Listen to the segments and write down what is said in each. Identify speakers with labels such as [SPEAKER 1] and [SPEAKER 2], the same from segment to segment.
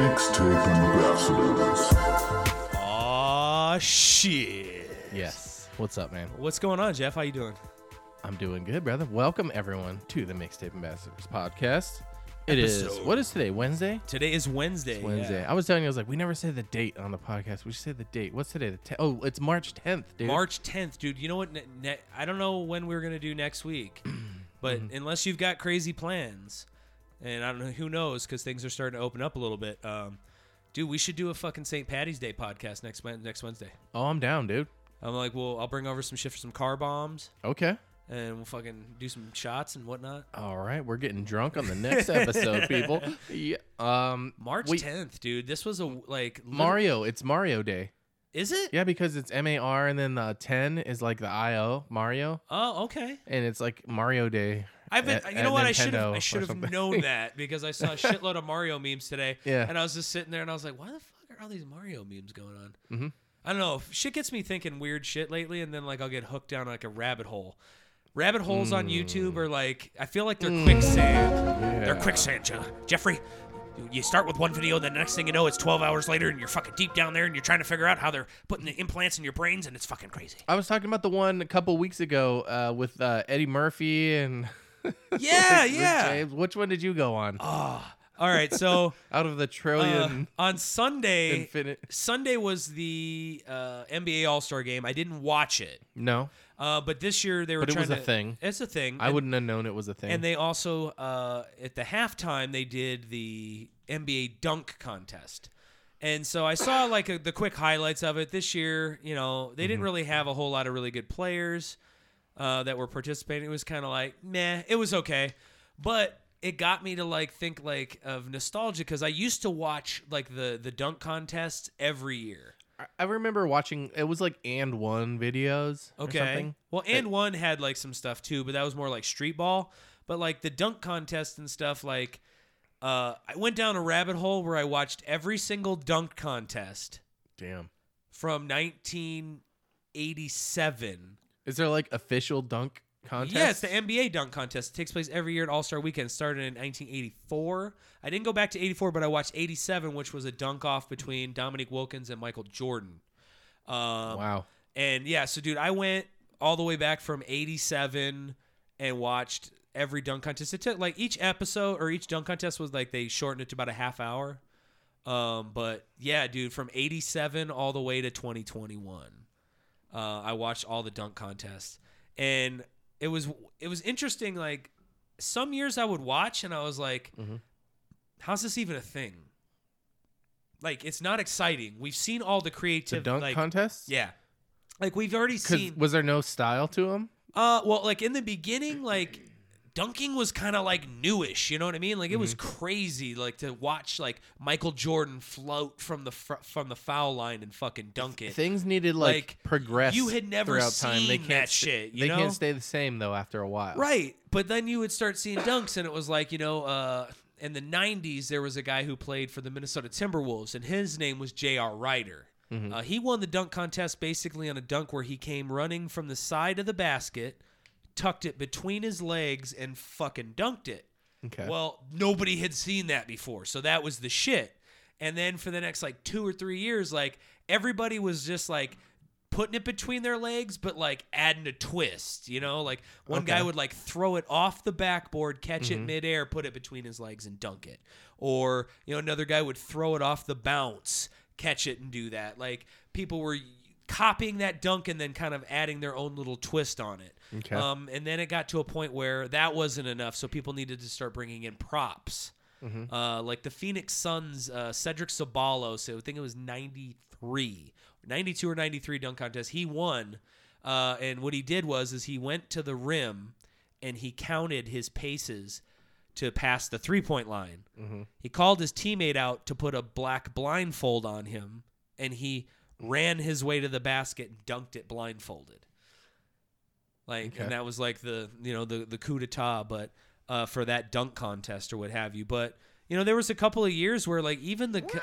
[SPEAKER 1] taking ambassadors.
[SPEAKER 2] Aw, shit.
[SPEAKER 3] Yes. What's up, man?
[SPEAKER 2] What's going on, Jeff? How you doing?
[SPEAKER 3] I'm doing good, brother. Welcome everyone to the Mixtape Ambassadors podcast. It is
[SPEAKER 2] Episode.
[SPEAKER 3] what is today? Wednesday.
[SPEAKER 2] Today is Wednesday. yeah.
[SPEAKER 3] Wednesday. I was telling you, I was like, we never say the date on the podcast. We should say the date. What's today? The te- oh, it's March 10th, dude.
[SPEAKER 2] March 10th, dude. You know what? Ne- ne- I don't know when we're going to do next week, but
[SPEAKER 3] Mm-hmm.
[SPEAKER 2] unless you've got crazy plans, and I don't know, who knows, because things are starting to open up a little bit. Um, dude, we should do a fucking St. Patty's Day podcast next, Wed- next Wednesday.
[SPEAKER 3] Oh, I'm down, dude.
[SPEAKER 2] I'm like, well, I'll bring over some shit for some car bombs,
[SPEAKER 3] Okay.
[SPEAKER 2] and we'll fucking do some shots and whatnot.
[SPEAKER 3] All right, we're getting drunk on the next episode, people. Yeah. Um,
[SPEAKER 2] March
[SPEAKER 3] we-
[SPEAKER 2] 10th, dude. This was a, like, lit-
[SPEAKER 3] Mario. It's Mario Day.
[SPEAKER 2] Is it?
[SPEAKER 3] Yeah, because it's M A R, and then the 10 is like the I O Mario,
[SPEAKER 2] Oh, okay.
[SPEAKER 3] and it's like Mario Day.
[SPEAKER 2] I've been,
[SPEAKER 3] at-
[SPEAKER 2] you
[SPEAKER 3] at
[SPEAKER 2] know what? I should
[SPEAKER 3] Nintendo
[SPEAKER 2] have, I
[SPEAKER 3] or
[SPEAKER 2] should have
[SPEAKER 3] something.
[SPEAKER 2] known that because I saw a shitload of Mario memes today.
[SPEAKER 3] Yeah.
[SPEAKER 2] And I was just sitting there and I was like, why the fuck are all these Mario memes going on? Mm-hmm. I don't know. Shit gets me thinking weird shit lately, and then like I'll get hooked down like a rabbit hole. Rabbit holes on YouTube are like, I feel like they're quicksand. They're
[SPEAKER 3] Mm. Yeah.
[SPEAKER 2] quicksand, Jeff- Jeffrey. You start with one video, then the next thing you know, it's 12 hours later, and you're fucking deep down there, and you're trying to figure out how they're putting the implants in your brains, and it's fucking crazy.
[SPEAKER 3] I was talking about the one a couple weeks ago uh, with uh, Eddie Murphy and
[SPEAKER 2] Yeah,
[SPEAKER 3] Rick
[SPEAKER 2] yeah. Oh. Ah.
[SPEAKER 3] James. Which one did you go on?
[SPEAKER 2] All right, so
[SPEAKER 3] Out of the
[SPEAKER 2] uh,
[SPEAKER 3] trillion
[SPEAKER 2] on Sunday,
[SPEAKER 3] infinite.
[SPEAKER 2] Sunday was the uh, NBA All Star game. I didn't watch it,
[SPEAKER 3] No,
[SPEAKER 2] uh, but this year they were.
[SPEAKER 3] But it was
[SPEAKER 2] trying
[SPEAKER 3] a
[SPEAKER 2] to-
[SPEAKER 3] thing.
[SPEAKER 2] It's a thing.
[SPEAKER 3] I
[SPEAKER 2] and,
[SPEAKER 3] wouldn't have known it was a thing.
[SPEAKER 2] And they also uh, at the halftime they did the NBA dunk contest, and so I saw like a, the quick highlights of it. This year, you know, they didn't really have a whole lot of really good players uh, that were participating. It was kind of like meh. It was okay, but it got me to like think like of nostalgia because I used to watch like the the dunk contest every year.
[SPEAKER 3] I- I remember watching. It was like and one videos. or
[SPEAKER 2] Okay.
[SPEAKER 3] something.
[SPEAKER 2] Well, and one had like some stuff too, but that was more like street ball. But like the dunk contest and stuff, like uh, I went down a rabbit hole where I watched every single dunk contest
[SPEAKER 3] Damn.
[SPEAKER 2] from 1987.
[SPEAKER 3] Is there like official dunk contest?
[SPEAKER 2] Yeah, it's the NBA dunk contest. It takes place every year at All Star Weekend. Started in 1984. I didn't go back to 84, but I watched 87, which was a dunk off between Dominique Wilkins and Michael Jordan. Um,
[SPEAKER 3] wow.
[SPEAKER 2] and yeah, so dude, I went all the way back from '87 and watched every dunk contest. It took like each episode or each dunk contest was like they shortened it to about a half hour. Um, but yeah, dude, from '87 all the way to 2021, uh, I watched all the dunk contests, and it was it was interesting. Like some years I would watch and I was like,
[SPEAKER 3] Mhm.
[SPEAKER 2] "How's this even a thing?" Like it's not exciting. We've seen all the
[SPEAKER 3] The
[SPEAKER 2] creative
[SPEAKER 3] dunk
[SPEAKER 2] like,
[SPEAKER 3] contest.
[SPEAKER 2] yeah. Like we've already
[SPEAKER 3] Because
[SPEAKER 2] seen
[SPEAKER 3] was there no style to him?
[SPEAKER 2] uh well like in the beginning like dunking was kind of like newish, you know what I mean? Like it was
[SPEAKER 3] Mm-hmm.
[SPEAKER 2] crazy like to watch like Michael Jordan float from the fr- from the foul line and fucking dunk it.
[SPEAKER 3] Things needed like,
[SPEAKER 2] Like,
[SPEAKER 3] progress.
[SPEAKER 2] you had never
[SPEAKER 3] throughout time.
[SPEAKER 2] seen
[SPEAKER 3] They can't
[SPEAKER 2] that
[SPEAKER 3] st-
[SPEAKER 2] shit, you
[SPEAKER 3] they
[SPEAKER 2] know?
[SPEAKER 3] can't stay the same though after a while.
[SPEAKER 2] Right. But then you would start seeing dunks, and it was like, you know, uh, in the 90s, there was a guy who played for the Minnesota Timberwolves, and his name was J.R. Ryder. Uh, he won the dunk contest basically on a dunk where he came running from the side of the basket, tucked it between his legs, and fucking dunked it.
[SPEAKER 3] Okay.
[SPEAKER 2] Well, nobody had seen that before, so that was the shit. And then for the next like two or three years, like everybody was just like putting it between their legs, but like adding a twist. You know, like one guy would like throw it off the backboard, catch it midair, put it between his legs, and dunk it. Or you know, another guy would throw it off the bounce, catch it, and do that. Like people were copying that dunk and then kind of adding their own little twist on it.
[SPEAKER 3] Okay.
[SPEAKER 2] Um, and then it got to a point where that wasn't enough, so people needed to start bringing in props. Uh, like the Phoenix Suns, uh, Cedric Sabalo, so I think it was 93, 92 or 93 dunk contest. He won. Uh, and what he did was is he went to the rim and he counted his paces to pass the three-point line. He called his teammate out to put a black blindfold on him, and he ran his way to the basket and dunked it blindfolded. Like,
[SPEAKER 3] Okay.
[SPEAKER 2] and that was like the you know the the coup d'état, but uh, for that dunk contest or what have you. But you know there was a couple of years where like even the co-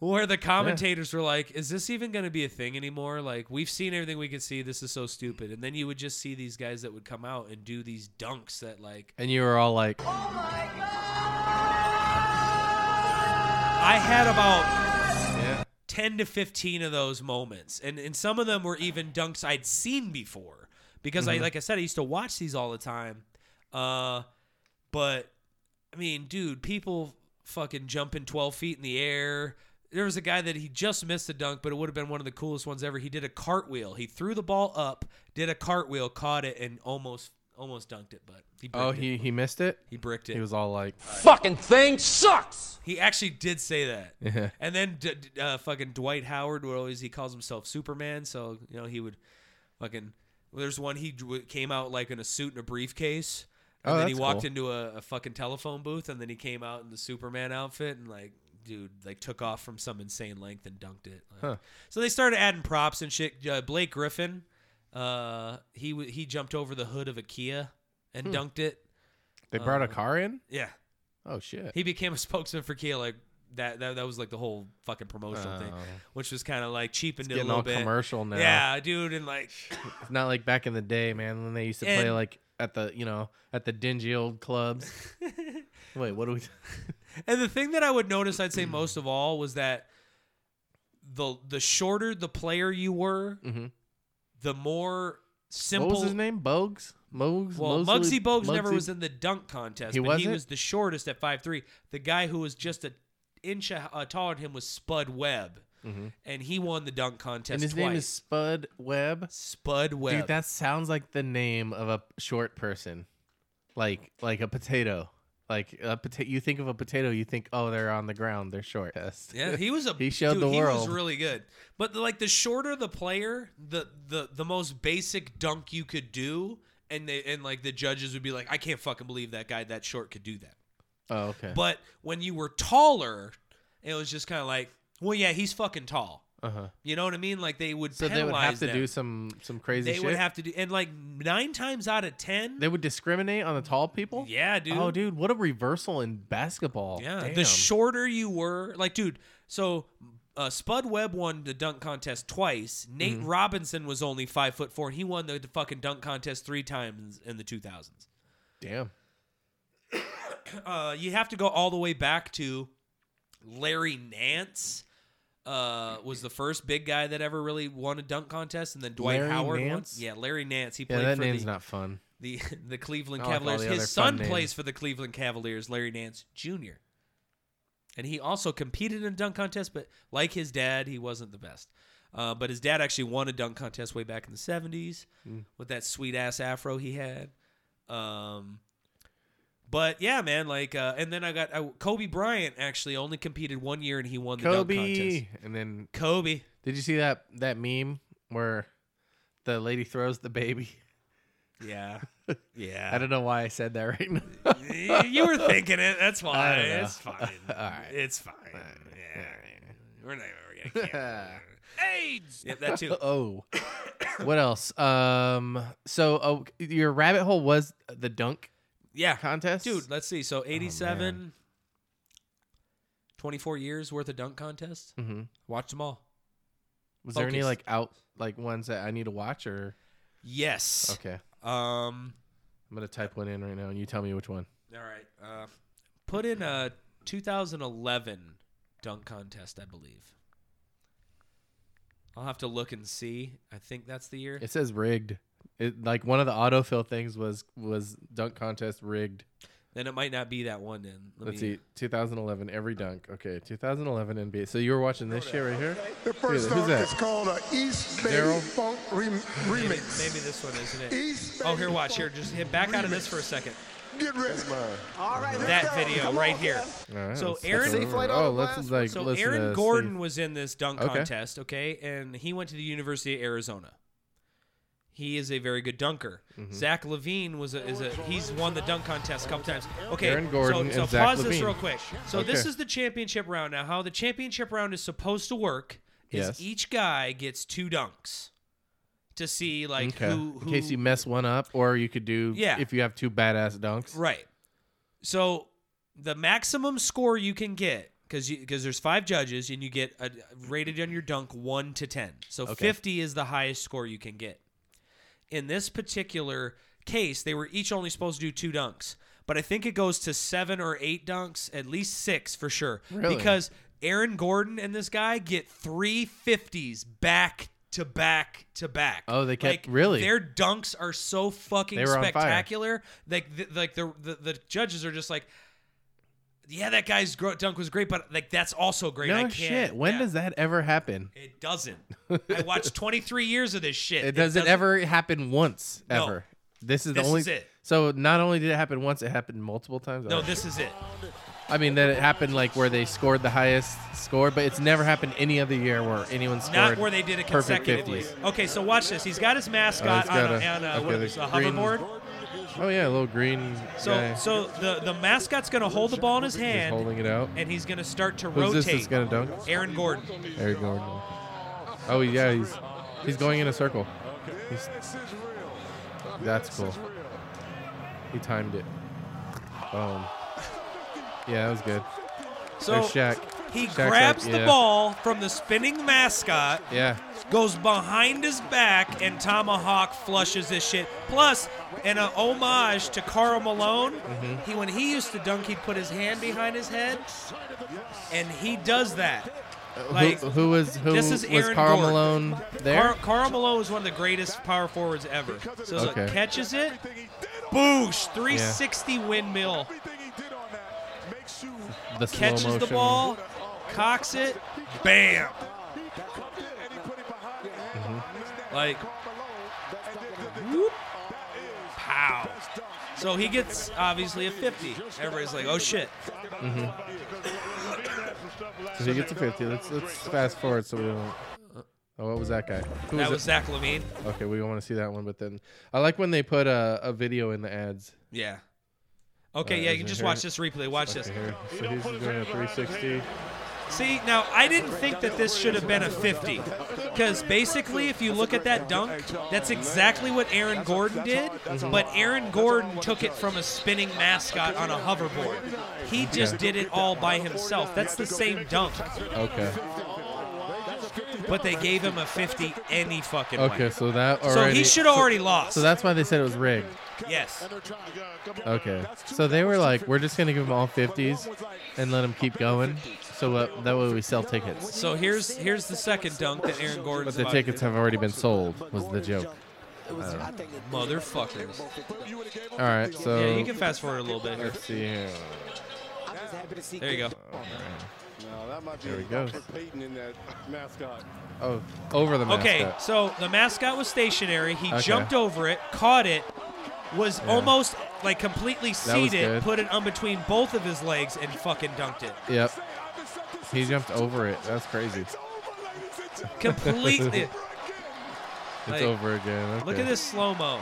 [SPEAKER 2] where the commentators were like, "Is this even going to be a thing anymore? Like, we've seen everything we could see. This is so stupid." And then you would just see these guys that would come out and do these dunks that, like,
[SPEAKER 3] And you were all like,
[SPEAKER 2] I had about
[SPEAKER 3] Yeah.
[SPEAKER 2] 10 to 15 of those moments. And and some of them were even dunks I'd seen before because
[SPEAKER 3] Mm-hmm.
[SPEAKER 2] I like I said I used to watch these all the time. Uh but I mean, dude, people fucking jumping 12 feet in the air. There was a guy that he just missed a dunk, but it would have been one of the coolest ones ever. He did a cartwheel. He threw the ball up, did a cartwheel, caught it and almost almost dunked it, but he bricked
[SPEAKER 3] Oh,
[SPEAKER 2] it.
[SPEAKER 3] he he missed it.
[SPEAKER 2] he bricked it.
[SPEAKER 3] He was all like,
[SPEAKER 4] fucking thing sucks.
[SPEAKER 2] He actually did say that.
[SPEAKER 3] Yeah.
[SPEAKER 2] And then d- d- uh, fucking Dwight Howard would always he calls himself Superman, so you know he would fucking. well, There's one he drew- came out like in a suit and a briefcase, and
[SPEAKER 3] Oh,
[SPEAKER 2] then he
[SPEAKER 3] that's
[SPEAKER 2] walked
[SPEAKER 3] cool.
[SPEAKER 2] into a, a fucking telephone booth, and then he came out in the Superman outfit and like. Dude, like took off from some insane length and dunked it. Like,
[SPEAKER 3] Huh.
[SPEAKER 2] So they started adding props and shit. Uh, Blake Griffin, uh, he w- he jumped over the hood of a Kia and
[SPEAKER 3] Hmm.
[SPEAKER 2] dunked it.
[SPEAKER 3] "They brought a car in."
[SPEAKER 2] Yeah,
[SPEAKER 3] Oh shit.
[SPEAKER 2] Uh, he became a spokesman for Kia. Like that, that, that was like the whole fucking promotional thing,
[SPEAKER 3] Oh.
[SPEAKER 2] which was kind of like cheapened it a
[SPEAKER 3] Getting
[SPEAKER 2] little
[SPEAKER 3] all
[SPEAKER 2] bit.
[SPEAKER 3] commercial now.
[SPEAKER 2] Yeah, dude, and like
[SPEAKER 3] It's not like back in the day, man, when they used to play
[SPEAKER 2] And-
[SPEAKER 3] like at the you know at the dingy old clubs. Wait, what do we?
[SPEAKER 2] And the thing that I would notice, I'd say most of all, was that the the shorter the player you were,
[SPEAKER 3] Mhm.
[SPEAKER 2] the more simple.
[SPEAKER 3] What was his name? Bogues. Mogues.
[SPEAKER 2] Well,
[SPEAKER 3] Mosley-
[SPEAKER 2] Muggsy Bogues never
[SPEAKER 3] Muggsy?
[SPEAKER 2] was in the dunk contest,
[SPEAKER 3] He
[SPEAKER 2] but he
[SPEAKER 3] wasn't?
[SPEAKER 2] was the shortest at five three. The guy who was just an inch uh, taller than him was Spud Webb, and he won the dunk contest.
[SPEAKER 3] Mm-hmm. And his
[SPEAKER 2] twice.
[SPEAKER 3] name is Spud Webb.
[SPEAKER 2] Spud Webb.
[SPEAKER 3] Dude, that sounds like the name of a short person, like like a potato. Like a potato, you think of a potato, you think, oh, they're on the ground, they're short.
[SPEAKER 2] Yeah, he was a
[SPEAKER 3] He showed
[SPEAKER 2] dude,
[SPEAKER 3] the
[SPEAKER 2] He was
[SPEAKER 3] world.
[SPEAKER 2] really good. But like the shorter the player, the the the most basic dunk you could do, and they and like the judges would be like, I can't fucking believe that guy that short could do that.
[SPEAKER 3] oh, okay.
[SPEAKER 2] But when you were taller, it was just kind of like, well, yeah, he's fucking tall.
[SPEAKER 3] Uh huh.
[SPEAKER 2] You know what I mean? Like they would
[SPEAKER 3] So they would have
[SPEAKER 2] penalize
[SPEAKER 3] to
[SPEAKER 2] them.
[SPEAKER 3] do some some crazy
[SPEAKER 2] They
[SPEAKER 3] shit.
[SPEAKER 2] would have to do, and like nine times out of ten,
[SPEAKER 3] they would discriminate on the tall people.
[SPEAKER 2] yeah, dude.
[SPEAKER 3] Oh, dude, what a reversal in basketball.
[SPEAKER 2] Yeah,
[SPEAKER 3] Oh, Damn.
[SPEAKER 2] the shorter you were, like, dude. So, uh, Spud Webb won the dunk contest twice. Nate
[SPEAKER 3] Mm-hmm.
[SPEAKER 2] Robinson was only five foot four, and he won the fucking dunk contest three times in the two thousands.
[SPEAKER 3] Damn.
[SPEAKER 2] Uh, you have to go all the way back to Larry Nance. Uh, was the first big guy that ever really won a dunk contest, and then Dwight
[SPEAKER 3] Larry
[SPEAKER 2] Howard
[SPEAKER 3] Nance?
[SPEAKER 2] won. Yeah, Larry Nance. He
[SPEAKER 3] Yeah,
[SPEAKER 2] played
[SPEAKER 3] that
[SPEAKER 2] for
[SPEAKER 3] name's
[SPEAKER 2] the,
[SPEAKER 3] not fun.
[SPEAKER 2] the the Cleveland
[SPEAKER 3] I like all
[SPEAKER 2] Cavaliers.
[SPEAKER 3] the other
[SPEAKER 2] His son
[SPEAKER 3] fun
[SPEAKER 2] plays
[SPEAKER 3] names.
[SPEAKER 2] for the Cleveland Cavaliers, Larry Nance Jr. And he also competed in a dunk contest, but like his dad, he wasn't the best. Uh, but his dad actually won a dunk contest way back in the '70s
[SPEAKER 3] Hmm.
[SPEAKER 2] with that sweet ass afro he had. Um, but yeah, man, like, uh, and then I got I, Kobe Bryant actually only competed one year and he won the dunk contest.
[SPEAKER 3] Kobe. And then,
[SPEAKER 2] Kobe,
[SPEAKER 3] did you see that that meme where the lady throws the baby?
[SPEAKER 2] yeah,
[SPEAKER 3] I
[SPEAKER 2] yeah.
[SPEAKER 3] don't know why I said that right now.
[SPEAKER 2] you were thinking it. That's why.
[SPEAKER 3] I don't know.
[SPEAKER 2] It's fine.
[SPEAKER 3] All right.
[SPEAKER 2] It's fine. Yeah. We're not we're gonna cancel it. AIDS. Yep, that too.
[SPEAKER 3] oh. what else? Um. So, oh, your rabbit hole was the dunk
[SPEAKER 2] Yeah.
[SPEAKER 3] contest,
[SPEAKER 2] Dude, let's see.
[SPEAKER 3] Oh,
[SPEAKER 2] So 87 24 years worth of dunk contests.
[SPEAKER 3] hmm
[SPEAKER 2] Watch them all.
[SPEAKER 3] Was there any
[SPEAKER 2] Focus.
[SPEAKER 3] like out like ones that I need to watch or?
[SPEAKER 2] Yes.
[SPEAKER 3] Okay,
[SPEAKER 2] Um
[SPEAKER 3] I'm gonna type one in right now, and you tell me which one.
[SPEAKER 2] all right. Uh put in a 2011 dunk contest, I believe. I'll have to look and see. I think that's the year.
[SPEAKER 3] It says rigged. It like one of the autofill things was was dunk contest rigged.
[SPEAKER 2] then it might not be that one then. Let
[SPEAKER 3] Let's
[SPEAKER 2] me-
[SPEAKER 3] see, 2011 every dunk. Okay, 2011 NBA. So you were watching this shit right here.
[SPEAKER 1] The first
[SPEAKER 3] Who's
[SPEAKER 1] song
[SPEAKER 3] that?
[SPEAKER 1] is called uh, East Bay
[SPEAKER 3] Daryl?
[SPEAKER 1] Funk rem-
[SPEAKER 2] Maybe,
[SPEAKER 1] Remix.
[SPEAKER 2] maybe this one isn't it.
[SPEAKER 1] East
[SPEAKER 2] Oh, here,
[SPEAKER 1] Bay
[SPEAKER 2] watch here.
[SPEAKER 1] Funk
[SPEAKER 2] Just hit back out of this for a second.
[SPEAKER 1] Get ready.
[SPEAKER 2] That video right here.
[SPEAKER 3] All right,
[SPEAKER 2] So
[SPEAKER 3] let's-
[SPEAKER 2] Aaron-
[SPEAKER 3] let's-
[SPEAKER 2] Safe
[SPEAKER 1] flight
[SPEAKER 3] oh,
[SPEAKER 1] out of
[SPEAKER 3] let's uh,
[SPEAKER 1] class.
[SPEAKER 3] like
[SPEAKER 2] So
[SPEAKER 3] listen to
[SPEAKER 2] Aaron
[SPEAKER 3] Steve.
[SPEAKER 2] Gordon was in this dunk
[SPEAKER 3] Okay.
[SPEAKER 2] contest, okay, and he went to the University of Arizona. He is a very good dunker.
[SPEAKER 3] Mm-hmm.
[SPEAKER 2] Zach Levine was a, is a he's won the dunk contest a couple times. Okay,
[SPEAKER 3] Aaron Gordon
[SPEAKER 2] so, so
[SPEAKER 3] and Zach
[SPEAKER 2] pause this
[SPEAKER 3] Levine.
[SPEAKER 2] real quick. So this
[SPEAKER 3] Okay.
[SPEAKER 2] is the championship round. Now, how the championship round is supposed to work is
[SPEAKER 3] Yes.
[SPEAKER 2] each guy gets two dunks to see like
[SPEAKER 3] Okay.
[SPEAKER 2] who,
[SPEAKER 3] in
[SPEAKER 2] who
[SPEAKER 3] case you mess one up, or you could do
[SPEAKER 2] Yeah.
[SPEAKER 3] if you have two badass dunks.
[SPEAKER 2] Right. So the maximum score you can get because because there's five judges and you get a, rated on your dunk one to ten. So
[SPEAKER 3] Okay.
[SPEAKER 2] 50 is the highest score you can get. In this particular case, they were each only supposed to do two dunks, but I think it goes to seven or eight dunks, at least six for sure,
[SPEAKER 3] Really?
[SPEAKER 2] because. Aaron Gordon and this guy get three fifties back to back to back.
[SPEAKER 3] Oh, they
[SPEAKER 2] Like,
[SPEAKER 3] kept- really?
[SPEAKER 2] Their dunks are so fucking
[SPEAKER 3] They were on fire.
[SPEAKER 2] spectacular. Like, the, like the, the the judges are just like, yeah, that guy's gro- dunk was great, but like that's also great. I
[SPEAKER 3] No
[SPEAKER 2] can't.
[SPEAKER 3] shit. When
[SPEAKER 2] yeah.
[SPEAKER 3] does that ever happen?
[SPEAKER 2] It doesn't. I watched 23 years of this shit.
[SPEAKER 3] It, doesn't, ever happen once
[SPEAKER 2] No.
[SPEAKER 3] ever. This is the
[SPEAKER 2] This
[SPEAKER 3] only.
[SPEAKER 2] is it.
[SPEAKER 3] So not only did it happen once, it happened multiple times.
[SPEAKER 2] No,
[SPEAKER 3] Oh.
[SPEAKER 2] this is it.
[SPEAKER 3] I mean that it happened like where they scored the highest score, but it's never happened any other year where anyone scored.
[SPEAKER 2] Not where they did it
[SPEAKER 3] perfect
[SPEAKER 2] consecutively.
[SPEAKER 3] 50s.
[SPEAKER 2] Okay, so watch this. He's got his mascot
[SPEAKER 3] Oh, he's got
[SPEAKER 2] on, a,
[SPEAKER 3] a-
[SPEAKER 2] on a,
[SPEAKER 3] okay,
[SPEAKER 2] what
[SPEAKER 3] the
[SPEAKER 2] is it, a
[SPEAKER 3] green-
[SPEAKER 2] hoverboard.
[SPEAKER 3] Oh yeah, a little green
[SPEAKER 2] So
[SPEAKER 3] guy
[SPEAKER 2] so the the mascot's gonna hold the ball in his
[SPEAKER 3] is
[SPEAKER 2] hand
[SPEAKER 3] holding it out.
[SPEAKER 2] and he's gonna start to
[SPEAKER 3] Who's
[SPEAKER 2] rotate.
[SPEAKER 3] this that's gonna dunk?
[SPEAKER 2] Aaron Gordon.
[SPEAKER 3] Eric Gordon. Oh yeah, he's he's going in a circle. He's- that's cool. He timed it. Boom. Yeah, that was good.
[SPEAKER 2] So
[SPEAKER 3] There's Shaq.
[SPEAKER 2] he
[SPEAKER 3] Shaq's
[SPEAKER 2] grabs
[SPEAKER 3] like,
[SPEAKER 2] the
[SPEAKER 3] yeah.
[SPEAKER 2] ball from the spinning mascot,
[SPEAKER 3] Yeah.
[SPEAKER 2] goes behind his back, and Tomahawk flushes this shit. Plus, in a homage to Carl Malone,
[SPEAKER 3] Mm-hmm.
[SPEAKER 2] he when he used to dunk, he'd put his hand behind his head, and he does that. Like,
[SPEAKER 3] Uh, who, who was who
[SPEAKER 2] this is
[SPEAKER 3] was
[SPEAKER 2] Aaron
[SPEAKER 3] Carl
[SPEAKER 2] Gordon.
[SPEAKER 3] Malone there?
[SPEAKER 2] Carl, Carl Malone was one of the greatest power forwards ever. So it's like,
[SPEAKER 3] Okay.
[SPEAKER 2] catches it, boosh, 360 windmill,
[SPEAKER 3] the slow
[SPEAKER 2] catches the
[SPEAKER 3] motion.
[SPEAKER 2] ball, cocks it, bam.
[SPEAKER 3] Mm-hmm.
[SPEAKER 2] Like, whoop, pow. So he gets obviously a 50. Everybody's like, oh shit.
[SPEAKER 3] So he gets a 50. Let's let's fast forward so we don't. Oh, what was that guy? Who
[SPEAKER 2] That
[SPEAKER 3] was,
[SPEAKER 2] was Zach Levine.
[SPEAKER 3] it? Okay, we don't want to see that one. But then I like when they put a, a video in the ads.
[SPEAKER 2] Yeah. Okay,
[SPEAKER 3] Uh,
[SPEAKER 2] yeah,
[SPEAKER 3] is
[SPEAKER 2] you can
[SPEAKER 3] it
[SPEAKER 2] just
[SPEAKER 3] here?
[SPEAKER 2] watch this replay. Watch this.
[SPEAKER 3] Here. So he's doing a 360.
[SPEAKER 2] See, now I didn't think that this should have been a 50. Because basically, if you look at that dunk, that's exactly what Aaron Gordon did,
[SPEAKER 3] Mm-hmm.
[SPEAKER 2] but Aaron Gordon took it from a spinning mascot on a hoverboard. He just did it all by himself. That's the same dunk,
[SPEAKER 3] Okay.
[SPEAKER 2] but they gave him a 50 any fucking
[SPEAKER 3] Okay.
[SPEAKER 2] way.
[SPEAKER 3] So that
[SPEAKER 2] So
[SPEAKER 3] already.
[SPEAKER 2] he should have already lost.
[SPEAKER 3] So that's why they said it was rigged.
[SPEAKER 2] Yes.
[SPEAKER 3] Okay. So they were like, we're just gonna give him all 50s and let him keep going. So uh, that way we sell tickets.
[SPEAKER 2] So here's here's the second dunk that Aaron Gordon's
[SPEAKER 3] But the
[SPEAKER 2] about
[SPEAKER 3] tickets
[SPEAKER 2] to
[SPEAKER 3] have already been sold. Was the joke.
[SPEAKER 2] Motherfuckers.
[SPEAKER 3] All right. So
[SPEAKER 2] Yeah, you can fast forward a little bit here.
[SPEAKER 3] let's see here.
[SPEAKER 2] There you go.
[SPEAKER 3] There he goes. Oh, over the mascot.
[SPEAKER 2] Okay, so the mascot was stationary. He
[SPEAKER 3] Okay.
[SPEAKER 2] jumped over it, caught it, was almost like completely
[SPEAKER 3] That was
[SPEAKER 2] seated,
[SPEAKER 3] good.
[SPEAKER 2] put it on between both of his legs, and fucking dunked it.
[SPEAKER 3] Yep. He jumped over it. That's crazy. It's
[SPEAKER 2] Completely. Like,
[SPEAKER 3] over again. Okay.
[SPEAKER 2] Look at this slow mo.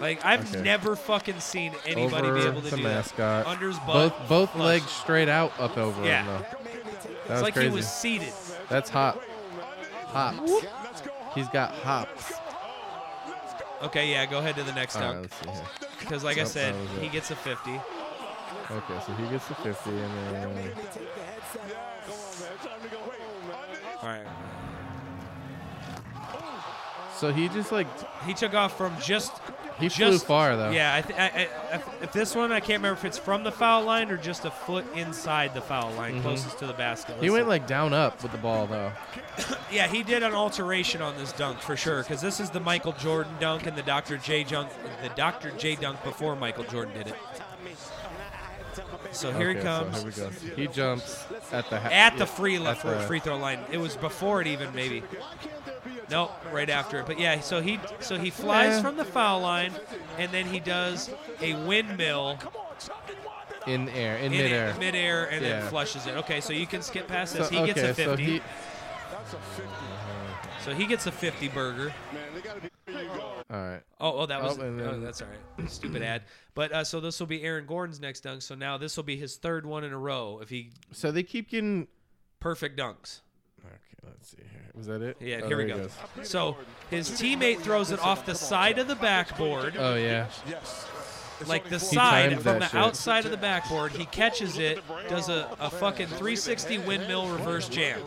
[SPEAKER 2] Like I've
[SPEAKER 3] Okay.
[SPEAKER 2] never fucking seen anybody
[SPEAKER 3] over
[SPEAKER 2] be able to
[SPEAKER 3] the
[SPEAKER 2] do
[SPEAKER 3] mascot.
[SPEAKER 2] that. Under his butt.
[SPEAKER 3] both both
[SPEAKER 2] flush.
[SPEAKER 3] legs straight out up over
[SPEAKER 2] Yeah.
[SPEAKER 3] him though. That
[SPEAKER 2] It's
[SPEAKER 3] was
[SPEAKER 2] like
[SPEAKER 3] crazy.
[SPEAKER 2] he was seated.
[SPEAKER 3] That's hop. Hops. He's got hops.
[SPEAKER 2] Okay, yeah, go ahead to the next
[SPEAKER 3] All right,
[SPEAKER 2] dunk.
[SPEAKER 3] let's see here.
[SPEAKER 2] Because like I
[SPEAKER 3] Nope,
[SPEAKER 2] said,
[SPEAKER 3] that was it.
[SPEAKER 2] he gets a 50.
[SPEAKER 3] Okay, so he gets the 50 and then
[SPEAKER 2] All right.
[SPEAKER 3] so he just like
[SPEAKER 2] He took off from just
[SPEAKER 3] he flew
[SPEAKER 2] Just-
[SPEAKER 3] far though.
[SPEAKER 2] Yeah, I th- I, I, I, if this one I can't remember if it's from the foul line or just a foot inside the foul line, closest to the basket.
[SPEAKER 3] Mm-hmm. He went
[SPEAKER 2] Listen.
[SPEAKER 3] like down up with the ball though.
[SPEAKER 2] yeah, he did an alteration on this dunk for sure, because this is the Michael Jordan dunk and the Dr. J dunk, the Dr. J dunk before Michael Jordan did it. So here
[SPEAKER 3] Okay,
[SPEAKER 2] he
[SPEAKER 3] so
[SPEAKER 2] comes
[SPEAKER 3] here we go. So he jumps at the ha-
[SPEAKER 2] at the free left
[SPEAKER 3] the-
[SPEAKER 2] free throw line. It was before it even maybe. No, right after it. But yeah, so he so he flies
[SPEAKER 3] Yeah.
[SPEAKER 2] from the foul line, and then he does a windmill
[SPEAKER 3] in air in,
[SPEAKER 2] in it-
[SPEAKER 3] midair.
[SPEAKER 2] midair, and then
[SPEAKER 3] Yeah.
[SPEAKER 2] flushes it. Okay, so you can skip past
[SPEAKER 3] So,
[SPEAKER 2] this. he gets
[SPEAKER 3] okay,
[SPEAKER 2] a 50.
[SPEAKER 3] so he
[SPEAKER 2] gets a 50 burger.
[SPEAKER 3] All right.
[SPEAKER 2] Oh, oh, that was
[SPEAKER 3] Oh, and
[SPEAKER 2] oh,
[SPEAKER 3] then-
[SPEAKER 2] that's all right. Stupid ad. But uh, so this will be Aaron Gordon's next dunk. So now this will be his third one in a row if he
[SPEAKER 3] So they keep getting
[SPEAKER 2] perfect dunks.
[SPEAKER 3] Okay, let's see here. Was that it?
[SPEAKER 2] Yeah,
[SPEAKER 3] Oh,
[SPEAKER 2] here we
[SPEAKER 3] there he
[SPEAKER 2] go.
[SPEAKER 3] goes.
[SPEAKER 2] So his teammate throws it off the side of the backboard,
[SPEAKER 3] Oh yeah.
[SPEAKER 2] like the side
[SPEAKER 3] timed
[SPEAKER 2] from
[SPEAKER 3] that
[SPEAKER 2] the
[SPEAKER 3] shit.
[SPEAKER 2] outside of the backboard. He catches it, does a, a fucking 360 windmill reverse jam.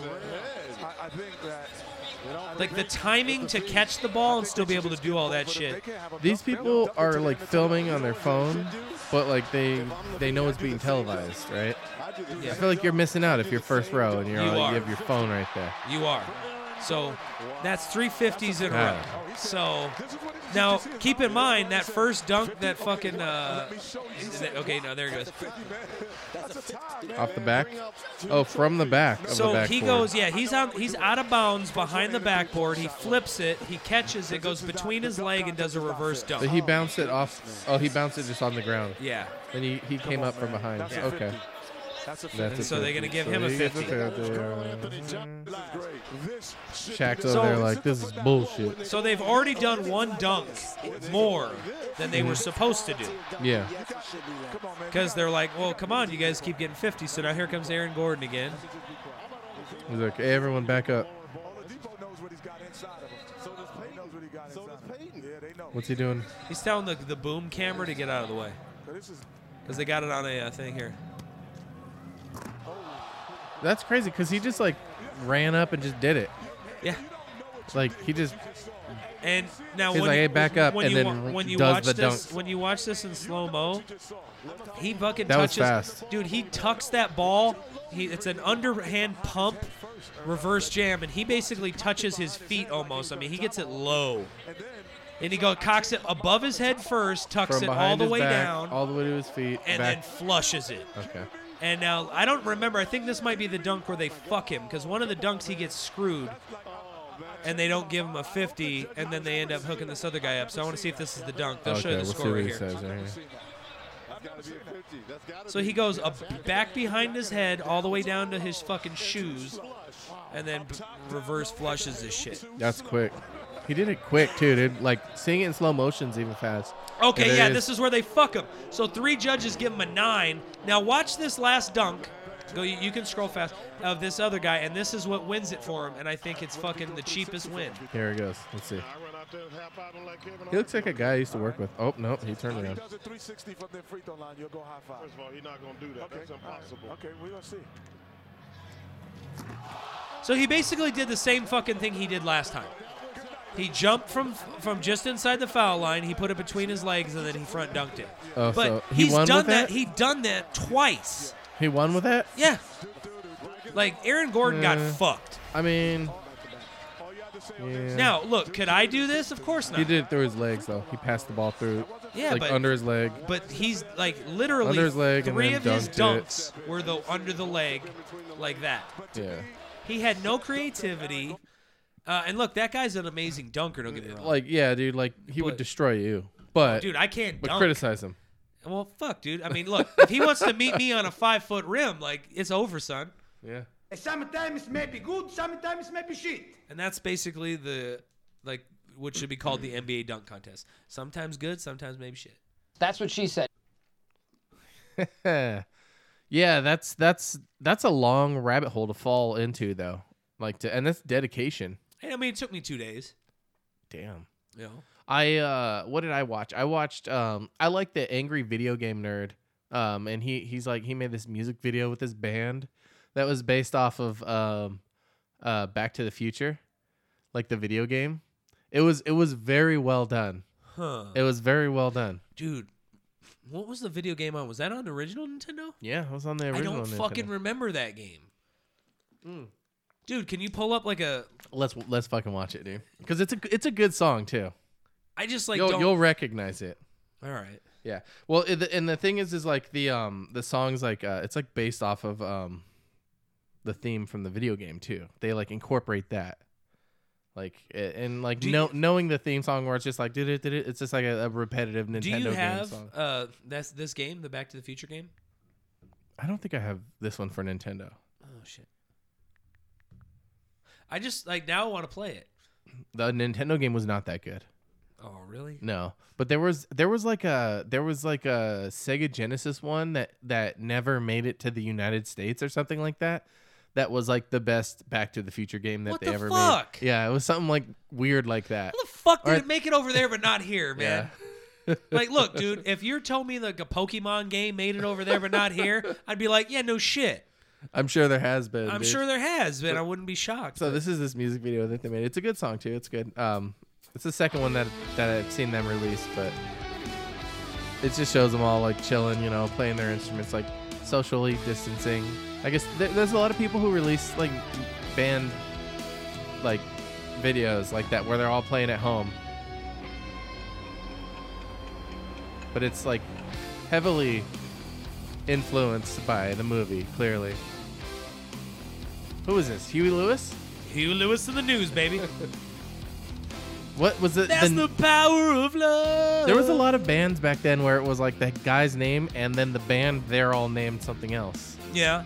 [SPEAKER 2] Like the timing to catch the ball and still be able to do all that shit.
[SPEAKER 3] These people are like filming on their phone, but like they they know it's being televised, right? I feel like you're missing out if you're first row and you're
[SPEAKER 2] You
[SPEAKER 3] all-
[SPEAKER 2] are.
[SPEAKER 3] you have your phone right there.
[SPEAKER 2] You are. So that's 350s in a
[SPEAKER 3] Wow.
[SPEAKER 2] row. So now keep in mind that first dunk that fucking. Uh, that- okay, no, there it goes.
[SPEAKER 3] Off the back? Oh, from the back. Of the
[SPEAKER 2] So he
[SPEAKER 3] backboard.
[SPEAKER 2] goes, yeah, he's on, he's out of bounds behind the backboard. He flips it, he catches it, goes between his leg, and does a reverse
[SPEAKER 3] So
[SPEAKER 2] dunk.
[SPEAKER 3] he bounced it off. Oh, he bounced it just on the ground.
[SPEAKER 2] Yeah,
[SPEAKER 3] And he, he came up from behind. Okay.
[SPEAKER 5] That's a
[SPEAKER 3] That's
[SPEAKER 2] And
[SPEAKER 3] a
[SPEAKER 2] so they're
[SPEAKER 3] 50.
[SPEAKER 2] gonna give
[SPEAKER 3] So
[SPEAKER 2] him a
[SPEAKER 3] he gets
[SPEAKER 2] 50.
[SPEAKER 3] 50, alright. Shaq's
[SPEAKER 5] So-
[SPEAKER 3] over there like, this is bullshit.
[SPEAKER 2] So they've already done one dunk more than they were supposed to do.
[SPEAKER 3] Yeah.
[SPEAKER 2] Because they're like, well, come on, you guys keep getting 50. So now here comes Aaron Gordon again.
[SPEAKER 3] He's like, hey, everyone back up. What's he doing?
[SPEAKER 2] He's telling the, the boom camera to get out of the way. Because they got it on a uh, thing here.
[SPEAKER 3] That's crazy because he just like ran up and just did it.
[SPEAKER 2] Yeah.
[SPEAKER 3] Like he just
[SPEAKER 2] And now
[SPEAKER 3] He's
[SPEAKER 2] when
[SPEAKER 3] like,
[SPEAKER 2] you,
[SPEAKER 3] "Hey, back up,"
[SPEAKER 2] when
[SPEAKER 3] and
[SPEAKER 2] you,
[SPEAKER 3] then
[SPEAKER 2] wa- when you
[SPEAKER 3] does
[SPEAKER 2] watch
[SPEAKER 3] the
[SPEAKER 2] this,
[SPEAKER 3] dunk.
[SPEAKER 2] When you watch this in slow mo, he fucking
[SPEAKER 3] That was
[SPEAKER 2] touches.
[SPEAKER 3] fast.
[SPEAKER 2] Dude, he tucks that ball. He, it's an underhand pump, reverse jam, and he basically touches his feet almost. I mean, he gets it low. And he go cocks it above his head first, tucks
[SPEAKER 3] from
[SPEAKER 2] it all
[SPEAKER 3] behind
[SPEAKER 2] the
[SPEAKER 3] his
[SPEAKER 2] way
[SPEAKER 3] back,
[SPEAKER 2] down,
[SPEAKER 3] all the way to his feet,
[SPEAKER 2] and then
[SPEAKER 3] back.
[SPEAKER 2] flushes it.
[SPEAKER 3] okay.
[SPEAKER 2] And now I don't remember. I think this might be the dunk where they fuck him because one of the dunks he gets screwed, and they don't give him a 50, and then they end up hooking this other guy up. So I want to see if this is the dunk. They'll
[SPEAKER 3] Oh, okay,
[SPEAKER 2] show you the
[SPEAKER 3] let's see
[SPEAKER 2] score
[SPEAKER 3] what
[SPEAKER 2] right
[SPEAKER 3] he
[SPEAKER 2] here.
[SPEAKER 3] says right here.
[SPEAKER 2] So he goes up back behind his head, all the way down to his fucking shoes, and then b- reverse flushes this shit.
[SPEAKER 3] That's quick. He did it quick too, dude. Like seeing it in slow motion's even fast.
[SPEAKER 2] Okay,
[SPEAKER 3] It
[SPEAKER 2] yeah,
[SPEAKER 3] is-
[SPEAKER 2] this is where they fuck him. So three judges give him a nine. Now watch this last dunk. Go, you, you can scroll fast of this other guy, and this is what wins it for him. And I think it's fucking the cheapest win.
[SPEAKER 3] Here it goes. Let's see. He looks like a guy I used to work with. Oh no, he turned around.
[SPEAKER 5] does a 360 from the free throw line, you'll go high five.
[SPEAKER 6] First of all, he's not gonna do that. That's impossible.
[SPEAKER 5] Okay, we're gonna see.
[SPEAKER 2] So he basically did the same fucking thing he did last time. He jumped from from just inside the foul line. He put it between his legs, and then he front dunked it.
[SPEAKER 3] Oh,
[SPEAKER 2] but
[SPEAKER 3] so he
[SPEAKER 2] he's
[SPEAKER 3] won
[SPEAKER 2] done
[SPEAKER 3] with
[SPEAKER 2] that.
[SPEAKER 3] that?
[SPEAKER 2] He done that twice.
[SPEAKER 3] He won with that.
[SPEAKER 2] Yeah. Like Aaron Gordon
[SPEAKER 3] Yeah.
[SPEAKER 2] got fucked.
[SPEAKER 3] I mean, yeah.
[SPEAKER 2] Now look, could I do this? Of course not.
[SPEAKER 3] he did it through his legs though. He passed the ball through,
[SPEAKER 2] Yeah,
[SPEAKER 3] like
[SPEAKER 2] but
[SPEAKER 3] under his leg.
[SPEAKER 2] but he's like literally
[SPEAKER 3] Under his leg and
[SPEAKER 2] three
[SPEAKER 3] then
[SPEAKER 2] of his
[SPEAKER 3] dunked it.
[SPEAKER 2] dunks were though under the leg, like that.
[SPEAKER 3] Yeah.
[SPEAKER 2] He had no creativity. Uh, and look, that guy's an amazing dunker. Don't get me wrong.
[SPEAKER 3] Like yeah, dude. Like he would
[SPEAKER 2] But-
[SPEAKER 3] destroy you. But
[SPEAKER 2] dude, I can't.
[SPEAKER 3] but
[SPEAKER 2] dunk.
[SPEAKER 3] criticize him.
[SPEAKER 2] Well, fuck, dude. I mean, look, if he wants to meet me on a five foot rim, like it's over, son.
[SPEAKER 3] Yeah.
[SPEAKER 7] Sometimes it may be good, sometimes it may be shit.
[SPEAKER 2] And that's basically the like what should be called the NBA dunk contest. Sometimes good, sometimes maybe shit.
[SPEAKER 4] That's what she said.
[SPEAKER 3] yeah, that's that's that's a long rabbit hole to fall into though. Like to and that's dedication.
[SPEAKER 2] And I mean, it took me two days.
[SPEAKER 3] Damn.
[SPEAKER 2] You know,
[SPEAKER 3] I uh what did I watch? I watched um I like the angry video game nerd. Um and he he's like he made this music video with his band that was based off of um uh Back to the Future, like the video game. It was it was very well done.
[SPEAKER 2] huh,
[SPEAKER 3] It was very well done.
[SPEAKER 2] dude? What was the video game on? Was that on original Nintendo?
[SPEAKER 3] Yeah, it was on the
[SPEAKER 2] I
[SPEAKER 3] original.
[SPEAKER 2] don't fucking
[SPEAKER 3] Nintendo. Hmm.
[SPEAKER 2] remember that game. Dude, can you pull up like a?
[SPEAKER 3] let's let's fucking watch it, dude. Because it's a it's a good song too.
[SPEAKER 2] I just like
[SPEAKER 3] you'll
[SPEAKER 2] don't.
[SPEAKER 3] you'll recognize it.
[SPEAKER 2] All right.
[SPEAKER 3] Yeah. Well, i- the- and the thing is, is like the um the songs like uh, it's like based off of um the theme from the video game too. They like incorporate that. Like a- and like
[SPEAKER 2] Do
[SPEAKER 3] no,
[SPEAKER 2] you-
[SPEAKER 3] knowing the theme song where it's just like did it did it it's just like a, a repetitive Nintendo
[SPEAKER 2] Do you
[SPEAKER 3] game
[SPEAKER 2] have
[SPEAKER 3] song.
[SPEAKER 2] uh that's this game, the Back to the Future game?
[SPEAKER 3] I don't think I have this one for Nintendo.
[SPEAKER 2] Oh shit. I just like now want to play it.
[SPEAKER 3] The Nintendo game was not that good.
[SPEAKER 2] Oh really?
[SPEAKER 3] No, but there was there was like a there was like a Sega Genesis one that that never made it to the United States or something like that. That was like the best Back to the Future game that
[SPEAKER 2] What
[SPEAKER 3] they
[SPEAKER 2] the
[SPEAKER 3] ever
[SPEAKER 2] fuck?
[SPEAKER 3] made. Yeah, it was something like weird like that.
[SPEAKER 2] How the fuck did
[SPEAKER 3] Or-
[SPEAKER 2] it make it over there but not here, man?
[SPEAKER 3] Yeah.
[SPEAKER 2] Like, look, dude, if you're telling me like a Pokemon game made it over there but not here, I'd be like, yeah, no shit.
[SPEAKER 3] I'm sure there has been.
[SPEAKER 2] I'm
[SPEAKER 3] dude.
[SPEAKER 2] sure there has been. I wouldn't be shocked.
[SPEAKER 3] So this is this music video that they made. It's a good song too. It's good. Um, it's the second one that that I've seen them release, but it just shows them all like chilling, you know, playing their instruments, like socially distancing. I guess there, there's a lot of people who release like band like videos like that where they're all playing at home, but it's like heavily influenced by the movie. Clearly, who is this? Huey Lewis.
[SPEAKER 2] Hugh Lewis in the news, baby.
[SPEAKER 3] What was it?
[SPEAKER 2] That's the, power of love.
[SPEAKER 3] there was a lot of bands back then where it was like that guy's name and then the band they're all named something else.
[SPEAKER 2] Yeah.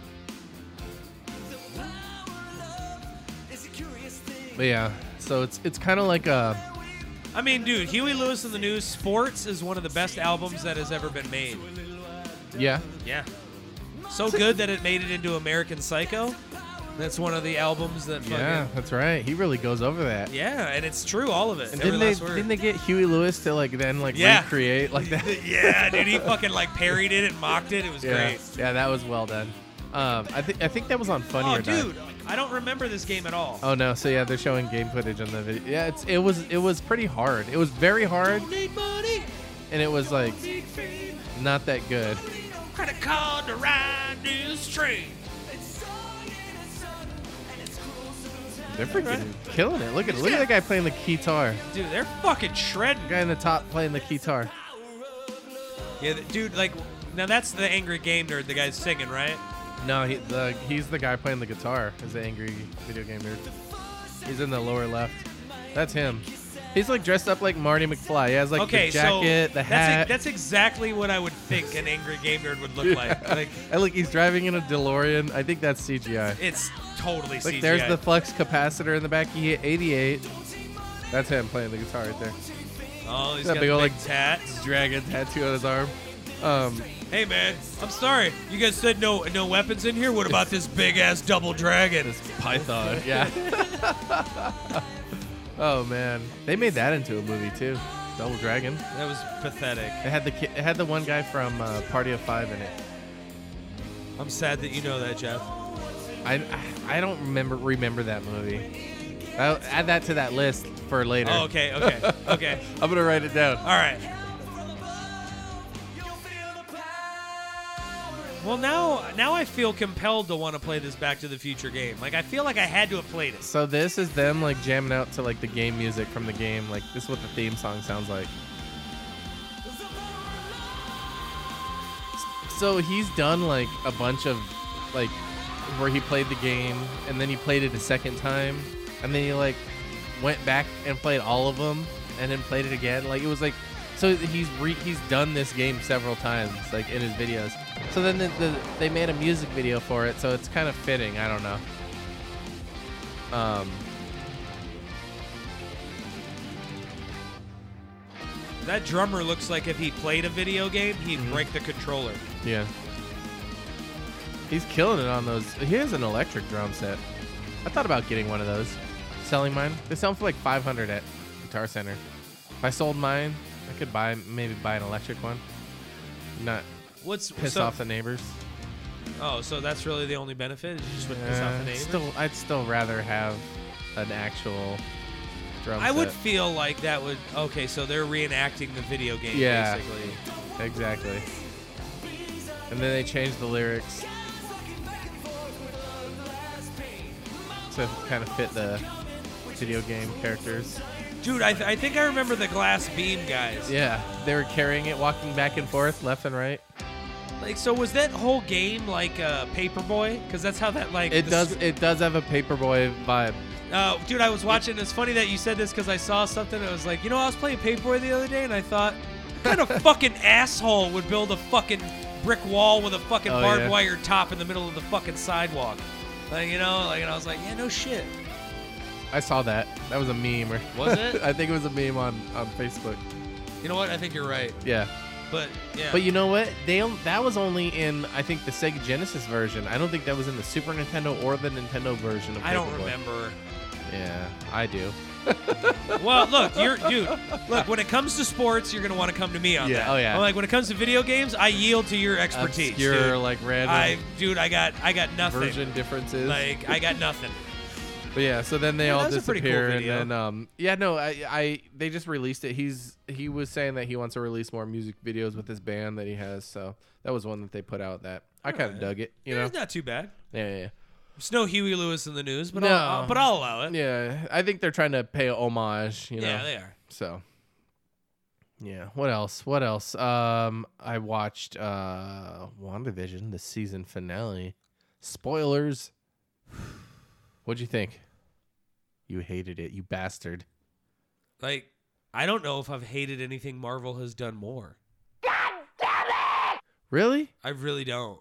[SPEAKER 3] But yeah, so it's it's kind of like a
[SPEAKER 2] I mean, dude, Huey Lewis in the news. Sports is one of the best albums that has ever been made.
[SPEAKER 3] yeah.
[SPEAKER 2] Yeah. So good that it made it into American Psycho. That's one of the albums that fucking.
[SPEAKER 3] Yeah,
[SPEAKER 2] Yeah,
[SPEAKER 3] that's right. He really goes over that.
[SPEAKER 2] and it's true, all of it.
[SPEAKER 3] And
[SPEAKER 2] every
[SPEAKER 3] didn't they
[SPEAKER 2] last word.
[SPEAKER 3] didn't they get Huey Lewis to like then like
[SPEAKER 2] Yeah.
[SPEAKER 3] recreate like that?
[SPEAKER 2] yeah, dude, he fucking like parried it and mocked it. It was
[SPEAKER 3] yeah.
[SPEAKER 2] great.
[SPEAKER 3] Yeah, that was well done. Um, I think I think that was on Funny
[SPEAKER 2] Oh,
[SPEAKER 3] or Not.
[SPEAKER 2] dude, I don't remember this game at all.
[SPEAKER 3] Oh no! So yeah, they're showing game footage on the video. Yeah, it's it was it was pretty hard. It was very hard,
[SPEAKER 2] Need money,
[SPEAKER 3] and it was like
[SPEAKER 2] need fame,
[SPEAKER 3] not that good.
[SPEAKER 2] need no credit card to ride this train.
[SPEAKER 3] They're freaking killing it. Look at look at that guy playing the guitar.
[SPEAKER 2] Dude, they're fucking shredding.
[SPEAKER 3] Guy in the top playing the guitar.
[SPEAKER 2] Yeah, th- dude, like, now that's the angry game nerd, the guy's singing, right?
[SPEAKER 3] No, he, the, he's the guy playing the guitar. Is the angry video game nerd. He's in the lower left. That's him. He's like dressed up like Marty McFly. He has like
[SPEAKER 2] okay,
[SPEAKER 3] the jacket,
[SPEAKER 2] so That's,
[SPEAKER 3] the hat.
[SPEAKER 2] e- that's exactly what I would think an angry game nerd would look like. Like,
[SPEAKER 3] and look, he's driving in a DeLorean. I think that's CGI.
[SPEAKER 2] it's totally
[SPEAKER 3] Like
[SPEAKER 2] CGI.
[SPEAKER 3] there's the flux capacitor in the back. He hit 88. That's him playing the guitar right there.
[SPEAKER 2] oh, he's
[SPEAKER 3] that
[SPEAKER 2] got big,
[SPEAKER 3] big old,
[SPEAKER 2] big
[SPEAKER 3] like,
[SPEAKER 2] tats.
[SPEAKER 3] Dragon tattoo on his arm. Um,
[SPEAKER 2] Hey man, I'm sorry. You guys said no no weapons in here. What about this big ass double dragon? This python.
[SPEAKER 3] Yeah. oh man, they made that into a movie too. Double Dragon.
[SPEAKER 2] That was pathetic.
[SPEAKER 3] It had the ki- it had the one guy from uh, Party of Five in it.
[SPEAKER 2] I'm sad that you know that, Jeff.
[SPEAKER 3] I I don't remember remember that movie. I'll add that to that list for later.
[SPEAKER 2] Oh, okay, okay, okay.
[SPEAKER 3] I'm gonna write it down.
[SPEAKER 2] All right. Well, now now I feel compelled to want to play this Back to the Future game. Like I feel like I had to have played it.
[SPEAKER 3] So this is them like jamming out to like the game music from the game. Like this is what the theme song sounds like. So he's done like a bunch of like where he played the game and then he played it a second time and then he like went back and played all of them and then played it again. Like it was like so he's re- he's done this game several times like in his videos. So then the, the, they made a music video for it. So it's kind of fitting. I don't know. Um,
[SPEAKER 2] That drummer looks like if he played a video game, he'd break the controller.
[SPEAKER 3] yeah. He's killing it on those. He has an electric drum set. I thought about getting one of those, selling mine. They sell them for like 500 at Guitar Center. If I sold mine, I could buy maybe buy an electric one. Not
[SPEAKER 2] What's
[SPEAKER 3] piss
[SPEAKER 2] so,
[SPEAKER 3] off the neighbors.
[SPEAKER 2] Oh, so that's really the only benefit? You just would piss off the
[SPEAKER 3] Uh,
[SPEAKER 2] neighbors?
[SPEAKER 3] still, I'd still rather have an actual drum
[SPEAKER 2] I would
[SPEAKER 3] set.
[SPEAKER 2] feel like that would okay. So they're reenacting the video game,
[SPEAKER 3] Yeah.
[SPEAKER 2] basically.
[SPEAKER 3] Exactly. And then they changed the lyrics to kind of fit the video game characters.
[SPEAKER 2] Dude, I, th- I think I remember the glass beam guys.
[SPEAKER 3] Yeah, they were carrying it, walking back and forth, left and right.
[SPEAKER 2] Like, so was that whole game like uh, Paperboy? Because that's how that like.
[SPEAKER 3] It
[SPEAKER 2] the
[SPEAKER 3] does.
[SPEAKER 2] s-
[SPEAKER 3] It does have a paperboy vibe.
[SPEAKER 2] Uh, dude, I was watching. It's funny that you said this because I saw something. that was like, you know, I was playing Paperboy the other day, and I thought, what kind of fucking asshole would build a fucking brick wall with a fucking
[SPEAKER 3] Oh,
[SPEAKER 2] barbed
[SPEAKER 3] yeah.
[SPEAKER 2] wire top in the middle of the fucking sidewalk? Like, you know, like, and I was like, yeah, no shit.
[SPEAKER 3] I saw that. That was a meme. Or
[SPEAKER 2] Was it?
[SPEAKER 3] I think it was a meme on on Facebook.
[SPEAKER 2] You know what? I think you're right.
[SPEAKER 3] Yeah.
[SPEAKER 2] But yeah.
[SPEAKER 3] But you know what? They on- that was only in I think the Sega Genesis version. I don't think that was in the Super Nintendo or the Nintendo version of
[SPEAKER 2] I don't
[SPEAKER 3] Paperboy.
[SPEAKER 2] remember.
[SPEAKER 3] Yeah, I do.
[SPEAKER 2] Well, look, you're dude. Look, when it comes to sports, you're gonna want to come to me on
[SPEAKER 3] Yeah,
[SPEAKER 2] that.
[SPEAKER 3] oh, yeah.
[SPEAKER 2] I'm like when it comes to video games, I yield to your expertise.
[SPEAKER 3] Obscure,
[SPEAKER 2] dude.
[SPEAKER 3] like random
[SPEAKER 2] I, dude, I got, I got nothing.
[SPEAKER 3] version differences.
[SPEAKER 2] Like, I got nothing.
[SPEAKER 3] But yeah, so then they
[SPEAKER 2] Yeah,
[SPEAKER 3] all
[SPEAKER 2] that's a pretty cool
[SPEAKER 3] disappear, and
[SPEAKER 2] video.
[SPEAKER 3] then um, yeah, no, I, I they just released it. He's he was saying that he wants to release more music videos with his band that he has. So that was one that they put out that I kind of dug it, you know.
[SPEAKER 2] It's not too bad.
[SPEAKER 3] Yeah, yeah, yeah.
[SPEAKER 2] There's no Huey Lewis in the news, but
[SPEAKER 3] No.
[SPEAKER 2] I'll, I'll- but I'll allow it.
[SPEAKER 3] Yeah, I think they're trying to pay homage, you know.
[SPEAKER 2] Yeah, they are.
[SPEAKER 3] So yeah, what else? What else? Um, I watched uh WandaVision, the season finale. Spoilers. What'd you think? You hated it, you bastard.
[SPEAKER 2] Like, I don't know if I've hated anything Marvel has done more.
[SPEAKER 3] Really?
[SPEAKER 2] I really don't.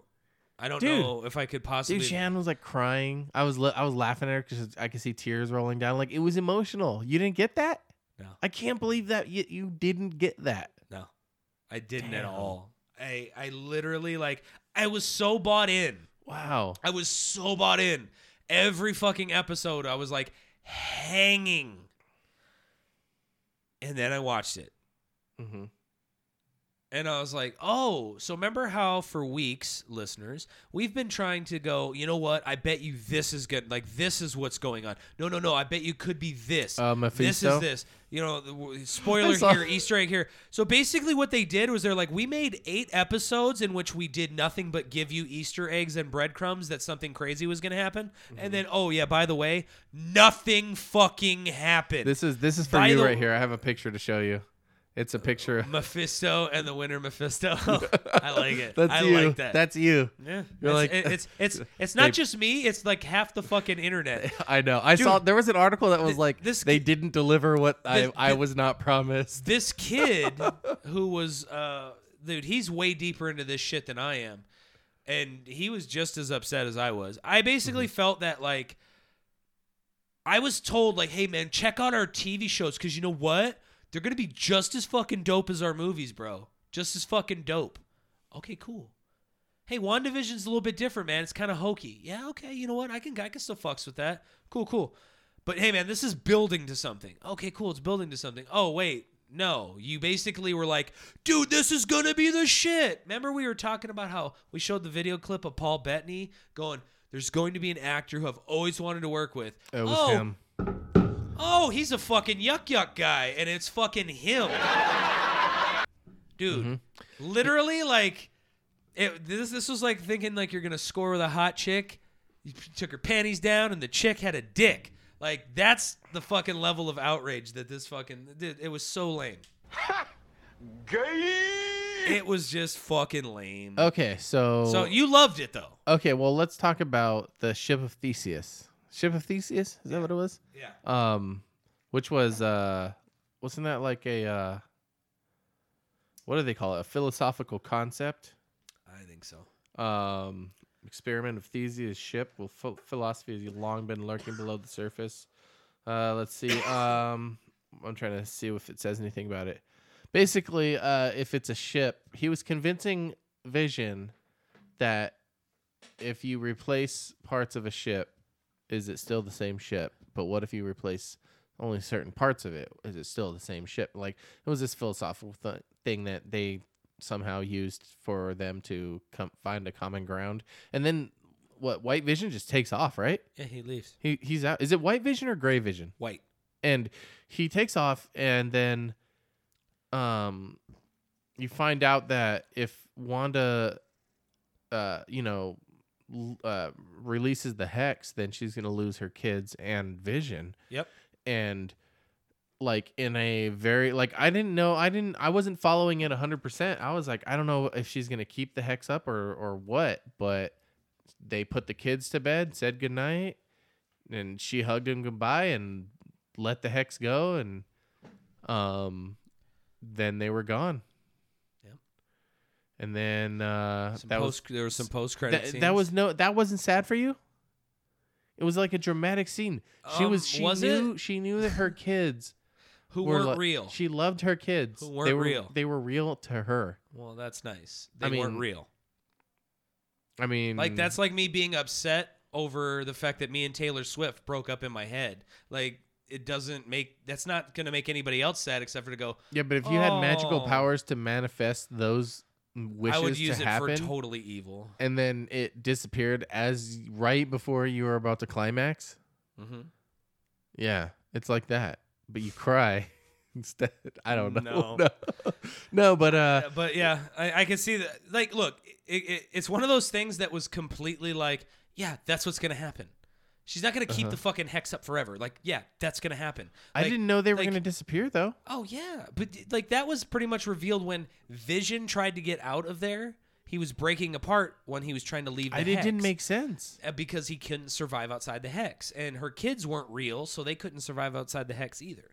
[SPEAKER 2] I don't
[SPEAKER 3] Dude.
[SPEAKER 2] know if I could possibly.
[SPEAKER 3] Dude, Shan was like crying. I was li- I was laughing at her because I could see tears rolling down. Like it was emotional. You didn't get that.
[SPEAKER 2] No.
[SPEAKER 3] I can't believe that you, you didn't get that.
[SPEAKER 2] No, I didn't at
[SPEAKER 3] Damn.
[SPEAKER 2] all. I I literally like I was so bought in.
[SPEAKER 3] Wow.
[SPEAKER 2] I was so bought in. Every fucking episode, I was like hanging. And then I watched it.
[SPEAKER 3] Mm-hmm.
[SPEAKER 2] And I was like, oh, so remember how for weeks, listeners, we've been trying to go, you know what? I bet you this is good. Like, this is what's going on. No, no, no. I bet you could be this.
[SPEAKER 3] Uh,
[SPEAKER 2] this
[SPEAKER 3] Mephisto?
[SPEAKER 2] is this. You know, the w- spoiler
[SPEAKER 3] I saw-
[SPEAKER 2] here, Easter egg here. So basically, what they did was they're like, we made eight episodes in which we did nothing but give you Easter eggs and breadcrumbs that something crazy was going to happen.
[SPEAKER 3] Mm-hmm.
[SPEAKER 2] And then, oh, yeah, by the way, nothing fucking happened.
[SPEAKER 3] This is this is for
[SPEAKER 2] By
[SPEAKER 3] you
[SPEAKER 2] the-
[SPEAKER 3] right here. I have a picture to show you. It's a picture.
[SPEAKER 2] Mephisto and the winner Mephisto. I like it.
[SPEAKER 3] That's
[SPEAKER 2] I
[SPEAKER 3] you.
[SPEAKER 2] like that.
[SPEAKER 3] That's you.
[SPEAKER 2] Yeah,
[SPEAKER 3] You're
[SPEAKER 2] it's,
[SPEAKER 3] like-
[SPEAKER 2] it- it's it's it's not
[SPEAKER 3] They-
[SPEAKER 2] just me. It's like half the fucking internet.
[SPEAKER 3] I know. I
[SPEAKER 2] Dude,
[SPEAKER 3] saw there was an article that was
[SPEAKER 2] thi-
[SPEAKER 3] like
[SPEAKER 2] this
[SPEAKER 3] they
[SPEAKER 2] ki-
[SPEAKER 3] didn't deliver what I,
[SPEAKER 2] Thi-
[SPEAKER 3] I
[SPEAKER 2] thi-
[SPEAKER 3] was not promised.
[SPEAKER 2] This kid who was uh dude, he's way deeper into this shit than I am, and he was just as upset as I was. I basically
[SPEAKER 3] Mm-hmm.
[SPEAKER 2] felt that like I was told like, hey man, check out our TV shows because you know what? They're gonna be just as fucking dope as our movies, bro. Just as fucking dope. Okay, cool. hey, WandaVision's a little bit different, man. It's kind of hokey. Yeah, okay, you know what? I can I can still fucks with that. Cool, cool. But hey, man, this is building to something. Okay, cool. It's building to something. Oh, wait. No, you basically were like, dude, this is going to be the shit. Remember, we were talking about how we showed the video clip of Paul Bettany going, there's going to be an actor who I've always wanted to work with.
[SPEAKER 3] It was
[SPEAKER 2] oh,
[SPEAKER 3] him.
[SPEAKER 2] Oh, he's a fucking yuck yuck guy, and it's fucking him. Dude, literally, like, it, this this was like thinking like you're gonna score with a hot chick. You p- took her panties down, and the chick had a dick. Like that's the fucking level of outrage that this fucking dude. It was so lame. It was just fucking lame.
[SPEAKER 3] Okay, so,
[SPEAKER 2] So you loved it though.
[SPEAKER 3] okay, well let's talk about the ship of Theseus. Ship of Theseus is that what it was?
[SPEAKER 2] Yeah.
[SPEAKER 3] Um, which was uh, wasn't that like a uh, what do they call it? A philosophical concept?
[SPEAKER 2] I think so.
[SPEAKER 3] Um, experiment of Theseus' ship. Well, ph- philosophy has long been lurking below the surface. Uh, let's see. Um, I'm trying to see if it says anything about it. Basically, uh, if it's a ship, he was convincing Vision that if you replace parts of a ship, is it still the same ship? But what if you replace only certain parts of it? Is it still the same ship? Like it was this philosophical th- thing that they somehow used for them to come find a common ground. And then what? White Vision just takes off, right?
[SPEAKER 2] Yeah, he leaves.
[SPEAKER 3] He he's out. Is it White Vision or Gray Vision?
[SPEAKER 2] White.
[SPEAKER 3] and he takes off and then um you find out that if wanda uh you know l- uh releases the hex then she's gonna lose her kids and vision
[SPEAKER 2] Yep.
[SPEAKER 3] and like in a very like i didn't know i didn't i wasn't following it 100% i was like i don't know if she's gonna keep the hex up or or what but they put the kids to bed said goodnight and she hugged him goodbye and let the hex go and um then they were gone
[SPEAKER 2] Yep.
[SPEAKER 3] and then uh
[SPEAKER 2] Some
[SPEAKER 3] that was
[SPEAKER 2] post, there was some post credit.
[SPEAKER 3] that, that was no that wasn't sad for you it was like a dramatic scene she was
[SPEAKER 2] Um,
[SPEAKER 3] she
[SPEAKER 2] was
[SPEAKER 3] knew she knew that her kids
[SPEAKER 2] who
[SPEAKER 3] were
[SPEAKER 2] weren't
[SPEAKER 3] lo-
[SPEAKER 2] real.
[SPEAKER 3] she loved her kids
[SPEAKER 2] Who
[SPEAKER 3] they
[SPEAKER 2] weren't
[SPEAKER 3] were
[SPEAKER 2] real.
[SPEAKER 3] they were real to her
[SPEAKER 2] Well, that's nice. They
[SPEAKER 3] I
[SPEAKER 2] weren't
[SPEAKER 3] mean, mm.
[SPEAKER 2] real.
[SPEAKER 3] i mean
[SPEAKER 2] Like that's like me being upset over the fact that me and Taylor Swift broke up in my head. Like it doesn't make that's not going to make anybody else sad except for to go.
[SPEAKER 3] Yeah, but if you had magical
[SPEAKER 2] Oh.
[SPEAKER 3] powers to manifest those wishes
[SPEAKER 2] I would use
[SPEAKER 3] to
[SPEAKER 2] it
[SPEAKER 3] happen,
[SPEAKER 2] for totally evil.
[SPEAKER 3] and then it disappeared as right before you were about to climax.
[SPEAKER 2] Mhm.
[SPEAKER 3] Yeah, it's like that, but you cry instead. I don't
[SPEAKER 2] No.
[SPEAKER 3] know. no, No, but uh,
[SPEAKER 2] Uh, But yeah, I, I can see that. Like, look, it, it, it's one of those things that was completely like, yeah, that's what's going to happen. She's not going to keep the fucking hex up forever. Like, yeah, that's going to happen.
[SPEAKER 3] Uh-huh. I
[SPEAKER 2] Like-
[SPEAKER 3] didn't know they were
[SPEAKER 2] like-
[SPEAKER 3] gonna disappear though.
[SPEAKER 2] Oh yeah, but like that was pretty much revealed when Vision tried to get out of there. He was breaking apart when he was trying to leave. The
[SPEAKER 3] I it didn't
[SPEAKER 2] hex,
[SPEAKER 3] make sense.
[SPEAKER 2] uh, because he couldn't survive outside the hex, and her kids weren't real, so they couldn't survive outside the hex either.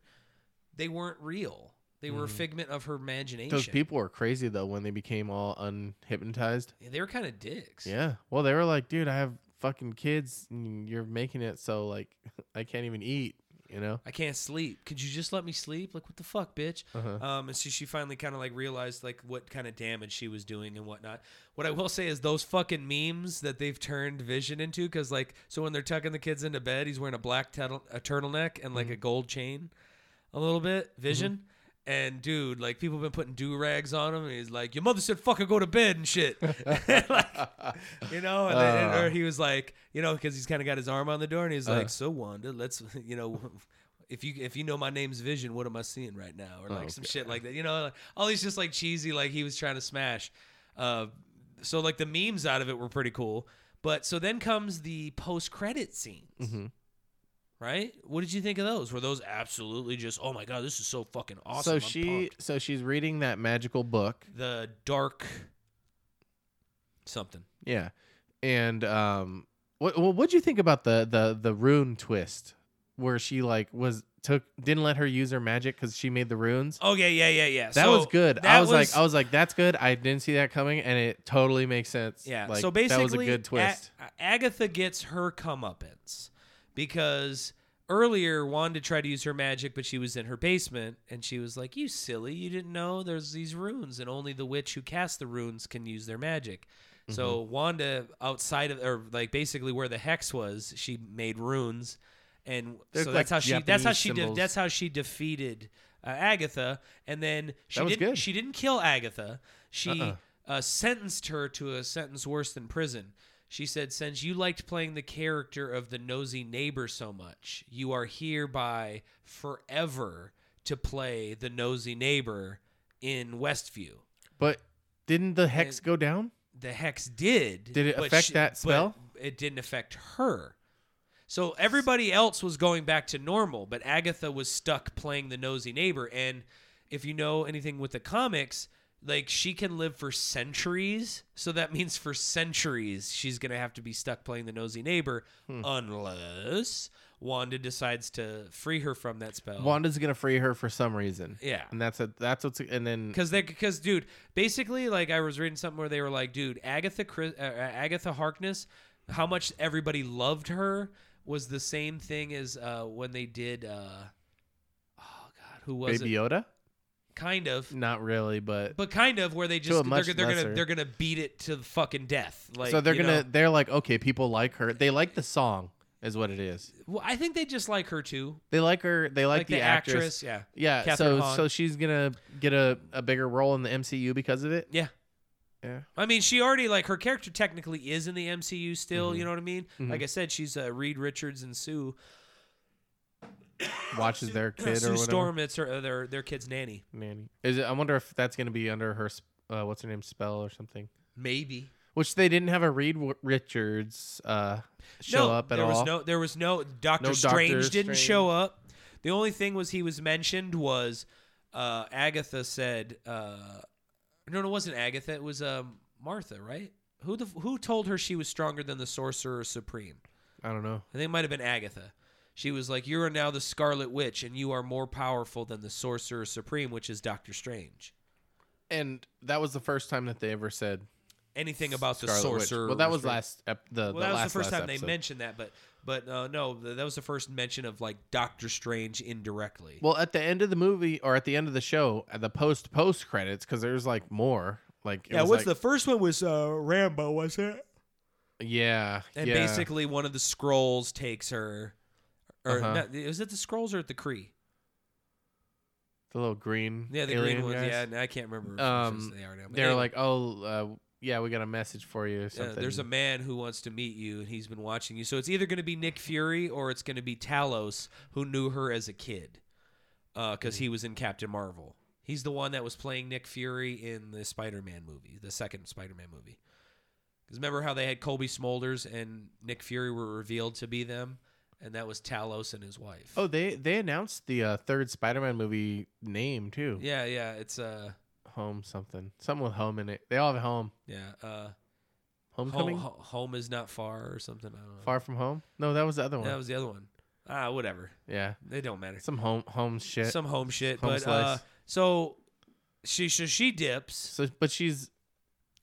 [SPEAKER 2] They weren't real. They were a figment of her imagination.
[SPEAKER 3] Mm-hmm. Those people were crazy though when they became all unhypnotized.
[SPEAKER 2] Yeah, they were kind of dicks.
[SPEAKER 3] Yeah. Well, they were like, dude, I have fucking kids, and you're making it so like I can't even eat. You know.
[SPEAKER 2] I can't sleep. Could you just let me sleep? Like what the fuck, bitch? Um, and so she finally kind of like realized like what kind of damage she was doing and whatnot. What I will say is those fucking memes that they've turned Vision into, because like so when they're tucking the kids into bed, he's wearing a black turtle, a turtleneck and like a gold chain, a little bit Vision. And dude, like people have been putting do rags on him, and he's like, "Your mother said fucker go to bed and shit," like, you know. And, then, and- or he was like, you know, because he's kind of got his arm on the door, and he's like, "So Wanda, let's, you know, if you if you know my name's Vision, what am I seeing right now?" Or like some shit like that, you know, like, all these just like cheesy, like he was trying to smash. Uh, so like the memes out of it were pretty cool. But so then comes the post credit scenes. Right? What did you think of those? Were those absolutely just? Oh my god, this is so fucking awesome!
[SPEAKER 3] so
[SPEAKER 2] I'm
[SPEAKER 3] she,
[SPEAKER 2] pumped."
[SPEAKER 3] so she's reading that magical book.
[SPEAKER 2] the dark something.
[SPEAKER 3] Yeah. And um, what well, what'd you think about the the the rune twist where she like was took didn't let her use her magic because she made the runes.
[SPEAKER 2] Okay, yeah, yeah, yeah.
[SPEAKER 3] That
[SPEAKER 2] So
[SPEAKER 3] was good. I
[SPEAKER 2] that
[SPEAKER 3] was, like, I was like, that's good. I didn't see that coming, and it totally makes sense.
[SPEAKER 2] Yeah.
[SPEAKER 3] Like,
[SPEAKER 2] so basically,
[SPEAKER 3] that was a good twist.
[SPEAKER 2] A- Agatha gets her comeuppance because earlier Wanda tried to use her magic, but she was in her basement, and she was like, "You silly! You didn't know there's these runes, and only the witch who casts the runes can use their magic." So
[SPEAKER 3] Mm-hmm.
[SPEAKER 2] Wanda, outside of or like basically where the hex was, she made runes, and
[SPEAKER 3] They're
[SPEAKER 2] so
[SPEAKER 3] like
[SPEAKER 2] that's how she that's how
[SPEAKER 3] Japanese
[SPEAKER 2] she de-
[SPEAKER 3] symbols.
[SPEAKER 2] that's how she defeated uh, Agatha, and then she
[SPEAKER 3] That was
[SPEAKER 2] didn't
[SPEAKER 3] good. Uh-uh.
[SPEAKER 2] she didn't kill Agatha. She uh, sentenced her to a sentence worse than prison. She said, "Since you liked playing the character of the nosy neighbor so much, you are hereby forever to play the nosy neighbor in Westview."
[SPEAKER 3] but didn't the hex
[SPEAKER 2] and-
[SPEAKER 3] go down?
[SPEAKER 2] the hex did.
[SPEAKER 3] Did it
[SPEAKER 2] but
[SPEAKER 3] affect that
[SPEAKER 2] but
[SPEAKER 3] spell?
[SPEAKER 2] It didn't affect her. So everybody else was going back to normal, but Agatha was stuck playing the nosy neighbor. And if you know anything with the comics, like she can live for centuries. So that means for centuries she's gonna have to be stuck playing the nosy neighbor,
[SPEAKER 3] Hmm.
[SPEAKER 2] unless Wanda decides to free her from that spell.
[SPEAKER 3] Wanda's gonna free her for some reason.
[SPEAKER 2] Yeah.
[SPEAKER 3] and that's a that's what's and then
[SPEAKER 2] Because they, because dude, basically, like I was reading something where they were like, dude, Agatha, Chris, uh, Agatha Harkness, how much everybody loved her was the same thing as uh, when they did. Uh, oh God, who was
[SPEAKER 3] Baby
[SPEAKER 2] it?
[SPEAKER 3] Yoda.
[SPEAKER 2] Kind of,
[SPEAKER 3] Not really, but,
[SPEAKER 2] but kind of where they
[SPEAKER 3] a
[SPEAKER 2] just they're,
[SPEAKER 3] much
[SPEAKER 2] g- they're gonna
[SPEAKER 3] lesser.
[SPEAKER 2] they're gonna beat it to the fucking death. Like
[SPEAKER 3] so they're
[SPEAKER 2] you
[SPEAKER 3] gonna
[SPEAKER 2] know?
[SPEAKER 3] they're like okay, people like her. They like the song is what it is.
[SPEAKER 2] Well, I think they just like her too.
[SPEAKER 3] They like her. They like,
[SPEAKER 2] Like the actress, yeah.
[SPEAKER 3] yeah.
[SPEAKER 2] Catherine
[SPEAKER 3] so
[SPEAKER 2] Hahn.
[SPEAKER 3] so she's gonna get a, a bigger role in the MCU because of it.
[SPEAKER 2] Yeah.
[SPEAKER 3] Yeah.
[SPEAKER 2] I mean, she already like her character technically is in the MCU still.
[SPEAKER 3] Mm-hmm.
[SPEAKER 2] You know what I mean? Like I said, she's uh, Reed Richards and Sue.
[SPEAKER 3] Watches their kid or
[SPEAKER 2] Sue
[SPEAKER 3] whatever.
[SPEAKER 2] Storm. It's her, uh, their their kid's nanny.
[SPEAKER 3] Nanny. Is it? I wonder if that's gonna be under her. sp- Uh, what's her name? Spell or something.
[SPEAKER 2] Maybe
[SPEAKER 3] Which they didn't have a Reed w- Richards uh, show
[SPEAKER 2] no,
[SPEAKER 3] up at
[SPEAKER 2] there
[SPEAKER 3] all.
[SPEAKER 2] was no there was no Doctor
[SPEAKER 3] No Dr.
[SPEAKER 2] Strange didn't
[SPEAKER 3] Strange.
[SPEAKER 2] show up. The only thing was he was mentioned was uh, Agatha said uh, no no it wasn't Agatha it was um, Martha right who the who told her she was stronger than the Sorcerer Supreme
[SPEAKER 3] I don't know.
[SPEAKER 2] I think it might have been Agatha. She was like, "You are now the Scarlet Witch, and you are more powerful than the Sorcerer Supreme, which is Doctor Strange."
[SPEAKER 3] And that was the first time that they ever said
[SPEAKER 2] Anything about the
[SPEAKER 3] Scarlet Witch.
[SPEAKER 2] Sorcerer?
[SPEAKER 3] Well, that was
[SPEAKER 2] Supreme-
[SPEAKER 3] last. Ep- the,
[SPEAKER 2] Well, that was
[SPEAKER 3] last,
[SPEAKER 2] the first
[SPEAKER 3] last
[SPEAKER 2] time
[SPEAKER 3] episode.
[SPEAKER 2] they mentioned that, but but uh, no, th- that was the first mention of like Doctor Strange indirectly.
[SPEAKER 3] Well, at the end of the movie or at the end of the show, at the post post credits, because there's like more. Like it was like,
[SPEAKER 2] first one was uh, Rambo, was it?
[SPEAKER 3] yeah,
[SPEAKER 2] And
[SPEAKER 3] yeah.
[SPEAKER 2] basically, one of the scrolls takes her, Or
[SPEAKER 3] Uh-huh.
[SPEAKER 2] not- was it the Scrolls or at the Cree?
[SPEAKER 3] The little green.
[SPEAKER 2] Yeah, the
[SPEAKER 3] alien
[SPEAKER 2] green ones.
[SPEAKER 3] guys.
[SPEAKER 2] Yeah, and I can't remember which ones
[SPEAKER 3] Um,
[SPEAKER 2] they
[SPEAKER 3] they
[SPEAKER 2] are now. but
[SPEAKER 3] are
[SPEAKER 2] anyway,
[SPEAKER 3] like, oh, uh, yeah, we got a message for you. Or
[SPEAKER 2] yeah,
[SPEAKER 3] something.
[SPEAKER 2] Uh, there's a man who wants to meet you, and he's been watching you. So it's either going to be Nick Fury or it's going to be Talos, who knew her as a kid, because
[SPEAKER 3] Mm.
[SPEAKER 2] he was in Captain Marvel. He's the one that was playing Nick Fury in the Spider-Man movie, the second Spider-Man movie. Because remember how they had Colby Smulders and Nick Fury were revealed to be them, and that was Talos and his wife.
[SPEAKER 3] Oh, they they announced the uh, third Spider-Man movie name too.
[SPEAKER 2] yeah, yeah, it's uh,
[SPEAKER 3] Home something, something with home in it. They all have home.
[SPEAKER 2] yeah, uh, home,
[SPEAKER 3] Homecoming.
[SPEAKER 2] Ho- home is not far or something. I don't know.
[SPEAKER 3] Far from home. No, that was the other one.
[SPEAKER 2] That was the other one. Ah, whatever.
[SPEAKER 3] yeah,
[SPEAKER 2] They don't matter.
[SPEAKER 3] some home home shit.
[SPEAKER 2] Some home shit,
[SPEAKER 3] Home
[SPEAKER 2] but uh,
[SPEAKER 3] slice.
[SPEAKER 2] so she so she dips.
[SPEAKER 3] so, but she's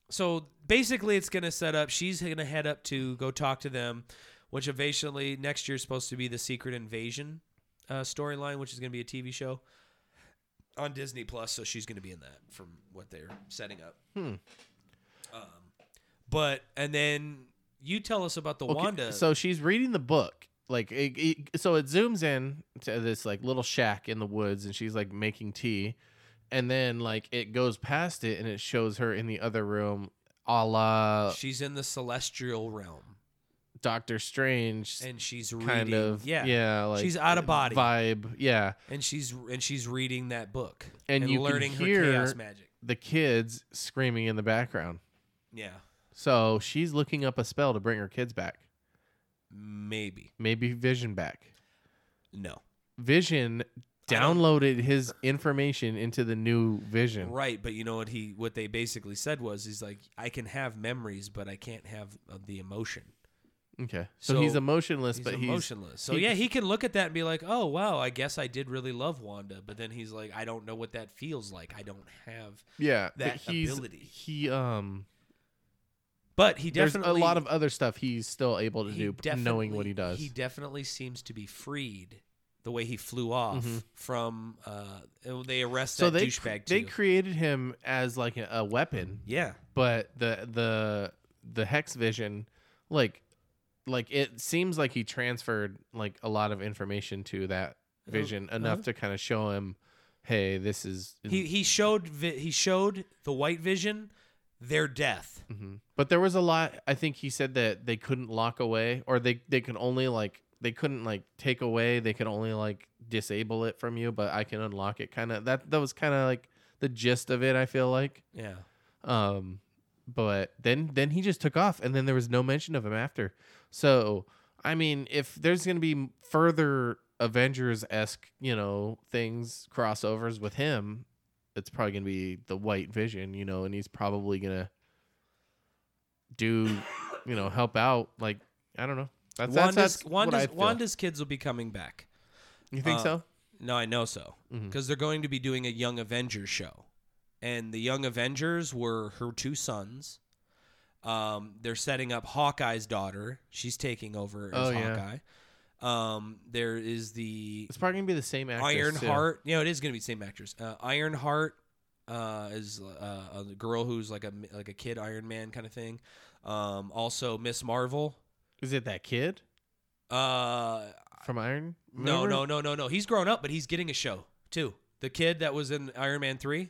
[SPEAKER 2] So basically, it's gonna set up. She's gonna head up to go talk to them, which eventually next year is supposed to be the Secret Invasion uh, storyline, which is gonna be a TV show on Disney Plus. So she's gonna be in that from what they're setting up. Hmm. Um, but and then you tell us about the
[SPEAKER 3] okay,
[SPEAKER 2] Wanda.
[SPEAKER 3] So she's reading the book. Like it, it- so, it zooms in to this like little shack in the woods, and she's like making tea, and then like it goes past it, and it shows her in the other room, a la
[SPEAKER 2] she's in the celestial realm.
[SPEAKER 3] Doctor Strange
[SPEAKER 2] and she's reading.
[SPEAKER 3] kind of
[SPEAKER 2] yeah,
[SPEAKER 3] yeah like
[SPEAKER 2] she's out of body,
[SPEAKER 3] vibe yeah
[SPEAKER 2] and she's and she's reading that book
[SPEAKER 3] And you can
[SPEAKER 2] learning
[SPEAKER 3] hear-
[SPEAKER 2] her chaos magic.
[SPEAKER 3] the kids screaming in the background
[SPEAKER 2] Yeah,
[SPEAKER 3] so she's looking up a spell to bring her kids back
[SPEAKER 2] maybe
[SPEAKER 3] maybe vision back
[SPEAKER 2] no.
[SPEAKER 3] vision
[SPEAKER 2] don't-
[SPEAKER 3] downloaded his information into the new vision
[SPEAKER 2] Right, but you know what he what they basically said was he's like I can have memories, but I can't have uh, the emotion.
[SPEAKER 3] okay so,
[SPEAKER 2] So
[SPEAKER 3] he's emotionless
[SPEAKER 2] He's
[SPEAKER 3] but
[SPEAKER 2] emotionless. so
[SPEAKER 3] he-
[SPEAKER 2] yeah, he can look at that and be like, "Oh wow, I guess I did really love Wanda." But then he's like, "I don't know what that feels like. I don't have."
[SPEAKER 3] he's yeah
[SPEAKER 2] that
[SPEAKER 3] but he's
[SPEAKER 2] ability.
[SPEAKER 3] he um
[SPEAKER 2] But he
[SPEAKER 3] there's
[SPEAKER 2] definitely
[SPEAKER 3] a lot of other stuff he's still able to
[SPEAKER 2] he
[SPEAKER 3] do p- knowing what
[SPEAKER 2] definitely-
[SPEAKER 3] he does
[SPEAKER 2] He definitely seems to be freed the way he flew off from. Uh, oh, they arrest
[SPEAKER 3] Mm-hmm. so
[SPEAKER 2] that
[SPEAKER 3] they cr-
[SPEAKER 2] douchebag
[SPEAKER 3] they
[SPEAKER 2] too.
[SPEAKER 3] created him as like a, a weapon
[SPEAKER 2] yeah,
[SPEAKER 3] but the the the hex vision like like it seems like he transferred like a lot of information to that vision enough to kind of show him hey this is
[SPEAKER 2] he he showed vi- he showed the White Vision their death.
[SPEAKER 3] Mhm. but there was a lot i think he said that they couldn't lock away or they they can only like they couldn't like take away they could only like disable it from you but i can unlock it kind of that that was kind of like the gist of it i feel like
[SPEAKER 2] Yeah,
[SPEAKER 3] Um, but then then he just took off, and then there was no mention of him after. So I mean, if there's gonna be further Avengers esque, you know, things crossovers with him, it's probably gonna be the White Vision, you know, and he's probably gonna do, you know, help out. Like I don't know. That's that's,
[SPEAKER 2] Wanda's
[SPEAKER 3] that's what I
[SPEAKER 2] Wanda's,
[SPEAKER 3] feel.
[SPEAKER 2] Wanda's kids will be coming back.
[SPEAKER 3] You think
[SPEAKER 2] uh,
[SPEAKER 3] so?
[SPEAKER 2] No, I know so
[SPEAKER 3] Mm-hmm.
[SPEAKER 2] because they're going to be doing a Young Avengers show, and the Young Avengers were her two sons. Um, they're setting up Hawkeye's daughter. She's taking over as
[SPEAKER 3] Oh, yeah.
[SPEAKER 2] Hawkeye. Um, there is the
[SPEAKER 3] It's probably gonna be the same actress. too.
[SPEAKER 2] Ironheart. You know, it is going to be the same actress. Uh, Ironheart uh, is uh, a girl who's like a like a kid Iron Man kind of thing. Um, also Miss Marvel.
[SPEAKER 3] Is it that kid
[SPEAKER 2] Uh,
[SPEAKER 3] from Iron?
[SPEAKER 2] no,
[SPEAKER 3] Remember?
[SPEAKER 2] no, no, no, no. He's grown up, but he's getting a show too. The kid that was in Iron Man three,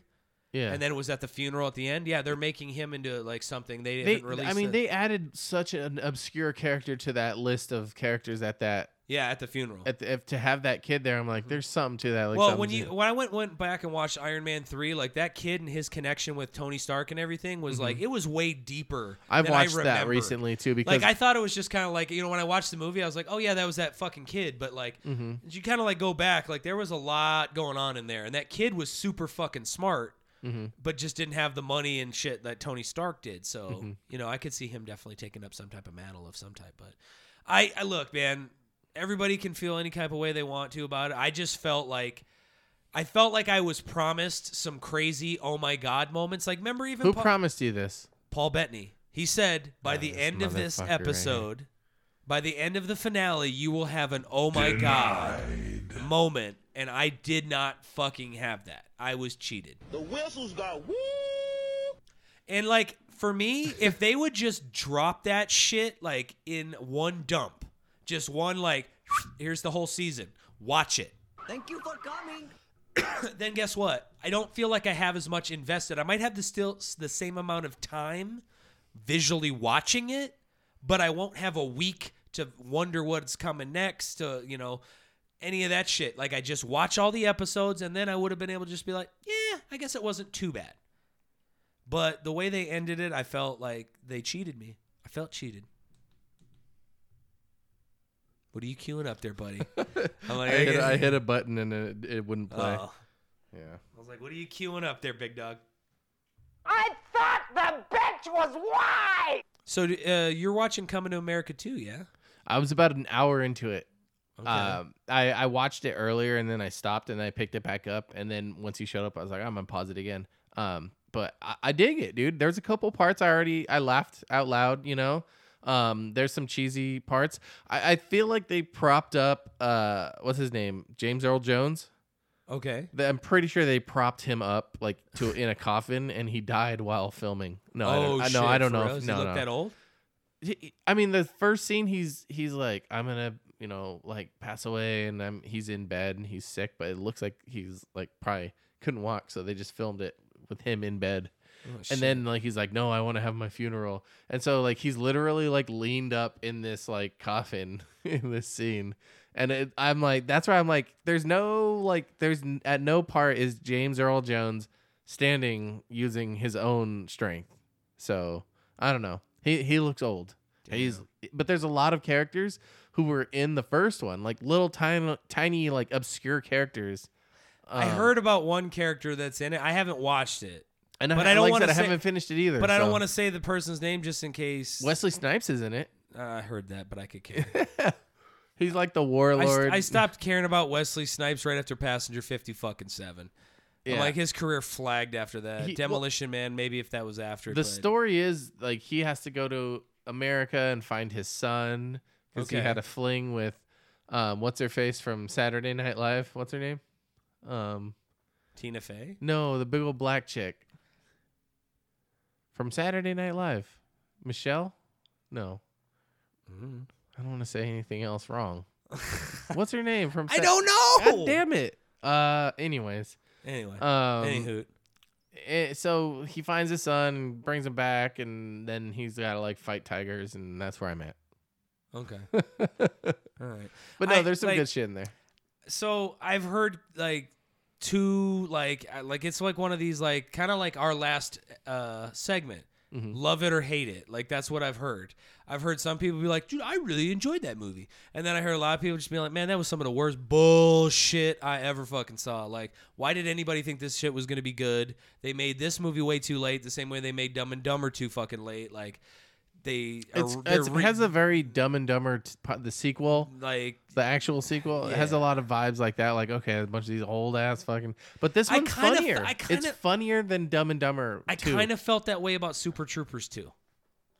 [SPEAKER 3] Yeah.
[SPEAKER 2] and then was at the funeral at the end. Yeah, they're making him into like something they,
[SPEAKER 3] they,
[SPEAKER 2] haven't released.
[SPEAKER 3] I mean,
[SPEAKER 2] it.
[SPEAKER 3] they added such an obscure character to that list of characters at that
[SPEAKER 2] yeah at the funeral.
[SPEAKER 3] at the, if, to have that kid there. I'm like, there's something to that. Like,
[SPEAKER 2] Hmm. well, when
[SPEAKER 3] something's
[SPEAKER 2] you
[SPEAKER 3] in-
[SPEAKER 2] when I went went back and watched Iron Man three, like that kid and his connection with Tony Stark and everything was like it was way deeper.
[SPEAKER 3] Mm-hmm. I've
[SPEAKER 2] than I
[SPEAKER 3] watched that
[SPEAKER 2] remembered.
[SPEAKER 3] recently too because
[SPEAKER 2] Like I thought it was just kind of like you know when I watched the movie, I was like, oh yeah, that was that fucking kid. But like
[SPEAKER 3] Mm-hmm.
[SPEAKER 2] you kind of like go back, like there was a lot going on in there, and that kid was super fucking smart.
[SPEAKER 3] Mm-hmm.
[SPEAKER 2] But just didn't have the money and shit that Tony Stark did, so
[SPEAKER 3] Mm-hmm.
[SPEAKER 2] you know I could see him definitely taking up some type of mantle of some type. But I, I look, man, everybody can feel any type of way they want to about it. I just felt like I felt like I was promised some crazy oh my god moments. Like remember even
[SPEAKER 3] who
[SPEAKER 2] Pa-
[SPEAKER 3] promised you this?
[SPEAKER 2] Paul Bettany. He said, by
[SPEAKER 3] Oh,
[SPEAKER 2] the
[SPEAKER 3] this
[SPEAKER 2] end of this
[SPEAKER 3] motherfucker right here.
[SPEAKER 2] episode, by the end of the finale, you will have an oh my god moment. And I did not fucking have that. I was cheated.
[SPEAKER 8] The whistles got woo.
[SPEAKER 2] And like for me, if they would just drop that shit like in one dump, just one like Here's the whole season. Watch it.
[SPEAKER 8] Thank you for coming.
[SPEAKER 2] then guess what? I don't feel like I have as much invested. I might have the still the same amount of time visually watching it, but I won't have a week to wonder what's coming next to, you know, any of that shit. Like I just watch all the episodes and then I would have been able to just be like, "Yeah, I guess it wasn't too bad." But the way they ended it, I felt like they cheated me. I felt cheated. What are you queuing up there, buddy? I'm
[SPEAKER 3] I
[SPEAKER 2] like,
[SPEAKER 3] hit,
[SPEAKER 2] guess-
[SPEAKER 3] I hit a button and it, it wouldn't play.
[SPEAKER 2] Oh.
[SPEAKER 3] Yeah.
[SPEAKER 2] I was like, "What are you queuing up there, big dog?"
[SPEAKER 9] I thought the bench was wide!
[SPEAKER 2] So uh, you're watching Coming to America too, yeah?
[SPEAKER 3] I was about an hour into it.
[SPEAKER 2] Okay.
[SPEAKER 3] Um, I, I watched it earlier and then I stopped and I picked it back up. And then once you showed up, I was like, I'm gonna pause it again. Um, but I, I dig it, dude. There's a couple parts I already I laughed out loud, you know. Um, there's some cheesy parts. I, I feel like they propped up uh what's his name? James Earl Jones.
[SPEAKER 2] okay.
[SPEAKER 3] Th- I'm pretty sure they propped him up like to in a coffin and he died while filming. No,
[SPEAKER 2] Oh,
[SPEAKER 3] I don't, I, no, I don't know. if-
[SPEAKER 2] Does
[SPEAKER 3] no,
[SPEAKER 2] he look
[SPEAKER 3] no
[SPEAKER 2] that old?
[SPEAKER 3] he- he- I mean, the first scene, he's he's like, I'm gonna, you know, like pass away, and I'm he's in bed and he's sick, but it looks like he's like probably couldn't walk, so they just filmed it with him in bed. and then like he's like, no, I want to have my funeral, and so like he's literally like leaned up in this like coffin in this scene, and it, I'm like, that's where I'm like, there's no like, there's n- at no part is James Earl Jones standing using his own strength. So I don't know. He he looks old. He's but there's a lot of characters who were in the first one, like little tiny tiny like obscure characters.
[SPEAKER 2] I
[SPEAKER 3] Um,
[SPEAKER 2] heard about one character that's in it. I haven't watched it,
[SPEAKER 3] and
[SPEAKER 2] but
[SPEAKER 3] I,
[SPEAKER 2] I don't
[SPEAKER 3] like
[SPEAKER 2] wanna
[SPEAKER 3] that I
[SPEAKER 2] say-
[SPEAKER 3] haven't finished it either.
[SPEAKER 2] but I don't
[SPEAKER 3] so.
[SPEAKER 2] want to say the person's name just in case.
[SPEAKER 3] Wesley Snipes is in it.
[SPEAKER 2] Uh, I heard that, but I could care.
[SPEAKER 3] He's like the
[SPEAKER 2] I,
[SPEAKER 3] warlord.
[SPEAKER 2] st- I stopped caring about Wesley Snipes right after Passenger Fifty fucking Seven. I'm
[SPEAKER 3] Yeah.
[SPEAKER 2] like his career flagged after that.
[SPEAKER 3] He- well-
[SPEAKER 2] Demolition Man, maybe if that was after.
[SPEAKER 3] the
[SPEAKER 2] but-
[SPEAKER 3] story is like he has to go to America and find his son because he
[SPEAKER 2] Okay.
[SPEAKER 3] had a fling with um what's her face from Saturday Night Live. What's her name? Um
[SPEAKER 2] Tina Fey.
[SPEAKER 3] No, the big old black chick from Saturday Night Live. Michelle? No.
[SPEAKER 2] Mm-hmm.
[SPEAKER 3] I don't want to say anything else wrong. What's her name from?
[SPEAKER 2] I
[SPEAKER 3] Sa-
[SPEAKER 2] don't know.
[SPEAKER 3] God damn it. Uh, anyways,
[SPEAKER 2] Anyway,
[SPEAKER 3] um,
[SPEAKER 2] anywho,
[SPEAKER 3] eh, so he finds his son, brings him back, and then he's got to like fight tigers, and that's where I'm at.
[SPEAKER 2] okay,
[SPEAKER 3] but
[SPEAKER 2] all right.
[SPEAKER 3] no,
[SPEAKER 2] I-
[SPEAKER 3] there's some
[SPEAKER 2] like-
[SPEAKER 3] good shit in there.
[SPEAKER 2] so I've heard like two like uh, like it's like one of these like kind of like our last uh segment.
[SPEAKER 3] Mm-hmm.
[SPEAKER 2] Love it or hate it. Like that's what I've heard. I've heard some people be like, "Dude, I really enjoyed that movie." And then I heard a lot of people just be like, "Man, that was some of the worst bullshit I ever fucking saw." Like, why did anybody think this shit was going to be good? They made this movie way too late, the same way they made Dumb and Dumber too fucking late. Like they are-
[SPEAKER 3] It's,
[SPEAKER 2] they're
[SPEAKER 3] it's, it
[SPEAKER 2] re-
[SPEAKER 3] has a very Dumb and Dumber t- po- the sequel.
[SPEAKER 2] like
[SPEAKER 3] the actual sequel it has a
[SPEAKER 2] Yeah.
[SPEAKER 3] lot of vibes like that like okay a bunch of these old ass fucking but this
[SPEAKER 2] I
[SPEAKER 3] one's
[SPEAKER 2] kinda-
[SPEAKER 3] funnier
[SPEAKER 2] I
[SPEAKER 3] it's
[SPEAKER 2] kinda-
[SPEAKER 3] funnier than dumb and dumber
[SPEAKER 2] I
[SPEAKER 3] 2.
[SPEAKER 2] kind of felt that way about Super Troopers too.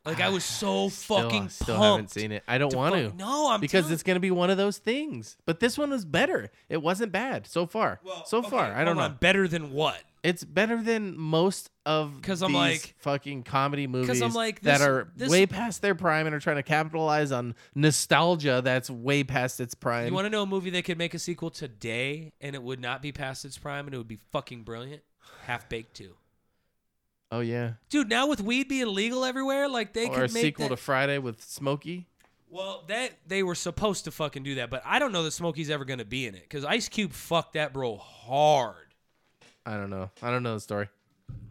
[SPEAKER 2] Like I was so
[SPEAKER 3] Ah, Still-
[SPEAKER 2] fucking
[SPEAKER 3] still
[SPEAKER 2] pumped.
[SPEAKER 3] haven't seen it i don't
[SPEAKER 2] to
[SPEAKER 3] want
[SPEAKER 2] fuck-
[SPEAKER 3] to
[SPEAKER 2] No, I'm
[SPEAKER 3] because
[SPEAKER 2] telling-
[SPEAKER 3] it's gonna be one of those things but this one was better it wasn't bad so far
[SPEAKER 2] Well,
[SPEAKER 3] so
[SPEAKER 2] okay,
[SPEAKER 3] far i don't
[SPEAKER 2] hold
[SPEAKER 3] know
[SPEAKER 2] on, Better than what?
[SPEAKER 3] it's better than most of
[SPEAKER 2] 'Cause I'm
[SPEAKER 3] these
[SPEAKER 2] like-
[SPEAKER 3] fucking comedy movies
[SPEAKER 2] I'm like,
[SPEAKER 3] that
[SPEAKER 2] this-
[SPEAKER 3] are
[SPEAKER 2] this-
[SPEAKER 3] way past their prime and are trying to capitalize on nostalgia that's way past its prime
[SPEAKER 2] You want to know a movie that could make a sequel today and it would not be past its prime and it would be fucking brilliant? Half Baked Two.
[SPEAKER 3] oh yeah
[SPEAKER 2] Dude, now with weed being legal everywhere, like they
[SPEAKER 3] or
[SPEAKER 2] could
[SPEAKER 3] a
[SPEAKER 2] make
[SPEAKER 3] sequel
[SPEAKER 2] that-
[SPEAKER 3] to friday with smokey
[SPEAKER 2] Well, that they were supposed to fucking do that, but I don't know that Smokey's ever gonna be in it because Ice Cube fucked that bro hard.
[SPEAKER 3] I don't know. I don't know the story.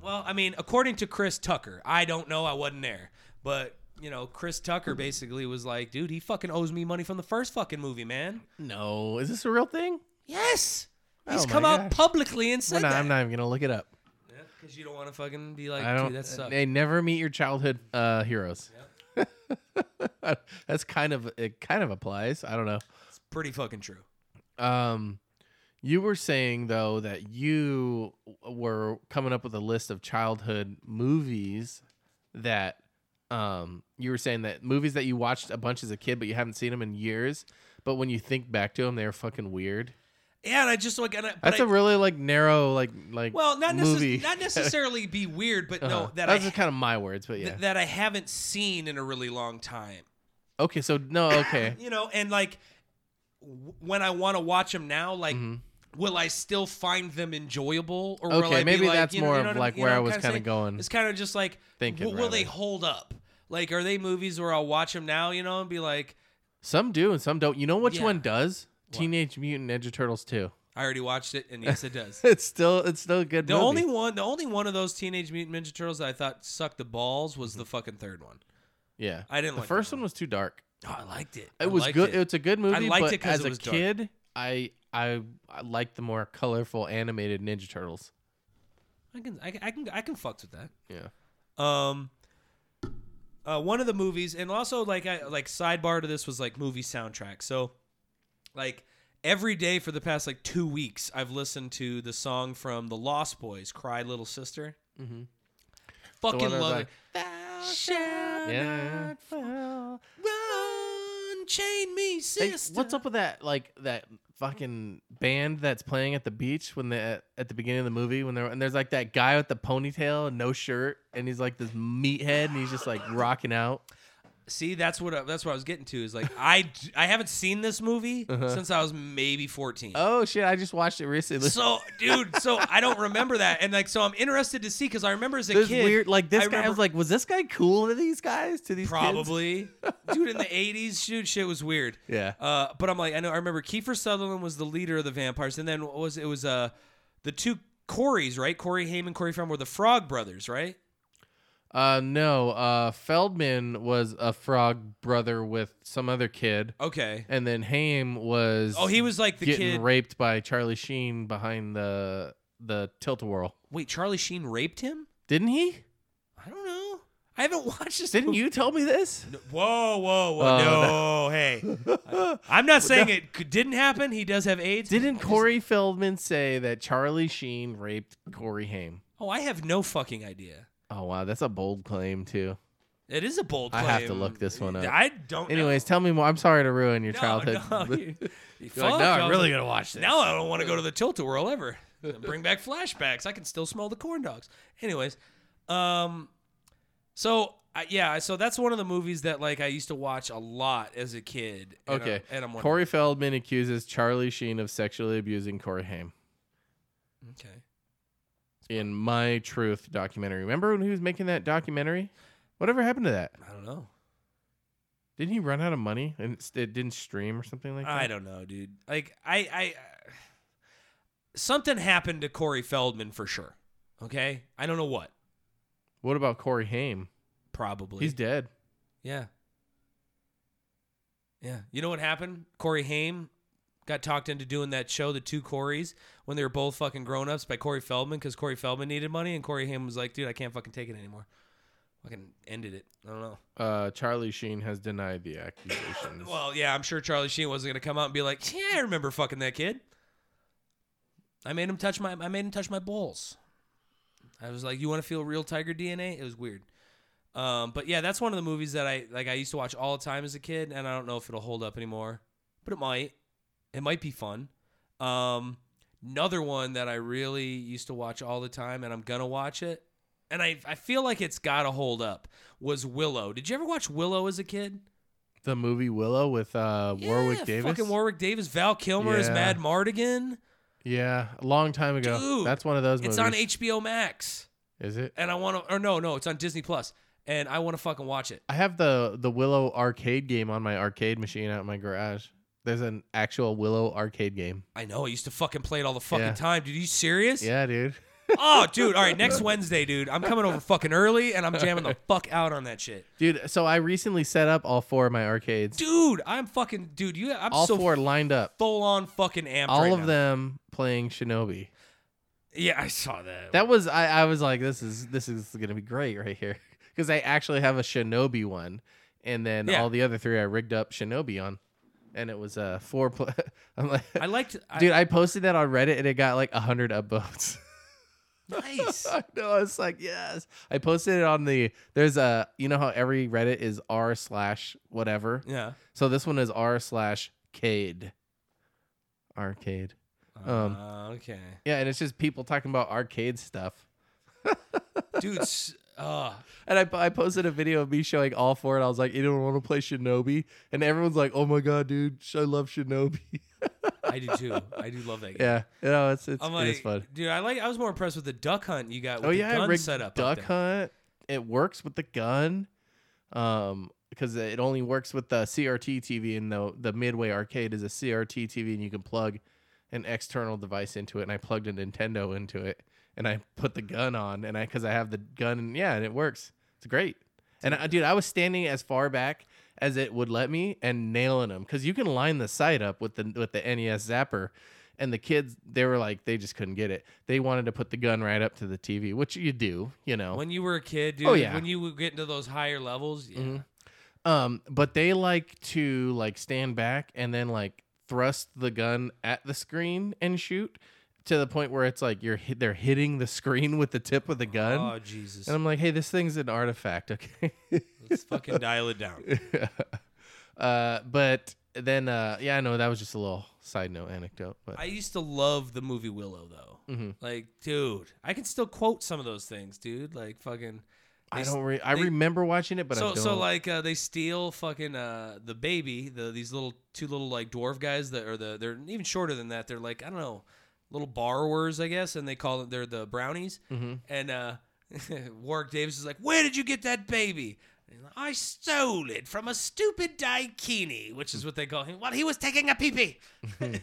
[SPEAKER 2] Well, I mean, according to Chris Tucker, I don't know, I wasn't there, but you know, Chris Tucker basically was like, dude, he fucking owes me money from the first fucking movie, man.
[SPEAKER 3] No, is this a real thing?
[SPEAKER 2] Yes, he's
[SPEAKER 3] Oh my
[SPEAKER 2] come out
[SPEAKER 3] gosh.
[SPEAKER 2] publicly and
[SPEAKER 3] Well,
[SPEAKER 2] said
[SPEAKER 3] no,
[SPEAKER 2] that.
[SPEAKER 3] I'm not even gonna look it up.
[SPEAKER 2] Because you don't want to fucking be like,
[SPEAKER 3] I don't. uh,
[SPEAKER 2] dude, that sucks.
[SPEAKER 3] They never meet your childhood uh, heroes. That's kind of it. Kind of applies. I don't know.
[SPEAKER 2] It's pretty fucking true.
[SPEAKER 3] Um, you were saying though that you were coming up with a list of childhood movies that um you were saying that movies that you watched a bunch as a kid but you haven't seen them in years. But when you think back to them, they were fucking weird.
[SPEAKER 2] Yeah, and I just like, and I, but
[SPEAKER 3] That's
[SPEAKER 2] I-
[SPEAKER 3] a really like narrow like like
[SPEAKER 2] well, not
[SPEAKER 3] movie.
[SPEAKER 2] necess- not necessarily be weird, but
[SPEAKER 3] Uh-huh.
[SPEAKER 2] no, that I
[SPEAKER 3] Those are kind of my words, but yeah.
[SPEAKER 2] th- that I haven't seen in a really long time.
[SPEAKER 3] okay, so no, okay.
[SPEAKER 2] You know, and like w- when I want to watch them now, like. Will I still find them enjoyable, or will
[SPEAKER 3] Mm-hmm. Okay,
[SPEAKER 2] I be
[SPEAKER 3] maybe
[SPEAKER 2] like-
[SPEAKER 3] that's
[SPEAKER 2] you know-
[SPEAKER 3] more
[SPEAKER 2] you know
[SPEAKER 3] of,
[SPEAKER 2] what I'm-
[SPEAKER 3] like,
[SPEAKER 2] you know
[SPEAKER 3] where I
[SPEAKER 2] what I'm
[SPEAKER 3] was
[SPEAKER 2] kinda
[SPEAKER 3] kinda
[SPEAKER 2] saying?
[SPEAKER 3] going.
[SPEAKER 2] It's kind of just like,
[SPEAKER 3] Thinking,
[SPEAKER 2] w- will they
[SPEAKER 3] rather.
[SPEAKER 2] hold up? Like, are they movies where I'll watch them now, you know, and be like,
[SPEAKER 3] Some do and some don't. You know which
[SPEAKER 2] Yeah.
[SPEAKER 3] one does? Teenage Mutant Ninja Turtles 2.
[SPEAKER 2] I already watched it, and yes, it does.
[SPEAKER 3] It's still it's still a good
[SPEAKER 2] The
[SPEAKER 3] movie.
[SPEAKER 2] only one, the only one of those Teenage Mutant Ninja Turtles that I thought sucked the balls was the
[SPEAKER 3] Mm-hmm.
[SPEAKER 2] fucking third one.
[SPEAKER 3] Yeah.
[SPEAKER 2] I didn't
[SPEAKER 3] The
[SPEAKER 2] like that
[SPEAKER 3] first one was too dark.
[SPEAKER 2] Oh, I liked it. I
[SPEAKER 3] It was
[SPEAKER 2] liked
[SPEAKER 3] good.
[SPEAKER 2] It.
[SPEAKER 3] It's a good movie.
[SPEAKER 2] liked
[SPEAKER 3] but
[SPEAKER 2] it 'cause
[SPEAKER 3] as
[SPEAKER 2] it was
[SPEAKER 3] a
[SPEAKER 2] dark.
[SPEAKER 3] kid, I I I liked the more colorful animated Ninja Turtles.
[SPEAKER 2] I can, I can, I can, I can fucked with that.
[SPEAKER 3] Yeah.
[SPEAKER 2] Um, uh, one of the movies, and also like I like sidebar to this was like movie soundtrack. So, like every day for the past like two weeks, I've listened to the song from the Lost Boys, "Cry Little Sister." Mm-hmm.
[SPEAKER 3] The
[SPEAKER 2] Fucking
[SPEAKER 3] one that's
[SPEAKER 2] love
[SPEAKER 3] like,
[SPEAKER 2] it. Thou shalt
[SPEAKER 3] Yeah.
[SPEAKER 2] not fall. Run, chain me,
[SPEAKER 3] Hey,
[SPEAKER 2] sister.
[SPEAKER 3] what's up with that like that fucking band that's playing at the beach when they at, at the beginning of the movie when they're and there's like that guy with the ponytail and no shirt and he's like this meathead and he's just like rocking out.
[SPEAKER 2] See, that's what I, that's what I was getting to. Is like I I haven't seen this movie since I was maybe fourteen.
[SPEAKER 3] Uh-huh. Oh shit, I just watched it recently.
[SPEAKER 2] So, dude, so I don't remember that, and like, so I'm interested to see because I remember as a
[SPEAKER 3] There's
[SPEAKER 2] kid,
[SPEAKER 3] weird like this
[SPEAKER 2] I
[SPEAKER 3] guy I was
[SPEAKER 2] remember-
[SPEAKER 3] like, was this guy cool to these guys? To these kids?
[SPEAKER 2] probably, dude, in the '80s, dude, shit was weird.
[SPEAKER 3] Yeah.
[SPEAKER 2] Uh, but I'm like, I know, I remember Kiefer Sutherland was the leader of the vampires, and then what was it was uh the two Corys, right? Corey Haim and Corey Feldman were the Frog Brothers, right?
[SPEAKER 3] Uh no, uh Feldman was a frog brother with some other kid.
[SPEAKER 2] Okay.
[SPEAKER 3] And then Haim was
[SPEAKER 2] Oh, he was like the
[SPEAKER 3] getting
[SPEAKER 2] kid.
[SPEAKER 3] raped by Charlie Sheen behind the the tilt a whirl.
[SPEAKER 2] Wait, Charlie Sheen raped him?
[SPEAKER 3] Didn't he?
[SPEAKER 2] I don't know. I haven't watched this.
[SPEAKER 3] Didn't you tell me this?
[SPEAKER 2] Whoa, whoa, whoa!
[SPEAKER 3] Oh,
[SPEAKER 2] no, hey, I, am not saying it c- didn't happen. He does have AIDS.
[SPEAKER 3] Didn't Corey Feldman say that Charlie Sheen raped Corey Haim?
[SPEAKER 2] Oh, I have no fucking idea.
[SPEAKER 3] Oh wow, that's a bold claim too.
[SPEAKER 2] It is a bold.
[SPEAKER 3] I
[SPEAKER 2] Claim.
[SPEAKER 3] have to look this one up.
[SPEAKER 2] I don't.
[SPEAKER 3] Anyways, tell me more. I'm sorry to ruin your
[SPEAKER 2] know.
[SPEAKER 3] childhood.
[SPEAKER 2] No, no, you- you
[SPEAKER 3] You're like,
[SPEAKER 2] fuck,
[SPEAKER 3] "Now
[SPEAKER 2] I
[SPEAKER 3] I'm
[SPEAKER 2] was
[SPEAKER 3] really
[SPEAKER 2] like,
[SPEAKER 3] gonna watch this.
[SPEAKER 2] Now I don't want to go to the tilt a whirl ever. Bring back flashbacks. I can still smell the corn dogs. Anyways, um, so I, yeah, so that's one of the movies that like I used to watch a lot as a kid. and
[SPEAKER 3] okay.
[SPEAKER 2] I'm- and I'm,
[SPEAKER 3] Corey Feldman accuses Charlie Sheen of sexually abusing Corey Haim
[SPEAKER 2] wondering- Mm, Okay.
[SPEAKER 3] in My Truth documentary. Remember when he was making that documentary? Whatever happened to that?
[SPEAKER 2] I don't know.
[SPEAKER 3] Didn't he run out of money and it's- it didn't stream or something like that?
[SPEAKER 2] I don't know, dude. Like I, I, something happened to Corey Feldman for sure. Okay, I don't know what.
[SPEAKER 3] What about Corey Haim?
[SPEAKER 2] Probably
[SPEAKER 3] He's dead.
[SPEAKER 2] Yeah. Yeah. You know what happened? Corey Haim got talked into doing that show, The Two Corys, when they were both fucking grown ups by Corey Feldman because Corey Feldman needed money and Corey Haim was like, dude, I can't fucking take it anymore. Fucking ended it. I don't know.
[SPEAKER 3] Uh, Charlie Sheen has denied the accusations.
[SPEAKER 2] Well, yeah, I'm sure Charlie Sheen wasn't gonna come out and be like, Yeah, I remember fucking that kid. I made him touch my I made him touch my balls. I was like, You wanna feel real tiger DNA? It was weird. Um, but yeah, that's one of the movies that I like I used to watch all the time as a kid, and I don't know if it'll hold up anymore. But it might. It might be fun. Um another one that I really used to watch all the time and I'm gonna watch it. And I I feel like it's gotta hold up was Willow. Did you ever watch Willow as a kid?
[SPEAKER 3] the movie Willow with uh, Warwick
[SPEAKER 2] Yeah,
[SPEAKER 3] Davis.
[SPEAKER 2] Fucking Warwick Davis. Val Kilmer is
[SPEAKER 3] Yeah.
[SPEAKER 2] Mad Mardigan.
[SPEAKER 3] yeah, a long time ago.
[SPEAKER 2] Dude,
[SPEAKER 3] That's one of those
[SPEAKER 2] It's
[SPEAKER 3] movies.
[SPEAKER 2] on HBO Max.
[SPEAKER 3] Is it?
[SPEAKER 2] And I want to, or no, no, it's on Disney Plus, And I want to fucking watch it.
[SPEAKER 3] I have the the Willow arcade game on my arcade machine out in my garage. There's an actual Willow arcade game.
[SPEAKER 2] I know. I used to fucking play it all the fucking
[SPEAKER 3] Yeah.
[SPEAKER 2] time, dude. Are you serious?
[SPEAKER 3] Yeah, dude.
[SPEAKER 2] Oh, dude. All right. Next Wednesday, dude. I'm coming over fucking early and I'm jamming the fuck out on that shit.
[SPEAKER 3] Dude, so I recently set up all four of my arcades.
[SPEAKER 2] Dude, I'm fucking, dude, you, I'm
[SPEAKER 3] all
[SPEAKER 2] so
[SPEAKER 3] four lined up.
[SPEAKER 2] full on fucking amped.
[SPEAKER 3] All
[SPEAKER 2] right
[SPEAKER 3] of
[SPEAKER 2] now.
[SPEAKER 3] them playing Shinobi.
[SPEAKER 2] Yeah, I saw that.
[SPEAKER 3] That was I, I was like, this is this is gonna be great right here. Because I actually have a Shinobi one. And then
[SPEAKER 2] Yeah.
[SPEAKER 3] all the other three I rigged up Shinobi on. And it was uh four pl- I'm like
[SPEAKER 2] I liked, I,
[SPEAKER 3] Dude, I posted that on Reddit and it got like hundred upvotes.
[SPEAKER 2] nice.
[SPEAKER 3] I know. I was like, yes. I posted it on the. There's a. You know how every Reddit is r slash whatever.
[SPEAKER 2] yeah.
[SPEAKER 3] So this one is r slash cade. Arcade. Um.
[SPEAKER 2] Uh, okay.
[SPEAKER 3] Yeah, and it's just people talking about arcade stuff.
[SPEAKER 2] dude s- uh, Ugh.
[SPEAKER 3] And I, I posted a video of me showing all four, and I was like, anyone want to play Shinobi? And everyone's like, oh my God, dude, sh- I love Shinobi.
[SPEAKER 2] I do too. I do love that game.
[SPEAKER 3] yeah. You know, it's, it's,
[SPEAKER 2] I'm like,
[SPEAKER 3] it's fun.
[SPEAKER 2] dude, I like. I was more impressed with the duck hunt you got. With
[SPEAKER 3] Oh,
[SPEAKER 2] the
[SPEAKER 3] yeah. I
[SPEAKER 2] gun
[SPEAKER 3] rigged
[SPEAKER 2] setup. up
[SPEAKER 3] Duck
[SPEAKER 2] there.
[SPEAKER 3] Hunt. It works with the gun um, because it only works with the CRT TV, and the, the Midway arcade is a CRT TV, and you can plug an external device into it. And I plugged a Nintendo into it, and I put the gun on, and I, because I have the gun, and yeah, and it works. It's great. And I, dude, I was standing as far back as it would let me and nailing them because you can line the side up with the with the NES zapper. And the kids, they were like, they just couldn't get it. They wanted to put the gun right up to the TV, which you do, you know.
[SPEAKER 2] When you were a kid, dude.
[SPEAKER 3] Oh, yeah. Mm-hmm.
[SPEAKER 2] When you would get into those higher levels, yeah.
[SPEAKER 3] Um, but they like to like stand back and then like thrust the gun at the screen and shoot to the point where it's like you're hit, they're hitting the screen with the tip of the gun.
[SPEAKER 2] Oh Jesus!
[SPEAKER 3] and I'm like, hey, this thing's an artifact, okay?
[SPEAKER 2] Let's fucking dial it down.
[SPEAKER 3] uh, but then uh, yeah, I know that was just a little side note anecdote, but
[SPEAKER 2] I used to love the movie Willow though.
[SPEAKER 3] Mm-hmm.
[SPEAKER 2] Like, dude, I can still quote some of those things, dude. Like, fucking.
[SPEAKER 3] I
[SPEAKER 2] they
[SPEAKER 3] don't. Re- I
[SPEAKER 2] they-
[SPEAKER 3] remember watching it, but I
[SPEAKER 2] so
[SPEAKER 3] don't.
[SPEAKER 2] so like uh, they steal fucking uh, the baby, the these little two little like dwarf guys that are the they're even shorter than that. They're like I don't know, little borrowers I guess, and they call it they're the brownies.
[SPEAKER 3] Mm-hmm.
[SPEAKER 2] And uh, Warwick Davis is like, where did you get that baby? And he's like, I stole it from a stupid daikini, which is what they call him. While he was taking a pee pee,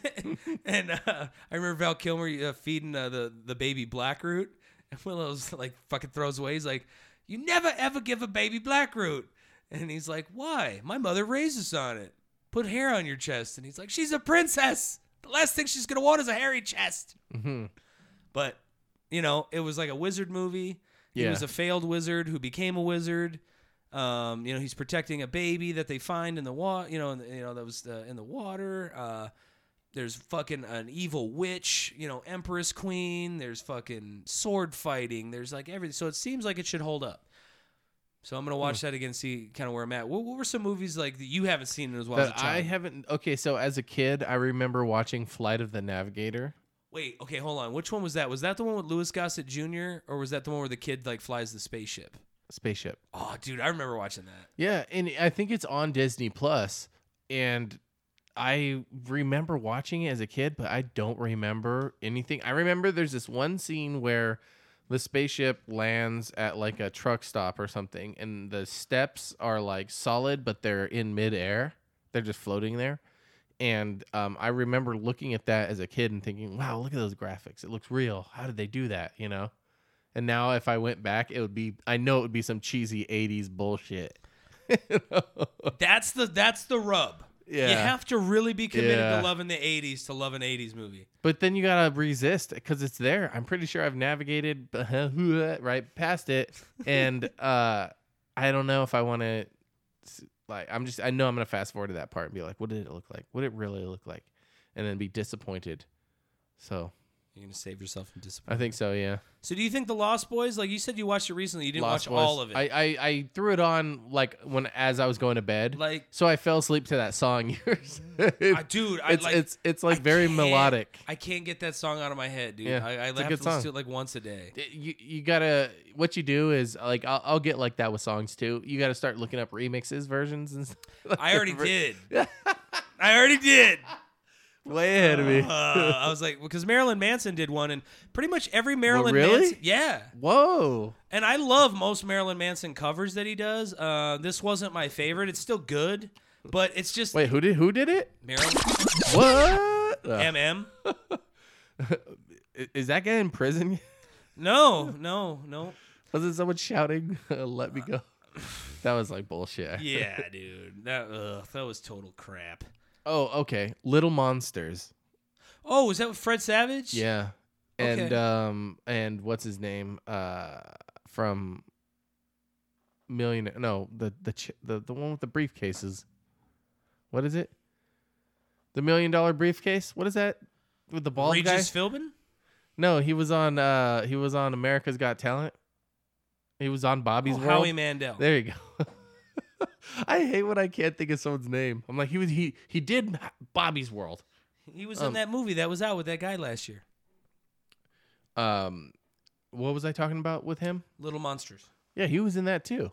[SPEAKER 2] and uh, I remember Val Kilmer uh, feeding uh, the the baby Blackroot, and Willow's like fucking throws away. He's like, "You never ever give a baby Blackroot," and he's like, "Why? My mother raised us on it. Put hair on your chest." And he's like, "She's a princess. The last thing she's gonna want is a hairy chest." But you know, it was like a wizard movie. He
[SPEAKER 3] Yeah.
[SPEAKER 2] was a failed wizard who became a wizard. Um, you know, he's protecting a baby that they find in the water. You know, in the, you know that was uh, in the water. Uh, there's fucking an evil witch. You know, empress queen. There's fucking sword fighting. There's like everything. So it seems like it should hold up. So I'm gonna watch
[SPEAKER 3] Hmm.
[SPEAKER 2] that again, see kind of where I'm at. What, what were some movies like that you haven't seen as well as a
[SPEAKER 3] But
[SPEAKER 2] child?
[SPEAKER 3] I haven't. Okay, so as a kid, I remember watching Flight of the Navigator.
[SPEAKER 2] Wait, okay, hold on. Which one was that? Was that the one with Louis Gossett Jr. or was that the one where the kid like flies the spaceship?
[SPEAKER 3] Spaceship.
[SPEAKER 2] Oh, dude, I remember watching that.
[SPEAKER 3] Yeah, and I think it's on Disney Plus, and I remember watching it as a kid, but I don't remember anything. I remember there's this one scene where the spaceship lands at like a truck stop or something, and the steps are like solid, but they're in midair. They're just floating there. And um, I remember looking at that as a kid and thinking, wow, look at those graphics. It looks real. How did they do that? You know? And now if I went back, it would be, I know it would be some cheesy 80s bullshit.
[SPEAKER 2] That's the that's the rub. You
[SPEAKER 3] Yeah.
[SPEAKER 2] have to really be committed
[SPEAKER 3] Yeah.
[SPEAKER 2] to loving the 80s to love an 80s movie.
[SPEAKER 3] But then you gotta resist because it's there. I'm pretty sure I've navigated right past it, and uh, I don't know if I want to. Like, I'm just. I know I'm gonna fast forward to that part and be like, "What did it look like? What did it really look like?" And then be disappointed. So
[SPEAKER 2] You're going to save yourself from disappointment.
[SPEAKER 3] I think so. Yeah.
[SPEAKER 2] So do you think The Lost Boys like you said you watched it recently, you didn't
[SPEAKER 3] Lost
[SPEAKER 2] watch
[SPEAKER 3] Boys.
[SPEAKER 2] all of it.
[SPEAKER 3] I, I I threw it on like when as I was going to bed.
[SPEAKER 2] Like-
[SPEAKER 3] so I fell asleep to that song. Yours. I
[SPEAKER 2] dude, I
[SPEAKER 3] It's
[SPEAKER 2] like-
[SPEAKER 3] it's it's like
[SPEAKER 2] I
[SPEAKER 3] very
[SPEAKER 2] can't-
[SPEAKER 3] melodic.
[SPEAKER 2] I can't get that song out of my head, dude.
[SPEAKER 3] Yeah,
[SPEAKER 2] I, I
[SPEAKER 3] it's
[SPEAKER 2] have
[SPEAKER 3] a
[SPEAKER 2] to
[SPEAKER 3] good
[SPEAKER 2] listen to
[SPEAKER 3] song.
[SPEAKER 2] it like once a day.
[SPEAKER 3] it- you you gotta what you do is like I'll, I'll get like that with songs too. You gotta start looking up remixes versions and stuff.
[SPEAKER 2] I already did. I already did.
[SPEAKER 3] Way ahead of me.
[SPEAKER 2] Uh, I was like, because Marilyn Manson did one, and pretty much every Marilyn
[SPEAKER 3] really?
[SPEAKER 2] Manson, yeah.
[SPEAKER 3] Whoa.
[SPEAKER 2] And I love most Marilyn Manson covers that he does. Uh, this wasn't my favorite. It's still good, but it's just
[SPEAKER 3] Wait, who did who did it?
[SPEAKER 2] Marilyn
[SPEAKER 3] What? Uh,
[SPEAKER 2] MM.
[SPEAKER 3] i- is that guy in prison?
[SPEAKER 2] No, no, no.
[SPEAKER 3] Was it someone shouting, "Let me go"? Uh, That was like bullshit.
[SPEAKER 2] Yeah, dude, that ugh, that was total crap.
[SPEAKER 3] Oh, okay. Little Monsters.
[SPEAKER 2] Oh, was that with Fred Savage?
[SPEAKER 3] Yeah. And
[SPEAKER 2] Okay.
[SPEAKER 3] um and what's his name? Uh from Millionaire no, the the ch- the, the one with the briefcases. What is it? The million dollar briefcase? What is that? With the bald guy?
[SPEAKER 2] Regis Philbin.
[SPEAKER 3] no, he was on uh he was on America's Got Talent. He was on Bobby's
[SPEAKER 2] Oh,
[SPEAKER 3] World.
[SPEAKER 2] Howie Mandel.
[SPEAKER 3] There you go. I hate when I can't think of someone's name. I'm like he was he he did Bobby's World.
[SPEAKER 2] He was in that movie that was out with that guy last year.
[SPEAKER 3] Um what was I talking about with him?
[SPEAKER 2] Little Monsters.
[SPEAKER 3] Yeah, he was in that too.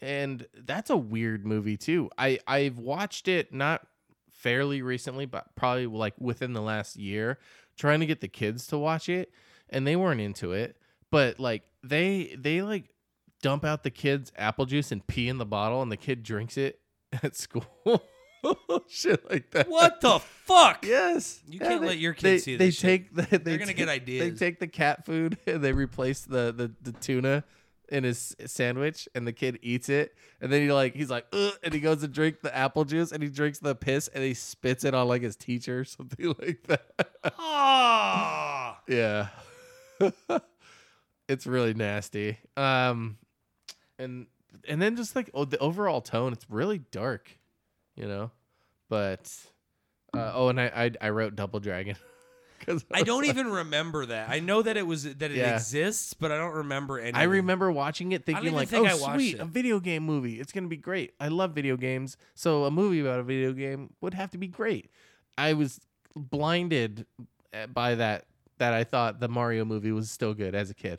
[SPEAKER 3] And that's a weird movie too. I I've watched it not fairly recently, but probably like within the last year, trying to get the kids to watch it, and they weren't into it. But like they they like dump out the kids apple juice and pee in the bottle, and the kid drinks it at school. Shit like that.
[SPEAKER 2] What the fuck?
[SPEAKER 3] Yes.
[SPEAKER 2] You can't let your kids
[SPEAKER 3] they,
[SPEAKER 2] see
[SPEAKER 3] They
[SPEAKER 2] this shit.
[SPEAKER 3] take the, they
[SPEAKER 2] They're gonna
[SPEAKER 3] take-
[SPEAKER 2] get ideas.
[SPEAKER 3] They take the cat food and they replace the, the the tuna in his sandwich, and the kid eats it, and then he like he's like, Ugh, and he goes to drink the apple juice, and he drinks the piss, and he spits it on like his teacher or something like that.
[SPEAKER 2] Ah.
[SPEAKER 3] yeah, it's really nasty. Um, and and then just like oh, the overall tone, it's really dark, you know, but. Uh, oh, and I, I I wrote Double Dragon because
[SPEAKER 2] I don't even remember that. I know that it was that it
[SPEAKER 3] Yeah.
[SPEAKER 2] exists, but I don't remember any.
[SPEAKER 3] I remember watching it
[SPEAKER 2] don't
[SPEAKER 3] thinking
[SPEAKER 2] even
[SPEAKER 3] like,
[SPEAKER 2] think I
[SPEAKER 3] "Oh,
[SPEAKER 2] watched
[SPEAKER 3] sweet,
[SPEAKER 2] it.
[SPEAKER 3] a video game movie. It's gonna be great. I love video games, so a movie about a video game would have to be great." I was blinded uh, by that that I thought the Mario movie was still good as a kid.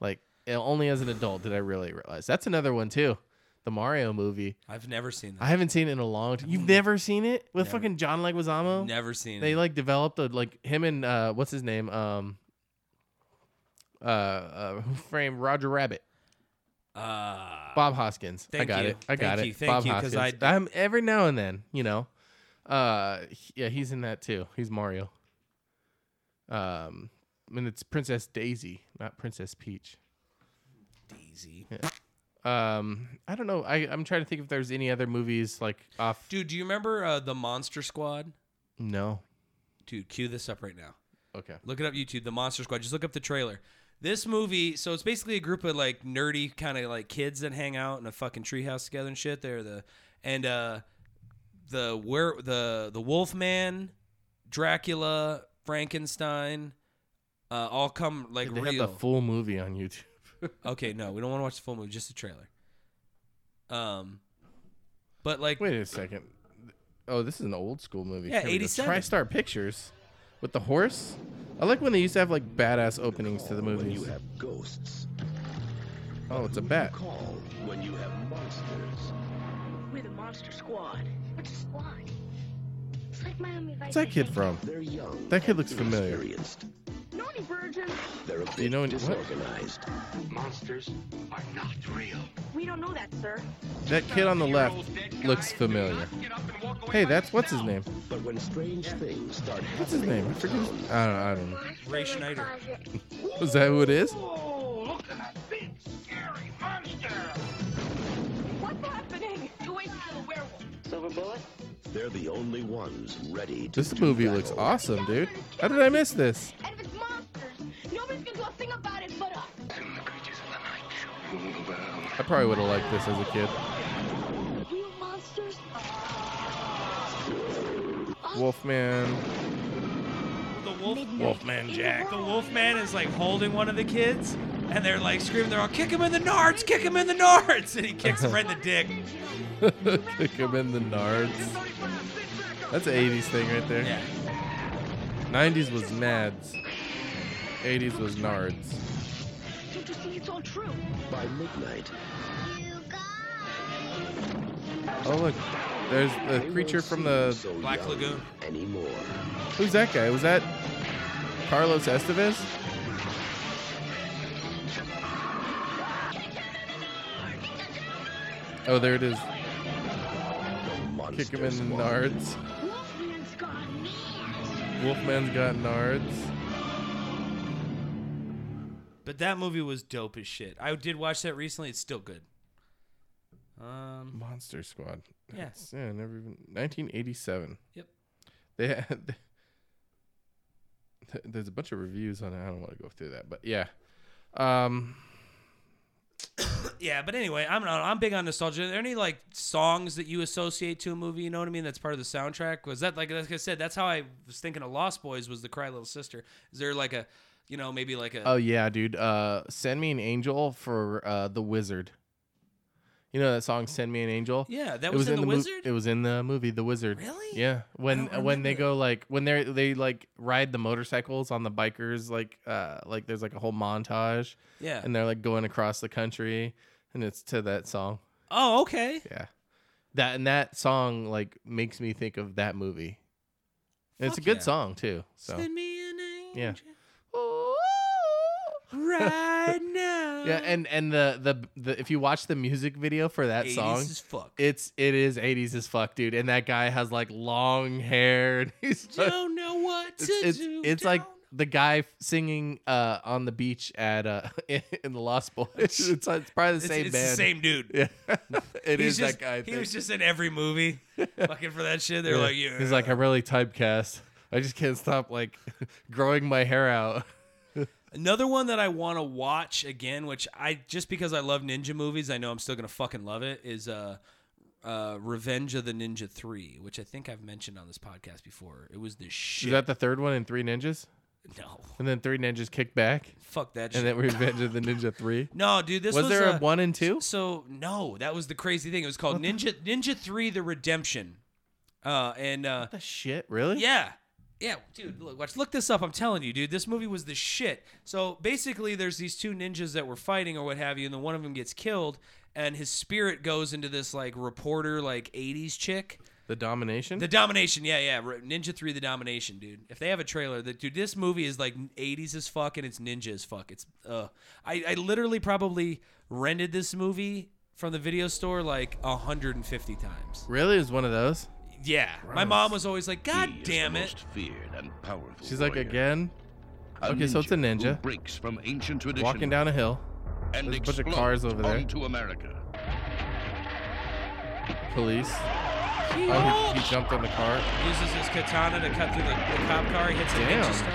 [SPEAKER 3] Like uh, only as an adult did I really realize. That's another one too. The Mario movie.
[SPEAKER 2] I've never seen
[SPEAKER 3] I
[SPEAKER 2] that.
[SPEAKER 3] haven't seen it in a long time. You've never seen it with fucking John Leguizamo.
[SPEAKER 2] Mm. never seen.
[SPEAKER 3] They
[SPEAKER 2] it.
[SPEAKER 3] like developed a like him and uh what's his name um uh, uh who framed Roger Rabbit.
[SPEAKER 2] Uh,
[SPEAKER 3] Bob Hoskins. I
[SPEAKER 2] Thank
[SPEAKER 3] got
[SPEAKER 2] you.
[SPEAKER 3] it. I got
[SPEAKER 2] Thank
[SPEAKER 3] it.
[SPEAKER 2] you. Thank
[SPEAKER 3] Bob
[SPEAKER 2] you, 'cause
[SPEAKER 3] Hoskins.
[SPEAKER 2] I-
[SPEAKER 3] am every now and then, you know. Uh, he- yeah, he's in that too. He's Mario. Um, and it's Princess Daisy, not Princess Peach.
[SPEAKER 2] Daisy.
[SPEAKER 3] Um, I don't know. I I'm trying to think if there's any other movies like off.
[SPEAKER 2] Dude, do you remember uh, the Monster Squad?
[SPEAKER 3] No.
[SPEAKER 2] Dude, cue this up right now.
[SPEAKER 3] Okay.
[SPEAKER 2] Look it up YouTube, the Monster Squad. Just look up the trailer. This movie, so it's basically a group of like nerdy kind of like kids that hang out in a fucking treehouse together and shit. They're the and uh the where the the Wolfman, Dracula, Frankenstein, uh, all come like
[SPEAKER 3] They
[SPEAKER 2] real.
[SPEAKER 3] have the full movie on YouTube.
[SPEAKER 2] okay, no, we don't want to watch the full movie, just the trailer. Um, but like
[SPEAKER 3] Wait a second. Oh, this is an old school movie.
[SPEAKER 2] Yeah,
[SPEAKER 3] Here we go.
[SPEAKER 2] 87.
[SPEAKER 3] TriStar Pictures with the horse. I like when they used to have like badass openings to the
[SPEAKER 8] When
[SPEAKER 3] movies.
[SPEAKER 8] you have ghosts.
[SPEAKER 3] Oh, it's a
[SPEAKER 8] Who you
[SPEAKER 3] bat.
[SPEAKER 8] Call when you have monsters.
[SPEAKER 10] We're the Monster Squad.
[SPEAKER 11] What's a squad? It's like Miami Vice.
[SPEAKER 3] What's that kid from?
[SPEAKER 8] They're young.
[SPEAKER 3] That kid looks
[SPEAKER 8] and
[SPEAKER 3] familiar.
[SPEAKER 8] inexperienced.
[SPEAKER 10] Naughty virgin.
[SPEAKER 8] They're a bit
[SPEAKER 3] know any- what?
[SPEAKER 8] disorganized.
[SPEAKER 4] Monsters are not real.
[SPEAKER 10] We don't know that, sir.
[SPEAKER 3] That kid on the left looks familiar. Hey, that's what's his name?
[SPEAKER 8] But when strange things start happening,
[SPEAKER 3] What's his name? I
[SPEAKER 8] in
[SPEAKER 3] forget.
[SPEAKER 8] town,
[SPEAKER 3] His, I don't. I don't know.
[SPEAKER 2] Ray Schneider.
[SPEAKER 3] Is that who it is?
[SPEAKER 7] Oh, look at that big, scary monster!
[SPEAKER 10] What's happening?
[SPEAKER 11] You wait until the werewolf.
[SPEAKER 10] Silver bullet.
[SPEAKER 8] They're the only ones ready to.
[SPEAKER 3] This
[SPEAKER 8] do
[SPEAKER 3] movie
[SPEAKER 8] battle.
[SPEAKER 3] looks awesome, dude. How did I miss this?
[SPEAKER 11] And if it's monsters, nobody's gonna do a thing about it but us.
[SPEAKER 3] I probably would have liked this as a kid.
[SPEAKER 11] Real monsters?
[SPEAKER 3] Wolfman.
[SPEAKER 2] The wolf.
[SPEAKER 3] Wolfman Jack.
[SPEAKER 2] The Wolfman is like holding one of the kids, and they're like screaming, "They're all kick him in the nards, kick him in the nards!" And he kicks him right in the dick.
[SPEAKER 3] Kick him in the nards. That's an 80s thing right there.
[SPEAKER 2] Yeah.
[SPEAKER 3] 90s was Mads. 80s was Nards.
[SPEAKER 11] Don't you see it's all true?
[SPEAKER 8] By midnight,
[SPEAKER 11] You
[SPEAKER 3] Oh look, there's the creature from the.
[SPEAKER 8] so
[SPEAKER 2] Black
[SPEAKER 8] young
[SPEAKER 2] Lagoon.
[SPEAKER 8] anymore.
[SPEAKER 3] Who's that guy? Was that Carlos Estevez? Oh, there it is. Kick him in the nards.
[SPEAKER 11] Wolfman's gone mad.
[SPEAKER 3] Wolfman's got nards.
[SPEAKER 2] But that movie was dope as shit. I did watch that recently. It's still good. Um.
[SPEAKER 3] Monster Squad.
[SPEAKER 2] Yeah.
[SPEAKER 3] That's- Yeah, never even. 1987.
[SPEAKER 2] Yep.
[SPEAKER 3] They had. th- There's a bunch of reviews on it. I don't want to go through that, but yeah. Um,
[SPEAKER 2] Yeah, but anyway, I'm not, I'm big on nostalgia. Are there any like songs that you associate to a movie? You know what I mean? That's part of the soundtrack. Was that like like I said? That's how I was thinking of Lost Boys was the Cry Little Sister. Is there like a, you know, maybe like a
[SPEAKER 3] Oh yeah, dude. Uh, send me an angel for uh the wizard. uh, You know that song "Send Me an Angel."
[SPEAKER 2] Yeah, that
[SPEAKER 3] It
[SPEAKER 2] was in The
[SPEAKER 3] mov-
[SPEAKER 2] Wizard?
[SPEAKER 3] it was in the movie The Wizard.
[SPEAKER 2] Really?
[SPEAKER 3] Yeah. When
[SPEAKER 2] don't
[SPEAKER 3] when they
[SPEAKER 2] remember
[SPEAKER 3] go like when they they like ride the motorcycles on the bikers like uh like there's like a whole montage.
[SPEAKER 2] Yeah.
[SPEAKER 3] And they're like going across the country, and it's to that song.
[SPEAKER 2] Oh, okay.
[SPEAKER 3] Yeah. That and that song like makes me think of that movie. And it's a
[SPEAKER 2] Fuck
[SPEAKER 3] good
[SPEAKER 2] yeah.
[SPEAKER 3] song too. So
[SPEAKER 2] Send me an angel
[SPEAKER 3] yeah.
[SPEAKER 2] right now.
[SPEAKER 3] Yeah, and and the, the the if you watch the music video for that
[SPEAKER 2] 80s
[SPEAKER 3] song,
[SPEAKER 2] as fuck.
[SPEAKER 3] it's it is 80s as fuck, dude. And that guy has like long hair. And he's like-
[SPEAKER 2] don't know what to
[SPEAKER 3] it's it's,
[SPEAKER 2] do.
[SPEAKER 3] it's like
[SPEAKER 2] don't-
[SPEAKER 3] the guy f- singing uh on the beach at uh in, the Lost Boys. It's, it's probably the
[SPEAKER 2] it's,
[SPEAKER 3] same
[SPEAKER 2] it's
[SPEAKER 3] band.
[SPEAKER 2] the same dude.
[SPEAKER 3] Yeah, it
[SPEAKER 2] He's
[SPEAKER 3] is
[SPEAKER 2] just,
[SPEAKER 3] that guy. I
[SPEAKER 2] He
[SPEAKER 3] think.
[SPEAKER 2] was just in every movie, fucking for that shit. They're
[SPEAKER 3] Yeah.
[SPEAKER 2] like, yeah.
[SPEAKER 3] He's like, I really typecast. I just can't stop like growing my hair out.
[SPEAKER 2] Another one that I want to watch again, which I just because I love ninja movies, I know I'm still gonna fucking love it. Is uh, uh, Revenge of the Ninja Three, which I think I've mentioned on this podcast before. It was the shit.
[SPEAKER 3] Is that the third one in Three Ninjas?
[SPEAKER 2] no,
[SPEAKER 3] And then Three Ninjas kick back,
[SPEAKER 2] fuck that shit.
[SPEAKER 3] and then Revenge of the Ninja Three.
[SPEAKER 2] no, dude, this
[SPEAKER 3] was,
[SPEAKER 2] was,
[SPEAKER 3] there a,
[SPEAKER 2] uh,
[SPEAKER 3] one and two?
[SPEAKER 2] So no, that was the crazy thing. It was called Ninja Ninja Three: The Redemption, uh, and uh,
[SPEAKER 3] The shit, really?
[SPEAKER 2] Yeah. Yeah, dude, look, watch, look this up. I'm telling you, dude, this movie was the shit. So basically, there's these two ninjas that were fighting or what have you, and then one of them gets killed, and his spirit goes into this like reporter, like 80s chick.
[SPEAKER 3] The domination.
[SPEAKER 2] The Domination, yeah, yeah, Re- Ninja Three, The Domination, dude. If they have a trailer, that dude, this movie is like 80s as fuck and it's ninja as fuck. It's uh, I, I literally probably rented this movie from the video store like 150 times.
[SPEAKER 3] really is one of those.
[SPEAKER 2] Yeah, my mom was always like, God
[SPEAKER 4] He is
[SPEAKER 2] damn
[SPEAKER 4] the
[SPEAKER 2] it.
[SPEAKER 4] most feared and powerful
[SPEAKER 3] She's like
[SPEAKER 4] warrior.
[SPEAKER 3] again,
[SPEAKER 4] Oh, A
[SPEAKER 3] okay, so it's a
[SPEAKER 4] ninja who
[SPEAKER 3] ninja.
[SPEAKER 4] breaks from ancient tradition
[SPEAKER 3] walking down a hill.
[SPEAKER 4] and
[SPEAKER 3] there's a bunch of
[SPEAKER 4] explodes
[SPEAKER 3] cars over there.
[SPEAKER 4] onto America.
[SPEAKER 3] Police. Oh, he, he jumped on the car.
[SPEAKER 2] uses his katana to cut through the, the cop car. He hits a
[SPEAKER 3] Damn.
[SPEAKER 2] ninja star.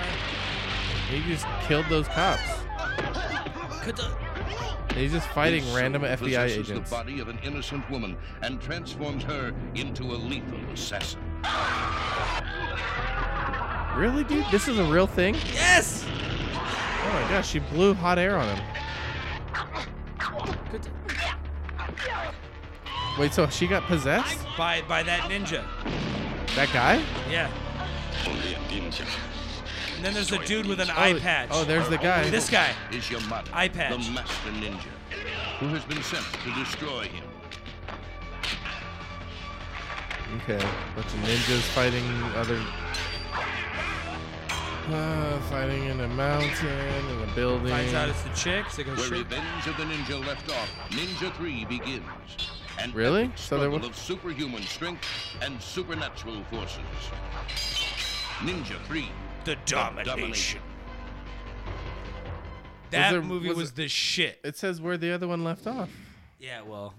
[SPEAKER 3] He just killed those cops.
[SPEAKER 2] Kata-
[SPEAKER 3] And he's just fighting
[SPEAKER 4] His soul
[SPEAKER 3] random FBI
[SPEAKER 4] possesses
[SPEAKER 3] agents.
[SPEAKER 4] the body of an innocent woman and transforms her into a lethal assassin.
[SPEAKER 3] Really, dude? This is a real thing?
[SPEAKER 2] Yes.
[SPEAKER 3] Oh my gosh, she blew hot air on him. Wait, so she got possessed?
[SPEAKER 2] By by that ninja.
[SPEAKER 3] That guy?
[SPEAKER 2] Yeah. And then there's a dude with an eye
[SPEAKER 3] Oh,
[SPEAKER 2] patch.
[SPEAKER 3] Oh, there's the guy.
[SPEAKER 2] this guy.
[SPEAKER 4] Is your mother,
[SPEAKER 2] Eye patch.
[SPEAKER 4] the master ninja, who has been sent to destroy him.
[SPEAKER 3] Okay, bunch of ninjas fighting other. Uh, fighting in a mountain in a building.
[SPEAKER 2] Finds out it's the chick. So goes
[SPEAKER 4] Where
[SPEAKER 2] shoot.
[SPEAKER 4] Revenge of the Ninja left off, Ninja 3 begins. An
[SPEAKER 3] Really?
[SPEAKER 4] epic
[SPEAKER 3] So there
[SPEAKER 4] struggle
[SPEAKER 3] were-
[SPEAKER 4] of superhuman strength and supernatural forces. Ninja 3,
[SPEAKER 2] The domination.
[SPEAKER 4] domination.
[SPEAKER 2] That
[SPEAKER 3] there-
[SPEAKER 2] movie
[SPEAKER 3] was
[SPEAKER 2] was, the shit.
[SPEAKER 3] It says where the other one left off.
[SPEAKER 2] Yeah. Well.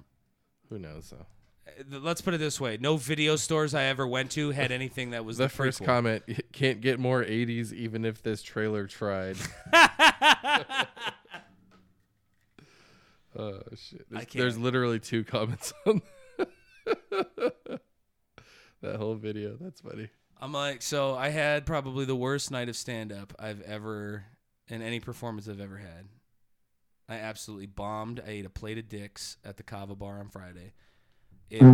[SPEAKER 3] Who knows though?
[SPEAKER 2] uh, Let's put it this way: No video stores I ever went to had anything that was the,
[SPEAKER 3] The first
[SPEAKER 2] prequel.
[SPEAKER 3] comment can't get more 80s even if this trailer tried. oh shit. There's, there's
[SPEAKER 2] can't.
[SPEAKER 3] literally two comments on that whole video. That's funny.
[SPEAKER 2] I'm like, so I had probably the worst night of stand up I've ever in any performance I've ever had. I absolutely bombed. I ate a plate of dicks at the Kava bar on Friday. It, it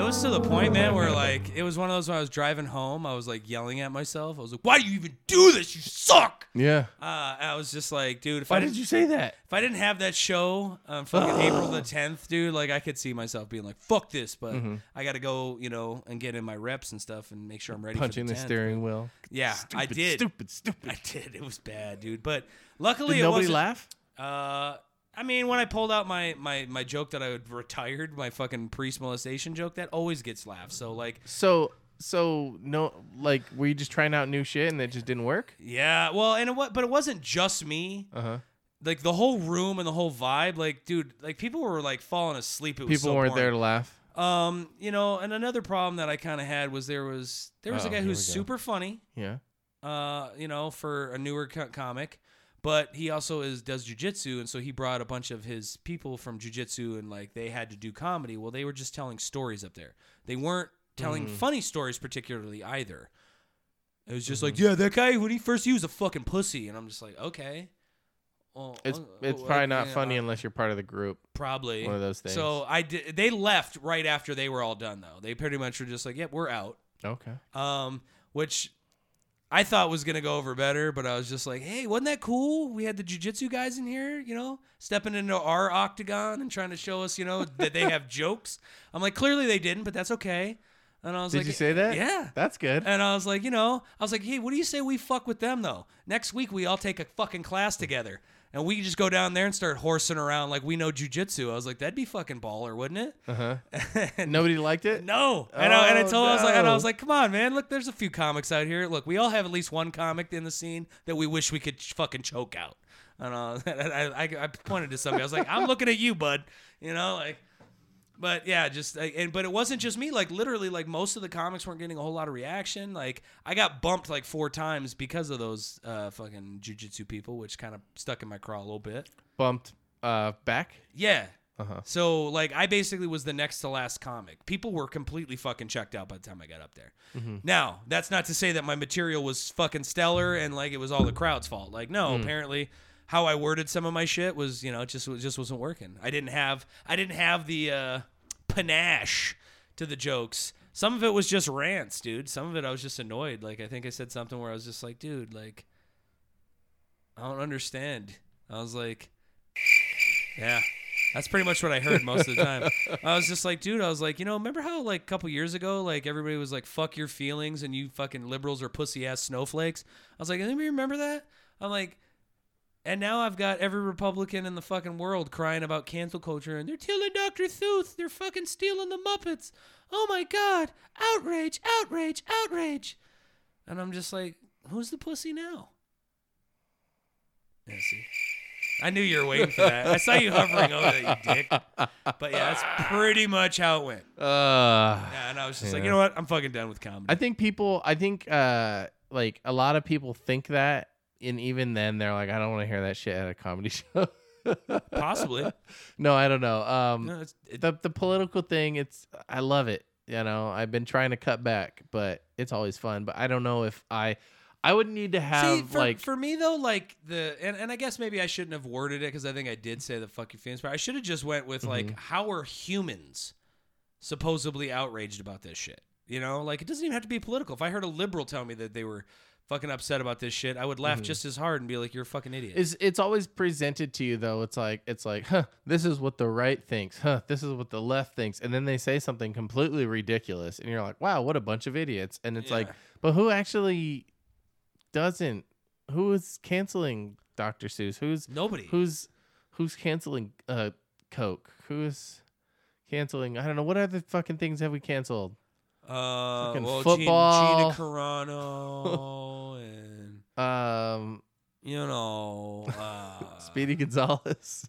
[SPEAKER 2] was to the point, man, where like it was one of those when I was driving home, I was like yelling at myself. I was like, "Why do you even do this? You suck!"
[SPEAKER 3] Yeah.
[SPEAKER 2] Uh, I was just like, "Dude, if I
[SPEAKER 3] Why
[SPEAKER 2] didn't-
[SPEAKER 3] did you say that?
[SPEAKER 2] if I didn't have that show um, fucking
[SPEAKER 3] Oh.
[SPEAKER 2] April the 10th, dude, like I could see myself being like, fuck this, but
[SPEAKER 3] Mm-hmm.
[SPEAKER 2] I got to go, you know, and get in my reps and stuff and make sure I'm ready
[SPEAKER 3] Punching
[SPEAKER 2] for
[SPEAKER 3] the,
[SPEAKER 2] the 10th.
[SPEAKER 3] steering wheel.
[SPEAKER 2] Yeah, I
[SPEAKER 3] Stupid,
[SPEAKER 2] did.
[SPEAKER 3] Stupid, stupid.
[SPEAKER 2] I did. It was bad, dude. But luckily,
[SPEAKER 3] Did
[SPEAKER 2] it
[SPEAKER 3] nobody
[SPEAKER 2] wasn't-
[SPEAKER 3] laugh?
[SPEAKER 2] Uh, I mean, when I pulled out my, my, my joke that I had retired, my fucking priest molestation joke, that always gets laughs. So, like,
[SPEAKER 3] So so no like were you just trying out new shit and it just didn't work?
[SPEAKER 2] yeah, well, and it, wa- but it wasn't just me.
[SPEAKER 3] Uh-huh.
[SPEAKER 2] Like, the whole room and the whole vibe, like, dude, like, people were, like, falling asleep. It was
[SPEAKER 3] People
[SPEAKER 2] so
[SPEAKER 3] weren't
[SPEAKER 2] boring.
[SPEAKER 3] there to laugh.
[SPEAKER 2] Um, you know, and another problem that I kind of had was there was there was
[SPEAKER 3] Oh,
[SPEAKER 2] a guy
[SPEAKER 3] here
[SPEAKER 2] who's
[SPEAKER 3] we go.
[SPEAKER 2] super funny,
[SPEAKER 3] Yeah.
[SPEAKER 2] uh, you know, for a newer co- comic, but he also is does jujitsu, and so he brought a bunch of his people from jujitsu, and like they had to do comedy. Well, they were just telling stories up there. They weren't telling
[SPEAKER 3] Mm.
[SPEAKER 2] funny stories particularly either.
[SPEAKER 3] Mm-hmm.
[SPEAKER 2] It was just like, yeah, that guy when he first he was a fucking pussy, and I'm just like, okay, Oh,
[SPEAKER 3] It's
[SPEAKER 2] oh,
[SPEAKER 3] it's
[SPEAKER 2] oh,
[SPEAKER 3] probably not
[SPEAKER 2] yeah,
[SPEAKER 3] funny
[SPEAKER 2] uh,
[SPEAKER 3] unless you're part of the group.
[SPEAKER 2] Probably
[SPEAKER 3] one of those things.
[SPEAKER 2] So I did. They left right after they were all done, though. They pretty much were just like, "Yep, we're out."
[SPEAKER 3] Okay.
[SPEAKER 2] Um, which I thought was gonna go over better, but I was just like, "Hey, wasn't that cool? We had the jujitsu guys in here, you know, stepping into our octagon and trying to show us, you know, that they have jokes." I'm like, clearly they didn't, but that's okay. And I was
[SPEAKER 3] Did
[SPEAKER 2] like,
[SPEAKER 3] you say that?
[SPEAKER 2] Yeah.
[SPEAKER 3] That's good.
[SPEAKER 2] And I was like, you know, I was like, hey, what do you say we fuck with them though? Next week we all take a fucking class together. And we just go down there and start horsing around like we know jujitsu. I was like, that'd be fucking baller, wouldn't it?
[SPEAKER 3] Uh huh. Nobody liked it.
[SPEAKER 2] No. And I, and I
[SPEAKER 3] Oh,
[SPEAKER 2] told I was like, and I
[SPEAKER 3] no.
[SPEAKER 2] was like, come on, man. Look, there's a few comics out here. Look, we all have at least one comic in the scene that we wish we could ch- fucking choke out. And uh, I, I, I pointed to somebody. I was like, I'm looking at you, bud. You know, like, but yeah, just like, and but it wasn't just me. Like literally, like most of the comics weren't getting a whole lot of reaction. Like I got bumped like four times because of those uh, fucking jujitsu people, which kind of stuck in my craw a little bit.
[SPEAKER 3] Bumped uh back.
[SPEAKER 2] Yeah.
[SPEAKER 3] Uh-huh.
[SPEAKER 2] So like I basically was the next to last comic. People were completely fucking checked out by the time I got up there.
[SPEAKER 3] Mhm.
[SPEAKER 2] Now, that's not to say that my material was fucking stellar and like it was all the crowd's fault. Like no,
[SPEAKER 3] Mm.
[SPEAKER 2] apparently how I worded some of my shit was, you know, it just it just wasn't working. I didn't have I didn't have the uh panache to the jokes. Some of it was just rants, dude. Some of it I was just annoyed. Like I think I said something where I was just like, dude, like I don't understand. I was like, yeah. That's pretty much what I heard most of the time. I was just like, dude, I was like, you know, remember how like a couple years ago, like everybody was like, fuck your feelings and you fucking liberals are pussy ass snowflakes. I was like, anybody remember that? I'm like, and now I've got every Republican in the fucking world crying about cancel culture and they're killing Dr. Seuss. They're fucking stealing the Muppets. Oh my God. Outrage, outrage, outrage. And I'm just like, who's the pussy now? Yeah, see? I knew you were waiting for that. I saw you hovering over that, you dick. But yeah, that's pretty much how it went.
[SPEAKER 3] Uh.
[SPEAKER 2] Yeah, and I was just like,
[SPEAKER 3] yeah.
[SPEAKER 2] you know what? I'm fucking done with comedy.
[SPEAKER 3] I think people. I think uh like a lot of people think that, and even then they're like, I don't want to hear that shit at a comedy show.
[SPEAKER 2] Possibly.
[SPEAKER 3] No, I don't know. Um,
[SPEAKER 2] No, it's- it-
[SPEAKER 3] the the political thing, it's I love it. You know, I've been trying to cut back, but it's always fun. But I don't know if I, I would need to have
[SPEAKER 2] See, for,
[SPEAKER 3] like
[SPEAKER 2] for me though, like the and, and I guess maybe I shouldn't have worded it because I think I did say the fuck your feelings part. I should have just went with like,
[SPEAKER 3] Mhm.
[SPEAKER 2] how are humans supposedly outraged about this shit? You know, like it doesn't even have to be political. If I heard a liberal tell me that they were fucking upset about this shit, I would laugh
[SPEAKER 3] Mhm.
[SPEAKER 2] just as hard and be like, you're a fucking idiot.
[SPEAKER 3] is it's always presented to you though. It's like it's like, huh, this is what the right thinks, huh, this is what the left thinks, and then they say something completely ridiculous, and you're like, wow, what a bunch of idiots. And it's like,
[SPEAKER 2] Yeah.
[SPEAKER 3] but who actually doesn't? Who is canceling Dr. Seuss? Who's
[SPEAKER 2] Nobody.
[SPEAKER 3] Who's who's canceling uh Coke? Who's canceling? I don't know. What other fucking things have we canceled?
[SPEAKER 2] Uh,
[SPEAKER 3] Fucking
[SPEAKER 2] well,
[SPEAKER 3] football.
[SPEAKER 2] Gina, Gina Carano and
[SPEAKER 3] Um,
[SPEAKER 2] you know, uh,
[SPEAKER 3] Speedy Gonzalez.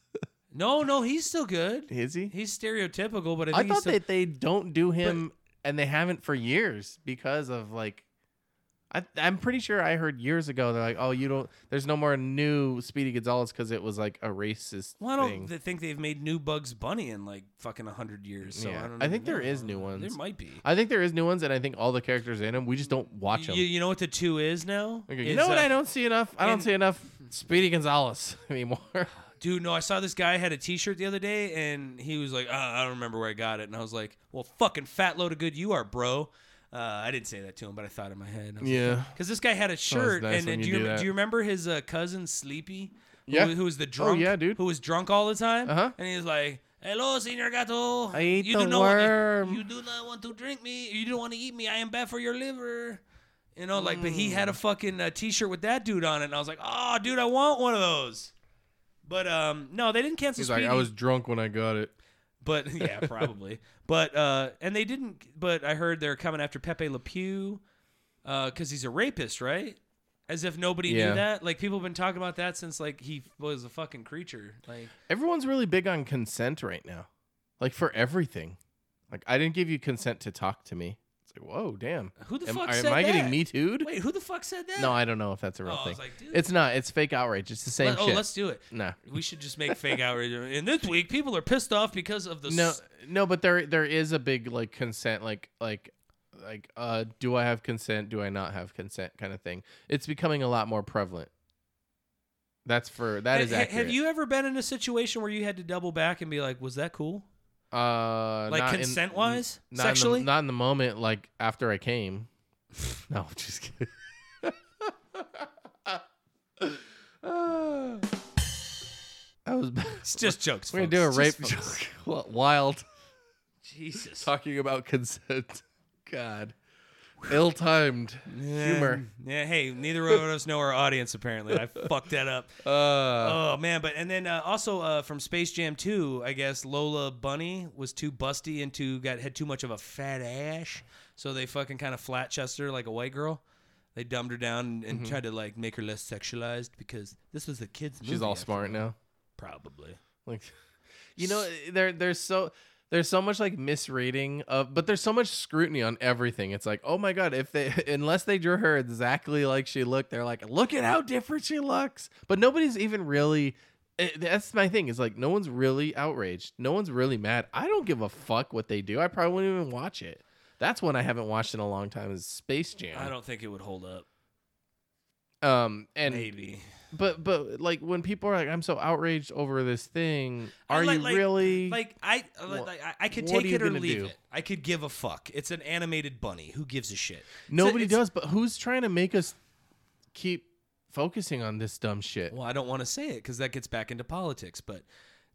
[SPEAKER 2] no, no, he's still good.
[SPEAKER 3] Is he?
[SPEAKER 2] He's stereotypical, but I, think
[SPEAKER 3] I
[SPEAKER 2] he's
[SPEAKER 3] thought
[SPEAKER 2] still-
[SPEAKER 3] that they don't do him, and they haven't for years because of like. I, I'm pretty sure I heard years ago they're like, oh, you don't. There's no more new Speedy Gonzalez because it was like a racist
[SPEAKER 2] Well, I don't
[SPEAKER 3] thing.
[SPEAKER 2] th- think they've made new Bugs Bunny in like fucking hundred years. So
[SPEAKER 3] Yeah.
[SPEAKER 2] I don't.
[SPEAKER 3] I
[SPEAKER 2] even
[SPEAKER 3] think there
[SPEAKER 2] know.
[SPEAKER 3] is new ones.
[SPEAKER 2] There might be.
[SPEAKER 3] I think there is new ones, and I think all the characters in them. We just don't
[SPEAKER 2] You,
[SPEAKER 3] watch them.
[SPEAKER 2] you know what the two is now?
[SPEAKER 3] Okay, you
[SPEAKER 2] Is,
[SPEAKER 3] know what?
[SPEAKER 2] uh,
[SPEAKER 3] I don't see enough. I
[SPEAKER 2] in-
[SPEAKER 3] don't see enough Speedy Gonzalez anymore.
[SPEAKER 2] Dude, no, I saw this guy had a T-shirt the other day, and he was like, uh, "I don't remember where I got it," and I was like, "Well, fucking fat load of good you are, bro." Uh, I didn't say that to him, but I thought in my head. I was
[SPEAKER 3] Yeah.
[SPEAKER 2] because this guy had a shirt,
[SPEAKER 3] nice
[SPEAKER 2] and then
[SPEAKER 3] when
[SPEAKER 2] do
[SPEAKER 3] you
[SPEAKER 2] you,
[SPEAKER 3] do
[SPEAKER 2] rem-
[SPEAKER 3] that.
[SPEAKER 2] do you remember his uh, cousin Sleepy? Who-
[SPEAKER 3] Yeah.
[SPEAKER 2] Who, was the
[SPEAKER 3] Oh,
[SPEAKER 2] drunk?
[SPEAKER 3] yeah, dude.
[SPEAKER 2] Who was drunk all the time?
[SPEAKER 3] Uh-huh.
[SPEAKER 2] And he was like, "Hello, Senor Gato.
[SPEAKER 3] I eat
[SPEAKER 2] you
[SPEAKER 3] the
[SPEAKER 2] do not want-
[SPEAKER 3] worm."
[SPEAKER 2] you do not want to drink me. You don't want to eat me. I am bad for your liver." You know, like, but he had
[SPEAKER 3] Mm.
[SPEAKER 2] a fucking uh, T-shirt with that dude on it, and I was like, "Oh, dude, I want one of those." But um, no, they didn't cancel.
[SPEAKER 3] He's like, I
[SPEAKER 2] Speedy."
[SPEAKER 3] was drunk when I got it.
[SPEAKER 2] But yeah, probably. but uh, and they didn't. But I heard they're coming after Pepe Le Pew because he's a rapist, right? As if nobody
[SPEAKER 3] Yeah.
[SPEAKER 2] knew that. Like people have been talking about that since like he was a fucking creature. Like
[SPEAKER 3] Everyone's really big on consent right now, like for everything. Like I didn't give you consent to talk to me. It's like, whoa, damn.
[SPEAKER 2] who the
[SPEAKER 3] am,
[SPEAKER 2] fuck
[SPEAKER 3] Am
[SPEAKER 2] said
[SPEAKER 3] I
[SPEAKER 2] that?
[SPEAKER 3] getting me too'd?
[SPEAKER 2] wait, who the fuck said that?
[SPEAKER 3] No, I don't know if that's a real
[SPEAKER 2] Oh, I
[SPEAKER 3] thing.
[SPEAKER 2] was like, dude.
[SPEAKER 3] it's not. It's fake outrage. It's the same
[SPEAKER 2] Let- oh,
[SPEAKER 3] shit.
[SPEAKER 2] let's do it.
[SPEAKER 3] Nah.
[SPEAKER 2] We should just make fake outrage. And this week, people are pissed off because of the s-
[SPEAKER 3] no no but there there is a big like consent like like like uh do i have consent do i not have consent kind of thing it's becoming a lot more prevalent That's for that
[SPEAKER 2] Ha-
[SPEAKER 3] is
[SPEAKER 2] ha-
[SPEAKER 3] accurate.
[SPEAKER 2] Have you ever been in a situation where you had to double back and be like, "Was that cool?"
[SPEAKER 3] Uh,
[SPEAKER 2] Like,
[SPEAKER 3] not in-
[SPEAKER 2] consent-wise?
[SPEAKER 3] n- not
[SPEAKER 2] Sexually?
[SPEAKER 3] in the, not in the moment. Like after I came. no, just kidding. Uh, that was bad.
[SPEAKER 2] It's just jokes.
[SPEAKER 3] We're gonna
[SPEAKER 2] folks.
[SPEAKER 3] do a
[SPEAKER 2] It's
[SPEAKER 3] rape
[SPEAKER 2] just folks.
[SPEAKER 3] joke. Wa- Wild.
[SPEAKER 2] Jesus.
[SPEAKER 3] Talking about consent. God. Ill-timed humor.
[SPEAKER 2] Yeah. Hey, neither one of us know our audience. Apparently, I fucked that up.
[SPEAKER 3] Uh,
[SPEAKER 2] Oh man, but and then uh, also uh, from Space Jam 2, I guess Lola Bunny was too busty and too got had too much of a fat ass, so they fucking kind of flat chested her like a white girl. They dumbed her down and,
[SPEAKER 3] Mm-hmm.
[SPEAKER 2] and tried to like make her less sexualized because this was a kids.
[SPEAKER 3] she's
[SPEAKER 2] movie,
[SPEAKER 3] all
[SPEAKER 2] after
[SPEAKER 3] smart
[SPEAKER 2] all.
[SPEAKER 3] now.
[SPEAKER 2] probably.
[SPEAKER 3] Like, you know, eh, there there's so there's so much like misreading of, but there's so much scrutiny on everything. It's like, oh my god, if they unless they drew her exactly like she looked, they're like, look at how different she looks. But nobody's even really. eh, That's my thing. Is like no one's really outraged. No one's really mad. I don't give a fuck what they do. I probably wouldn't even watch it. That's one I haven't watched in a long time. Is Space Jam.
[SPEAKER 2] I don't think it would hold up.
[SPEAKER 3] Um and
[SPEAKER 2] Maybe.
[SPEAKER 3] but but like when people are like, I'm so outraged over this thing.
[SPEAKER 2] I
[SPEAKER 3] Are
[SPEAKER 2] like-
[SPEAKER 3] you
[SPEAKER 2] like-
[SPEAKER 3] really
[SPEAKER 2] Like I,
[SPEAKER 3] Wha-
[SPEAKER 2] like, I, I could
[SPEAKER 3] what are
[SPEAKER 2] take
[SPEAKER 3] you
[SPEAKER 2] it or
[SPEAKER 3] gonna
[SPEAKER 2] leave
[SPEAKER 3] do?
[SPEAKER 2] it. I could give a fuck. It's an animated bunny. Who gives a shit?
[SPEAKER 3] Nobody
[SPEAKER 2] it's-
[SPEAKER 3] does, but who's trying to make us keep focusing on this dumb shit?
[SPEAKER 2] Well, I don't want to say it because that gets back into politics, but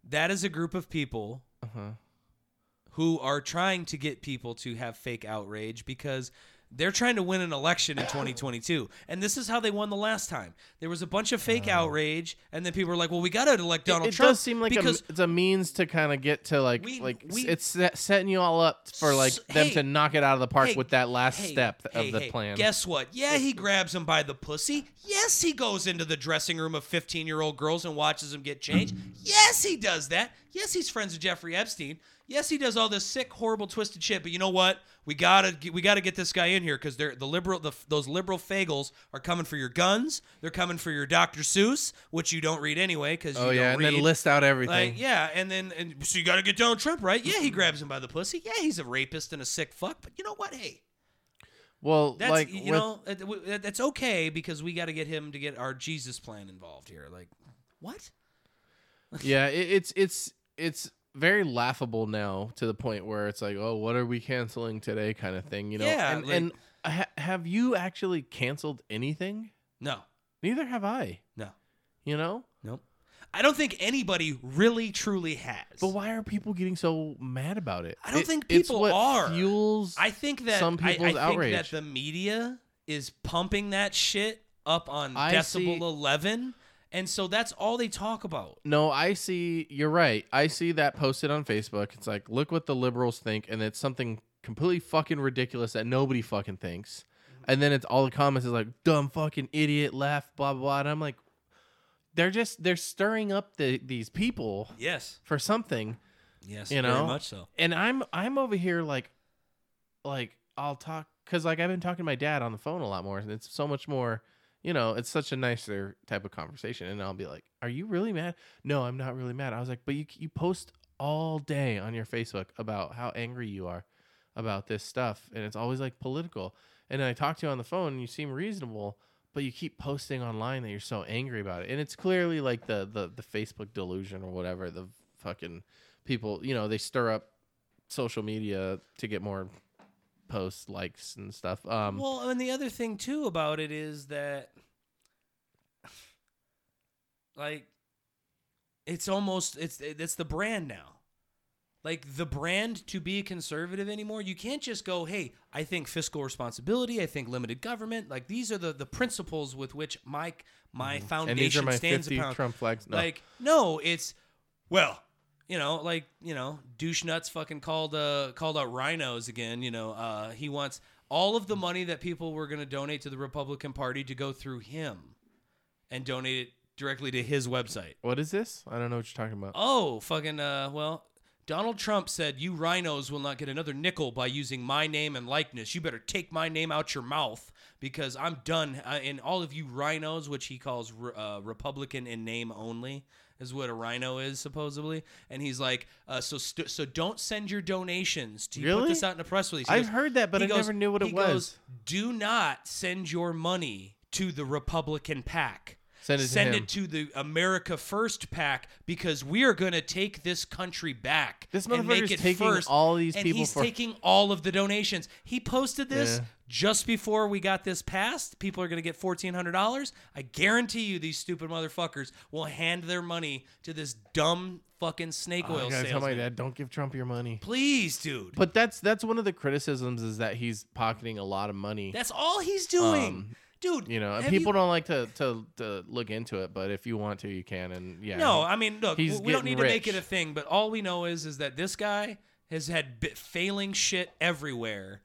[SPEAKER 2] that is a group of people
[SPEAKER 3] Uh-huh.
[SPEAKER 2] who are trying to get people to have fake outrage because they're trying to win an election in 2022. And this is how they won the last time. There was a bunch of fake outrage, and then people were like, well, we got to elect Donald
[SPEAKER 3] Oh. it
[SPEAKER 2] Trump.
[SPEAKER 3] does seem like a,
[SPEAKER 2] because
[SPEAKER 3] it's a means to kind of get to like
[SPEAKER 2] We-
[SPEAKER 3] like s-
[SPEAKER 2] we-
[SPEAKER 3] it's set, setting you all up for like
[SPEAKER 2] S-
[SPEAKER 3] them
[SPEAKER 2] hey,
[SPEAKER 3] to knock it out of the park
[SPEAKER 2] hey,
[SPEAKER 3] with that last
[SPEAKER 2] hey,
[SPEAKER 3] step of
[SPEAKER 2] hey,
[SPEAKER 3] the
[SPEAKER 2] hey,
[SPEAKER 3] plan.
[SPEAKER 2] Guess what? Yeah, he grabs him by the pussy. Yes, he goes into the dressing room of 15 year old girls and watches them get changed. Yes, he does that. Yes, he's friends with Jeffrey Epstein. Yes, he does all this sick, horrible, twisted shit. But you know what? We gotta get- we gotta get this guy in here because they're the liberal the, those liberal fagels are coming for your guns. They're coming for your Dr. Seuss, which you don't read anyway because
[SPEAKER 3] oh
[SPEAKER 2] you
[SPEAKER 3] yeah,
[SPEAKER 2] don't
[SPEAKER 3] and
[SPEAKER 2] read.
[SPEAKER 3] then list out everything.
[SPEAKER 2] Like,
[SPEAKER 3] Mm-hmm.
[SPEAKER 2] yeah, and then and so you got to get Donald Trump, right? Yeah, he grabs him by the pussy. Yeah, he's a rapist and a sick fuck. But you know what? Hey,
[SPEAKER 3] Well,
[SPEAKER 2] that's
[SPEAKER 3] like
[SPEAKER 2] you
[SPEAKER 3] with-
[SPEAKER 2] know that- that- that's okay because we got to get him to get our Jesus plan involved here. Like, what?
[SPEAKER 3] yeah, it, it's it's it's very laughable now to the point where it's like, oh, what are we canceling today, kind of thing, you know?
[SPEAKER 2] Yeah,
[SPEAKER 3] and,
[SPEAKER 2] like-
[SPEAKER 3] and ha- have you actually canceled anything?
[SPEAKER 2] No,
[SPEAKER 3] Neither have I.
[SPEAKER 2] no,
[SPEAKER 3] You know.
[SPEAKER 2] nope. I don't think anybody really truly has.
[SPEAKER 3] But why are people getting so mad about it?
[SPEAKER 2] I don't
[SPEAKER 3] It-
[SPEAKER 2] think
[SPEAKER 3] it's
[SPEAKER 2] people
[SPEAKER 3] what
[SPEAKER 2] are.
[SPEAKER 3] Fuels.
[SPEAKER 2] I think that
[SPEAKER 3] some
[SPEAKER 2] I-
[SPEAKER 3] people's
[SPEAKER 2] I, think
[SPEAKER 3] outrage.
[SPEAKER 2] that the media is pumping that shit up on
[SPEAKER 3] I
[SPEAKER 2] decibel
[SPEAKER 3] see-
[SPEAKER 2] eleven, and so that's all they talk about.
[SPEAKER 3] no, I see. You're right. I see that posted on Facebook. It's like, look what the liberals think, and it's something completely fucking ridiculous that nobody fucking thinks.
[SPEAKER 2] Mm-hmm.
[SPEAKER 3] And then it's all the comments is like, dumb fucking idiot, left, blah blah. blah. And I'm like, they're just they're stirring up the, these people
[SPEAKER 2] Yes,
[SPEAKER 3] for something.
[SPEAKER 2] yes,
[SPEAKER 3] You
[SPEAKER 2] very
[SPEAKER 3] know?
[SPEAKER 2] much so.
[SPEAKER 3] and I'm I'm over here like, like I'll talk because like I've been talking to my dad on the phone a lot more, and it's so much more, you know, it's such a nicer type of conversation, and I'll be like, "Are you really mad?" No, I'm not really mad. I was like, "But you you post all day on your Facebook about how angry you are about this stuff, and it's always like political." And I talk to you on the phone, and you seem reasonable. But you keep posting online that you're so angry about it, and it's clearly like the the, the Facebook delusion or whatever the fucking people you know they stir up social media to get more posts likes and stuff um
[SPEAKER 2] Well, and the other thing too about it is that, like, it's almost it's it's the brand now. Like the brand to be conservative anymore, you can't just go, "Hey, I think fiscal responsibility, I think limited government." Like these are the the principles with which my my foundation
[SPEAKER 3] Mm-hmm. and these are my
[SPEAKER 2] stands
[SPEAKER 3] 50
[SPEAKER 2] upon.
[SPEAKER 3] trump flags no.
[SPEAKER 2] Like, no, it's well, you know, like you know, douche nuts fucking called uh called out rhinos again. You know, uh, he wants all of the money that people were going to donate to the Republican Party to go through him, and donate it directly to his website.
[SPEAKER 3] what is this i don't know what you're talking about
[SPEAKER 2] Oh, fucking uh, well. Donald Trump said, You rhinos will not get another nickel by using my name and likeness. You better take my name out your mouth because I'm done. Uh, and all of you rhinos, which he calls re- uh, Republican in name only, is what a rhino is, supposedly. And he's like, uh, so, st- so don't send your donations. To, He put
[SPEAKER 3] Really?
[SPEAKER 2] this out in a press release. He
[SPEAKER 3] I've heard that, but
[SPEAKER 2] he
[SPEAKER 3] I never knew what it
[SPEAKER 2] he
[SPEAKER 3] was.
[SPEAKER 2] goes, Do not send your money to the Republican pack.
[SPEAKER 3] Send it to
[SPEAKER 2] Send
[SPEAKER 3] him.
[SPEAKER 2] it to the America First pack because we are going to take this country back.
[SPEAKER 3] This
[SPEAKER 2] and make
[SPEAKER 3] motherfucker's
[SPEAKER 2] it
[SPEAKER 3] taking
[SPEAKER 2] first,
[SPEAKER 3] all these
[SPEAKER 2] and
[SPEAKER 3] people
[SPEAKER 2] he's
[SPEAKER 3] for-
[SPEAKER 2] taking all of the donations. He posted this
[SPEAKER 3] Yeah.
[SPEAKER 2] just before we got this passed. People are going to get fourteen hundred dollars. I guarantee you, these stupid motherfuckers will hand their money to this dumb fucking snake
[SPEAKER 3] Oh, I
[SPEAKER 2] oil
[SPEAKER 3] gotta tell my
[SPEAKER 2] salesman.
[SPEAKER 3] dad, don't give Trump your money.
[SPEAKER 2] Please, dude.
[SPEAKER 3] But that's that's one of the criticisms is that he's pocketing a lot of money.
[SPEAKER 2] That's all he's doing,
[SPEAKER 3] Um,
[SPEAKER 2] dude.
[SPEAKER 3] you know, and
[SPEAKER 2] have you-
[SPEAKER 3] people don't like to, to to look into it, but if you want to, you can. And yeah,
[SPEAKER 2] No,
[SPEAKER 3] he-
[SPEAKER 2] I mean, look,
[SPEAKER 3] he's
[SPEAKER 2] we- we don't
[SPEAKER 3] getting
[SPEAKER 2] need to make it
[SPEAKER 3] rich.
[SPEAKER 2] a thing, but all we know is is that this guy has had bi- failing shit everywhere.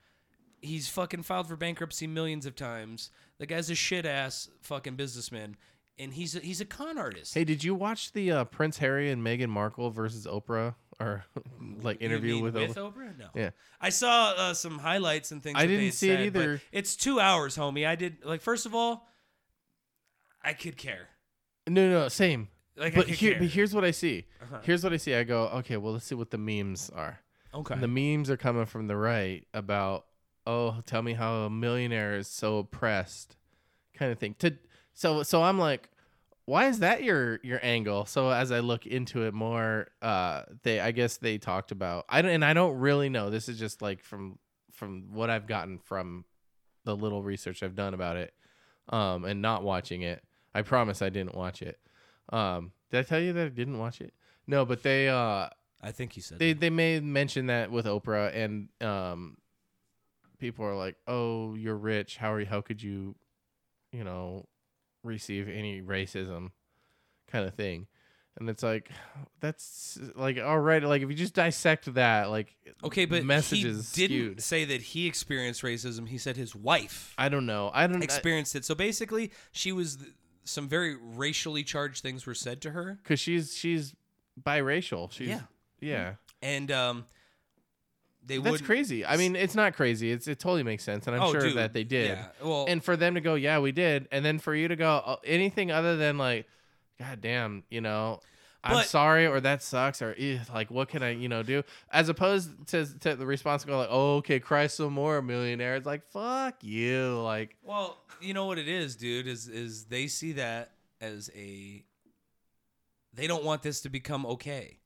[SPEAKER 2] He's fucking filed for bankruptcy millions of times. The guy's a shit ass fucking businessman, and he's a, he's a con artist.
[SPEAKER 3] Hey, did you watch the uh, Prince Harry and Meghan Markle versus Oprah or like
[SPEAKER 2] You
[SPEAKER 3] interview
[SPEAKER 2] mean
[SPEAKER 3] with, Oprah?
[SPEAKER 2] Oprah? No.
[SPEAKER 3] Yeah.
[SPEAKER 2] I saw uh, some highlights and things.
[SPEAKER 3] I
[SPEAKER 2] that they
[SPEAKER 3] didn't see it
[SPEAKER 2] said, but
[SPEAKER 3] either.
[SPEAKER 2] It's two hours, homie. I did like first of all, I could care.
[SPEAKER 3] No, no, same.
[SPEAKER 2] Like, I
[SPEAKER 3] but
[SPEAKER 2] could
[SPEAKER 3] here,
[SPEAKER 2] care.
[SPEAKER 3] but here's what I see.
[SPEAKER 2] Uh-huh.
[SPEAKER 3] Here's what I see. I go, okay, well, let's see what the memes are.
[SPEAKER 2] Okay.
[SPEAKER 3] And the memes are coming from the right about, oh, tell me how a millionaire is so oppressed, kind of thing. To so so I'm like, why is that your your angle? So as I look into it more, uh, they I guess they talked about I don't and I don't really know. This is just like from from what I've gotten from the little research I've done about it, um, and not watching it. I promise I didn't watch it. Um, did I tell you that I didn't watch it? No, but they uh
[SPEAKER 2] I think you said
[SPEAKER 3] they they may mention that with Oprah and um people are like, "Oh, you're rich. How are you, how could you, you know, receive any racism?" kind of thing. And it's like that's like all right, like if you just dissect that, like
[SPEAKER 2] Okay, but
[SPEAKER 3] messages
[SPEAKER 2] he didn't
[SPEAKER 3] skewed.
[SPEAKER 2] say that he experienced racism. He said his wife
[SPEAKER 3] I uh, don't know. I don't
[SPEAKER 2] experienced it. So basically, she was some very racially charged things were said to her,
[SPEAKER 3] cuz she's she's biracial. She's
[SPEAKER 2] Yeah.
[SPEAKER 3] yeah.
[SPEAKER 2] and um, they
[SPEAKER 3] That's
[SPEAKER 2] wouldn't-
[SPEAKER 3] crazy. I mean, it's not crazy. It's it totally makes sense, and I'm
[SPEAKER 2] Oh,
[SPEAKER 3] sure
[SPEAKER 2] dude.
[SPEAKER 3] that they did.
[SPEAKER 2] Yeah, well-
[SPEAKER 3] and for them to go, yeah, we did, and then for you to go oh, anything other than like, God damn, you know, I'm
[SPEAKER 2] But-
[SPEAKER 3] sorry, or that sucks, or "Ew, like, what can I, you know, do? As opposed to, to the response to go like, oh, okay, cry some more, millionaire. It's like, fuck you, like,
[SPEAKER 2] Well, you know what it is, dude. Is is they see that as a they don't want this to become okay.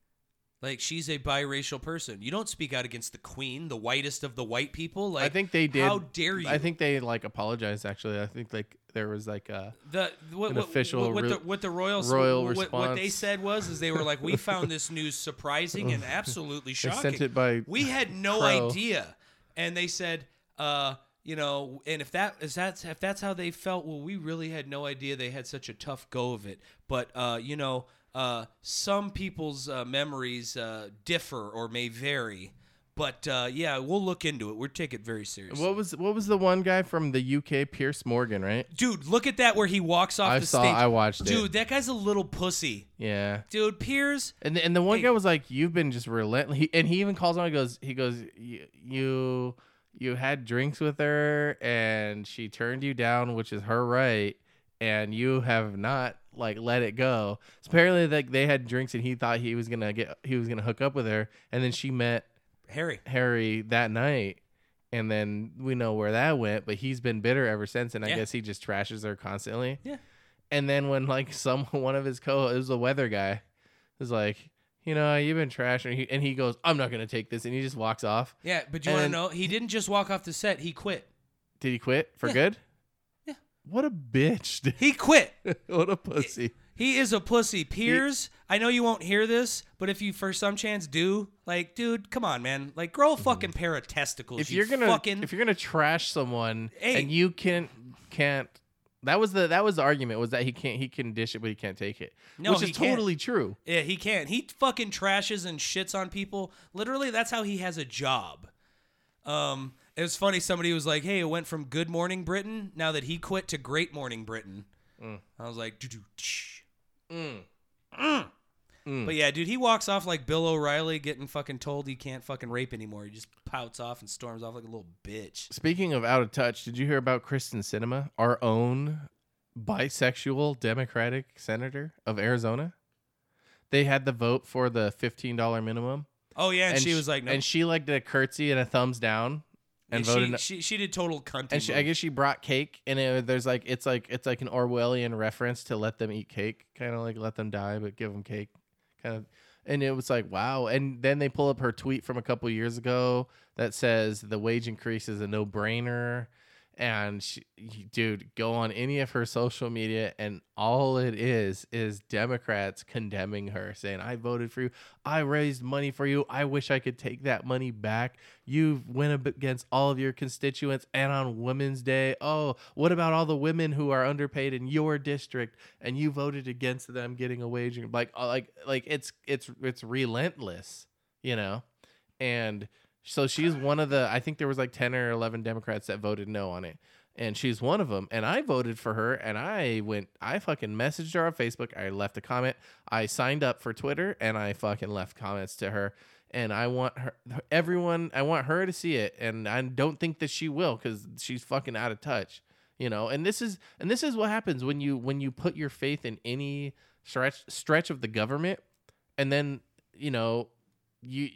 [SPEAKER 2] Like she's a biracial person. You don't speak out against the queen, the whitest of the white people. Like
[SPEAKER 3] I think they did.
[SPEAKER 2] How dare you?
[SPEAKER 3] I think they like apologized. Actually, I think like there was like uh
[SPEAKER 2] the what,
[SPEAKER 3] an
[SPEAKER 2] what,
[SPEAKER 3] official
[SPEAKER 2] what, what
[SPEAKER 3] ru-
[SPEAKER 2] the, what the royal
[SPEAKER 3] royal
[SPEAKER 2] what, what they
[SPEAKER 3] response.
[SPEAKER 2] said was is they were like we found this news surprising and absolutely shocking
[SPEAKER 3] it by
[SPEAKER 2] we had no
[SPEAKER 3] Crow.
[SPEAKER 2] idea and they said uh you know and if that is that's if that's how they felt well we really had no idea they had such a tough go of it but uh you know uh some people's uh, memories uh differ or may vary but uh yeah we'll look into it we'll take it very seriously
[SPEAKER 3] what was what was the one guy from the UK, Pierce Morgan, right?
[SPEAKER 2] Dude, look at that where he walks off
[SPEAKER 3] I
[SPEAKER 2] the
[SPEAKER 3] saw-
[SPEAKER 2] stage.
[SPEAKER 3] I watched it.
[SPEAKER 2] Dude, that guy's a little pussy.
[SPEAKER 3] Yeah.
[SPEAKER 2] Dude, Piers,
[SPEAKER 3] And and the one
[SPEAKER 2] Hey.
[SPEAKER 3] guy was like, "You've been just relentless," he, and he even calls on. He goes, "He goes, "Y- you you had drinks with her, and she turned you down, which is her right, and you have not like let it go." So apparently, like they had drinks, and he thought he was gonna get he was gonna hook up with her, and then she met
[SPEAKER 2] Harry.
[SPEAKER 3] Harry that night, and then we know where that went. But he's been bitter ever since, and I
[SPEAKER 2] Yeah.
[SPEAKER 3] guess he just trashes her constantly.
[SPEAKER 2] Yeah.
[SPEAKER 3] And then when like some one of his co it was the weather guy, was like, you know, you've been trashing, and he, and he goes, I'm not gonna take this, and he just walks off.
[SPEAKER 2] Yeah, but you want to
[SPEAKER 3] And-
[SPEAKER 2] know? He didn't just walk off the set, he quit.
[SPEAKER 3] Did he quit for
[SPEAKER 2] Yeah.
[SPEAKER 3] good?
[SPEAKER 2] Yeah.
[SPEAKER 3] What a bitch! dude.
[SPEAKER 2] He quit.
[SPEAKER 3] what a pussy.
[SPEAKER 2] He is a pussy. Piers, I know you won't hear this, but if you for some chance do, like, dude, come on, man. Like, grow a fucking pair of testicles.
[SPEAKER 3] if
[SPEAKER 2] you
[SPEAKER 3] you're gonna
[SPEAKER 2] fucking.
[SPEAKER 3] if you're gonna trash someone
[SPEAKER 2] Hey.
[SPEAKER 3] and you can can't that was the that was the argument was that he can't he can dish it but he can't take it
[SPEAKER 2] No,
[SPEAKER 3] which
[SPEAKER 2] he
[SPEAKER 3] is
[SPEAKER 2] can't.
[SPEAKER 3] totally true
[SPEAKER 2] yeah, he can't. He fucking trashes and shits on people. Literally, that's how he has a job. Um, it was funny. Somebody was like, "Hey, it went from Good Morning Britain now that he quit to Great Morning Britain."
[SPEAKER 3] Mm.
[SPEAKER 2] I was like, "Doo-doo, tsh." Mm. But yeah, dude, he walks off like Bill O'Reilly getting fucking told he can't fucking rape anymore. He just pouts off and storms off like a little bitch.
[SPEAKER 3] Speaking of out of touch, did you hear about Kristen Cinema, our own bisexual Democratic senator of Arizona? They had the vote for the fifteen dollar minimum,
[SPEAKER 2] Oh yeah, and, she
[SPEAKER 3] sh-
[SPEAKER 2] was like, "No."
[SPEAKER 3] and she like did a curtsy and a thumbs down, and and
[SPEAKER 2] she,
[SPEAKER 3] voted.
[SPEAKER 2] She she did total cunt.
[SPEAKER 3] and she, I guess she brought cake, and it, there's like it's like it's like an Orwellian reference to let them eat cake, kind of like let them die, but give them cake, kind of. And it was like wow. And then they pull up her tweet from a couple years ago that says the wage increase is a no brainer. And she, dude, go on any of her social media, and all it is is Democrats condemning her, saying, "I voted for you. I raised money for you. I wish I could take that money back. You went up against all of your constituents, and on Women's Day, oh, what about all the women who are underpaid in your district, and you voted against them getting a wage? and Like, uh, like, like it's it's it's relentless, you know, and." So she's one of the I think there was like 10 or 11 Democrats that voted no on it. And she's one of them. And I voted for her and I went I fucking messaged her on Facebook. I left a comment. I signed up for Twitter and I fucking left comments to her and I want her everyone I want her to see it and I don't think that she will cuz she's fucking out of touch, you know. And this is and this is what happens when you when you put your faith in any stretch stretch of the government and then, you know, you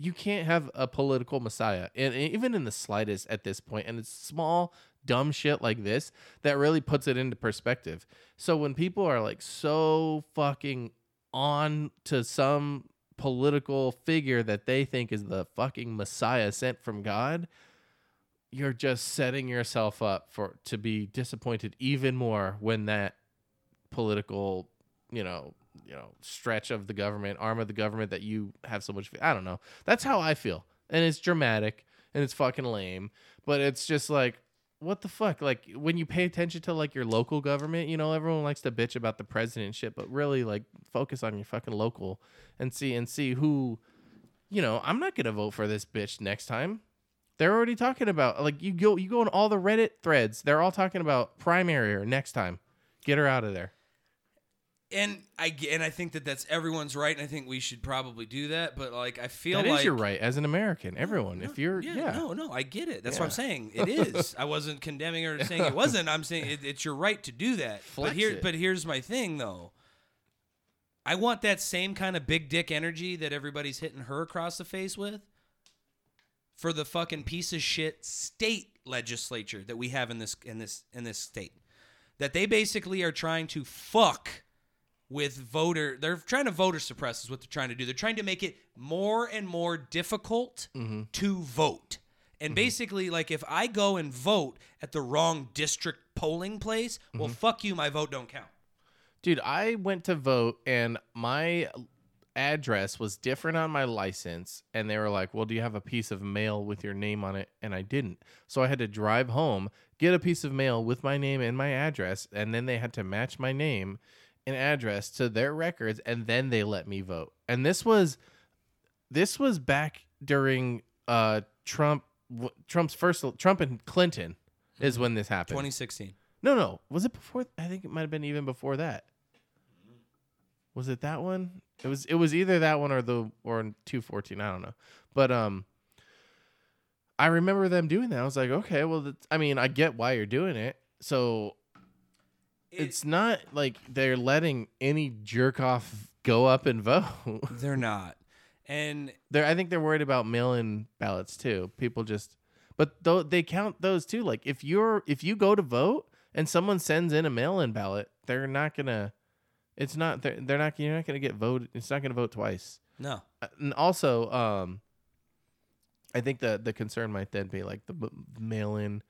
[SPEAKER 3] you can't have a political messiah and and even in the slightest at this point and it's small dumb shit like this that really puts it into perspective so when people are like so fucking on to some political figure that they think is the fucking messiah sent from god you're just setting yourself up for to be disappointed even more when that political, you know, you know, stretch of the government, arm of the government that you have so much. I don't know. That's how I feel, and it's dramatic and it's fucking lame, but it's just like. What the fuck? Like when you pay attention to like your local government, you know everyone likes to bitch about the president and shit, but really like focus on your fucking local and see and see who, you know. I'm not gonna vote for this bitch next time. They're already talking about like you go you go on all the Reddit threads. They're all talking about primary or next time. Get her out of there.
[SPEAKER 2] and I ge- and I think that that's everyone's right, and I think we should probably do that. But like, I feel
[SPEAKER 3] That is
[SPEAKER 2] like
[SPEAKER 3] your right as an American. Everyone, if you're yeah,
[SPEAKER 2] Yeah, no, no, I get it. That's what I'm
[SPEAKER 3] Yeah.
[SPEAKER 2] saying. It is. I wasn't condemning her to saying it wasn't. I'm saying it, it's your right to do that. but
[SPEAKER 3] Flex
[SPEAKER 2] here,
[SPEAKER 3] it.
[SPEAKER 2] but here's my thing though. I want that same kind of big dick energy that everybody's hitting her across the face with for the fucking piece of shit state legislature that we have in this in this in this state. That they basically are trying to fuck with voter they're trying to voter suppress is what they're trying to do they're trying to make it more and more difficult
[SPEAKER 3] Mm-hmm.
[SPEAKER 2] to vote and basically like if i go and vote at the wrong district polling place
[SPEAKER 3] Mm-hmm.
[SPEAKER 2] well fuck you my vote don't count
[SPEAKER 3] dude. I went to vote and my address was different on my license, and they were like, "Well, do you have a piece of mail with your name on it?" And I didn't, so I had to drive home, get a piece of mail with my name and my address, and then they had to match my name and address to their records, and then they let me vote. And this was this was back during uh Trump w- Trump's first Trump and Clinton is when this happened.
[SPEAKER 2] 2016
[SPEAKER 3] No, no. Was it before? I think it might have been even before that. Was it that one? It was. It was either that one or the or two fourteen. I don't know. But um, I remember them doing that. I was like, okay, well, that's, I mean, I get why you're doing it. So it's not like they're letting any jerk off go up and vote.
[SPEAKER 2] they're not and
[SPEAKER 3] They're, I think they're worried about mail-in ballots too. People just, but though they count those too. Like if you're if you go to vote and someone sends in a mail-in ballot, they're not gonna. It's not they're, they're not you're not gonna get voted. It's not gonna vote twice.
[SPEAKER 2] no
[SPEAKER 3] Uh, And also, um, I think the the concern might then be like the b- mail-in,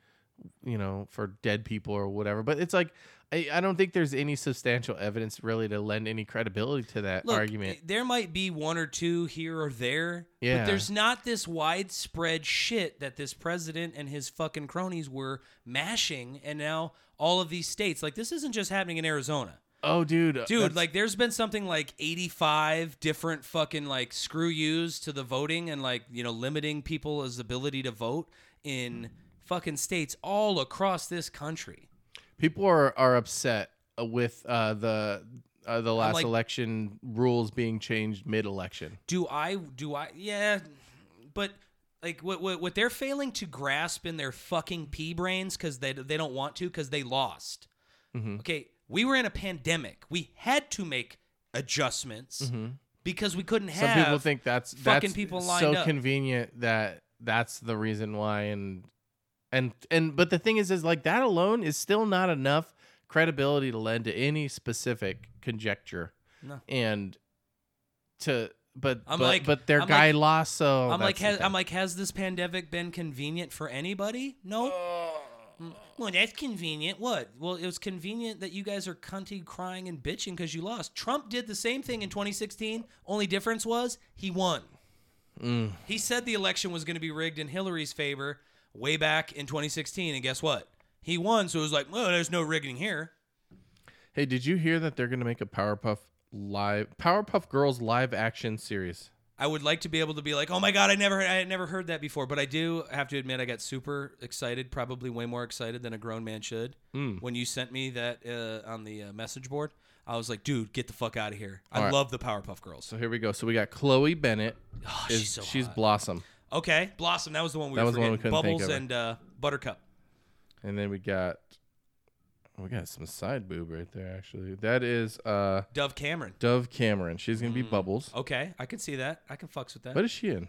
[SPEAKER 3] you know, for dead people or whatever. But it's like I, I don't think there's any substantial evidence really to lend any credibility to that
[SPEAKER 2] Look,
[SPEAKER 3] argument.
[SPEAKER 2] i- There might be one or two here or there,
[SPEAKER 3] Yeah.
[SPEAKER 2] but there's not this widespread shit that this president and his fucking cronies were mashing, and now all of these states. Like this isn't just happening in Arizona.
[SPEAKER 3] Oh, dude,
[SPEAKER 2] Dude,
[SPEAKER 3] that's-
[SPEAKER 2] like there's been something like 85 different fucking like screw yous to the voting and like, you know, limiting people's ability to vote in fucking states all across this country.
[SPEAKER 3] people are are upset uh, with uh, the uh, the last
[SPEAKER 2] like-
[SPEAKER 3] election rules being changed mid election.
[SPEAKER 2] do I do I yeah but like what what, what they're failing to grasp in their fucking pea brains cuz they they don't want to cuz they lost.
[SPEAKER 3] Mm-hmm.
[SPEAKER 2] Okay, we were in a pandemic. We had to make adjustments because we couldn't
[SPEAKER 3] Mm-hmm. Some
[SPEAKER 2] have
[SPEAKER 3] people think that's
[SPEAKER 2] fucking
[SPEAKER 3] that's
[SPEAKER 2] people lined
[SPEAKER 3] so
[SPEAKER 2] up.
[SPEAKER 3] convenient that that's the reason why and and and but the thing is is like that alone is still not enough credibility to lend to any specific conjecture.
[SPEAKER 2] No.
[SPEAKER 3] And to but
[SPEAKER 2] I'm
[SPEAKER 3] but,
[SPEAKER 2] like-
[SPEAKER 3] but their
[SPEAKER 2] I'm
[SPEAKER 3] guy
[SPEAKER 2] like-
[SPEAKER 3] lost so
[SPEAKER 2] I'm like,
[SPEAKER 3] Oh, that's the
[SPEAKER 2] has,
[SPEAKER 3] thing.
[SPEAKER 2] I'm like, has this pandemic been convenient for anybody? No. Mm, Well, that's convenient. What? Well, it was convenient that you guys are cunty crying and bitching because you lost. Trump did the same thing in 2016. Only difference was he won.
[SPEAKER 3] Mm.
[SPEAKER 2] He said the election was going to be rigged in Hillary's favor way back in 2016, and guess what? He won. So it was like, well, there's no rigging here.
[SPEAKER 3] Hey, did you hear that they're gonna make a Powerpuff live Powerpuff Girls live action series?
[SPEAKER 2] I would like to be able to be like, oh my god, I never, I had never heard that before. But I do have to admit, I got super excited, probably way more excited than a grown man should.
[SPEAKER 3] Mm.
[SPEAKER 2] When you sent me that uh, on the uh, message board, I was like, dude, get the fuck out of here. I
[SPEAKER 3] All right.
[SPEAKER 2] love the Powerpuff Girls.
[SPEAKER 3] So here we go. So we got Chloe Bennett.
[SPEAKER 2] Oh,
[SPEAKER 3] is-
[SPEAKER 2] she's so
[SPEAKER 3] she's
[SPEAKER 2] hot.
[SPEAKER 3] Blossom.
[SPEAKER 2] Okay, Blossom, that was the one we
[SPEAKER 3] That
[SPEAKER 2] were
[SPEAKER 3] was the one we
[SPEAKER 2] forgetting.
[SPEAKER 3] couldn't think
[SPEAKER 2] Bubbles
[SPEAKER 3] of.
[SPEAKER 2] and uh, Buttercup.
[SPEAKER 3] And then we got we got some side boob right there actually. That is uh
[SPEAKER 2] Dove Cameron.
[SPEAKER 3] Dove Cameron. She's gonna be Bubbles.
[SPEAKER 2] Mm. Okay, I can see that. I can fucks with that.
[SPEAKER 3] What is she in?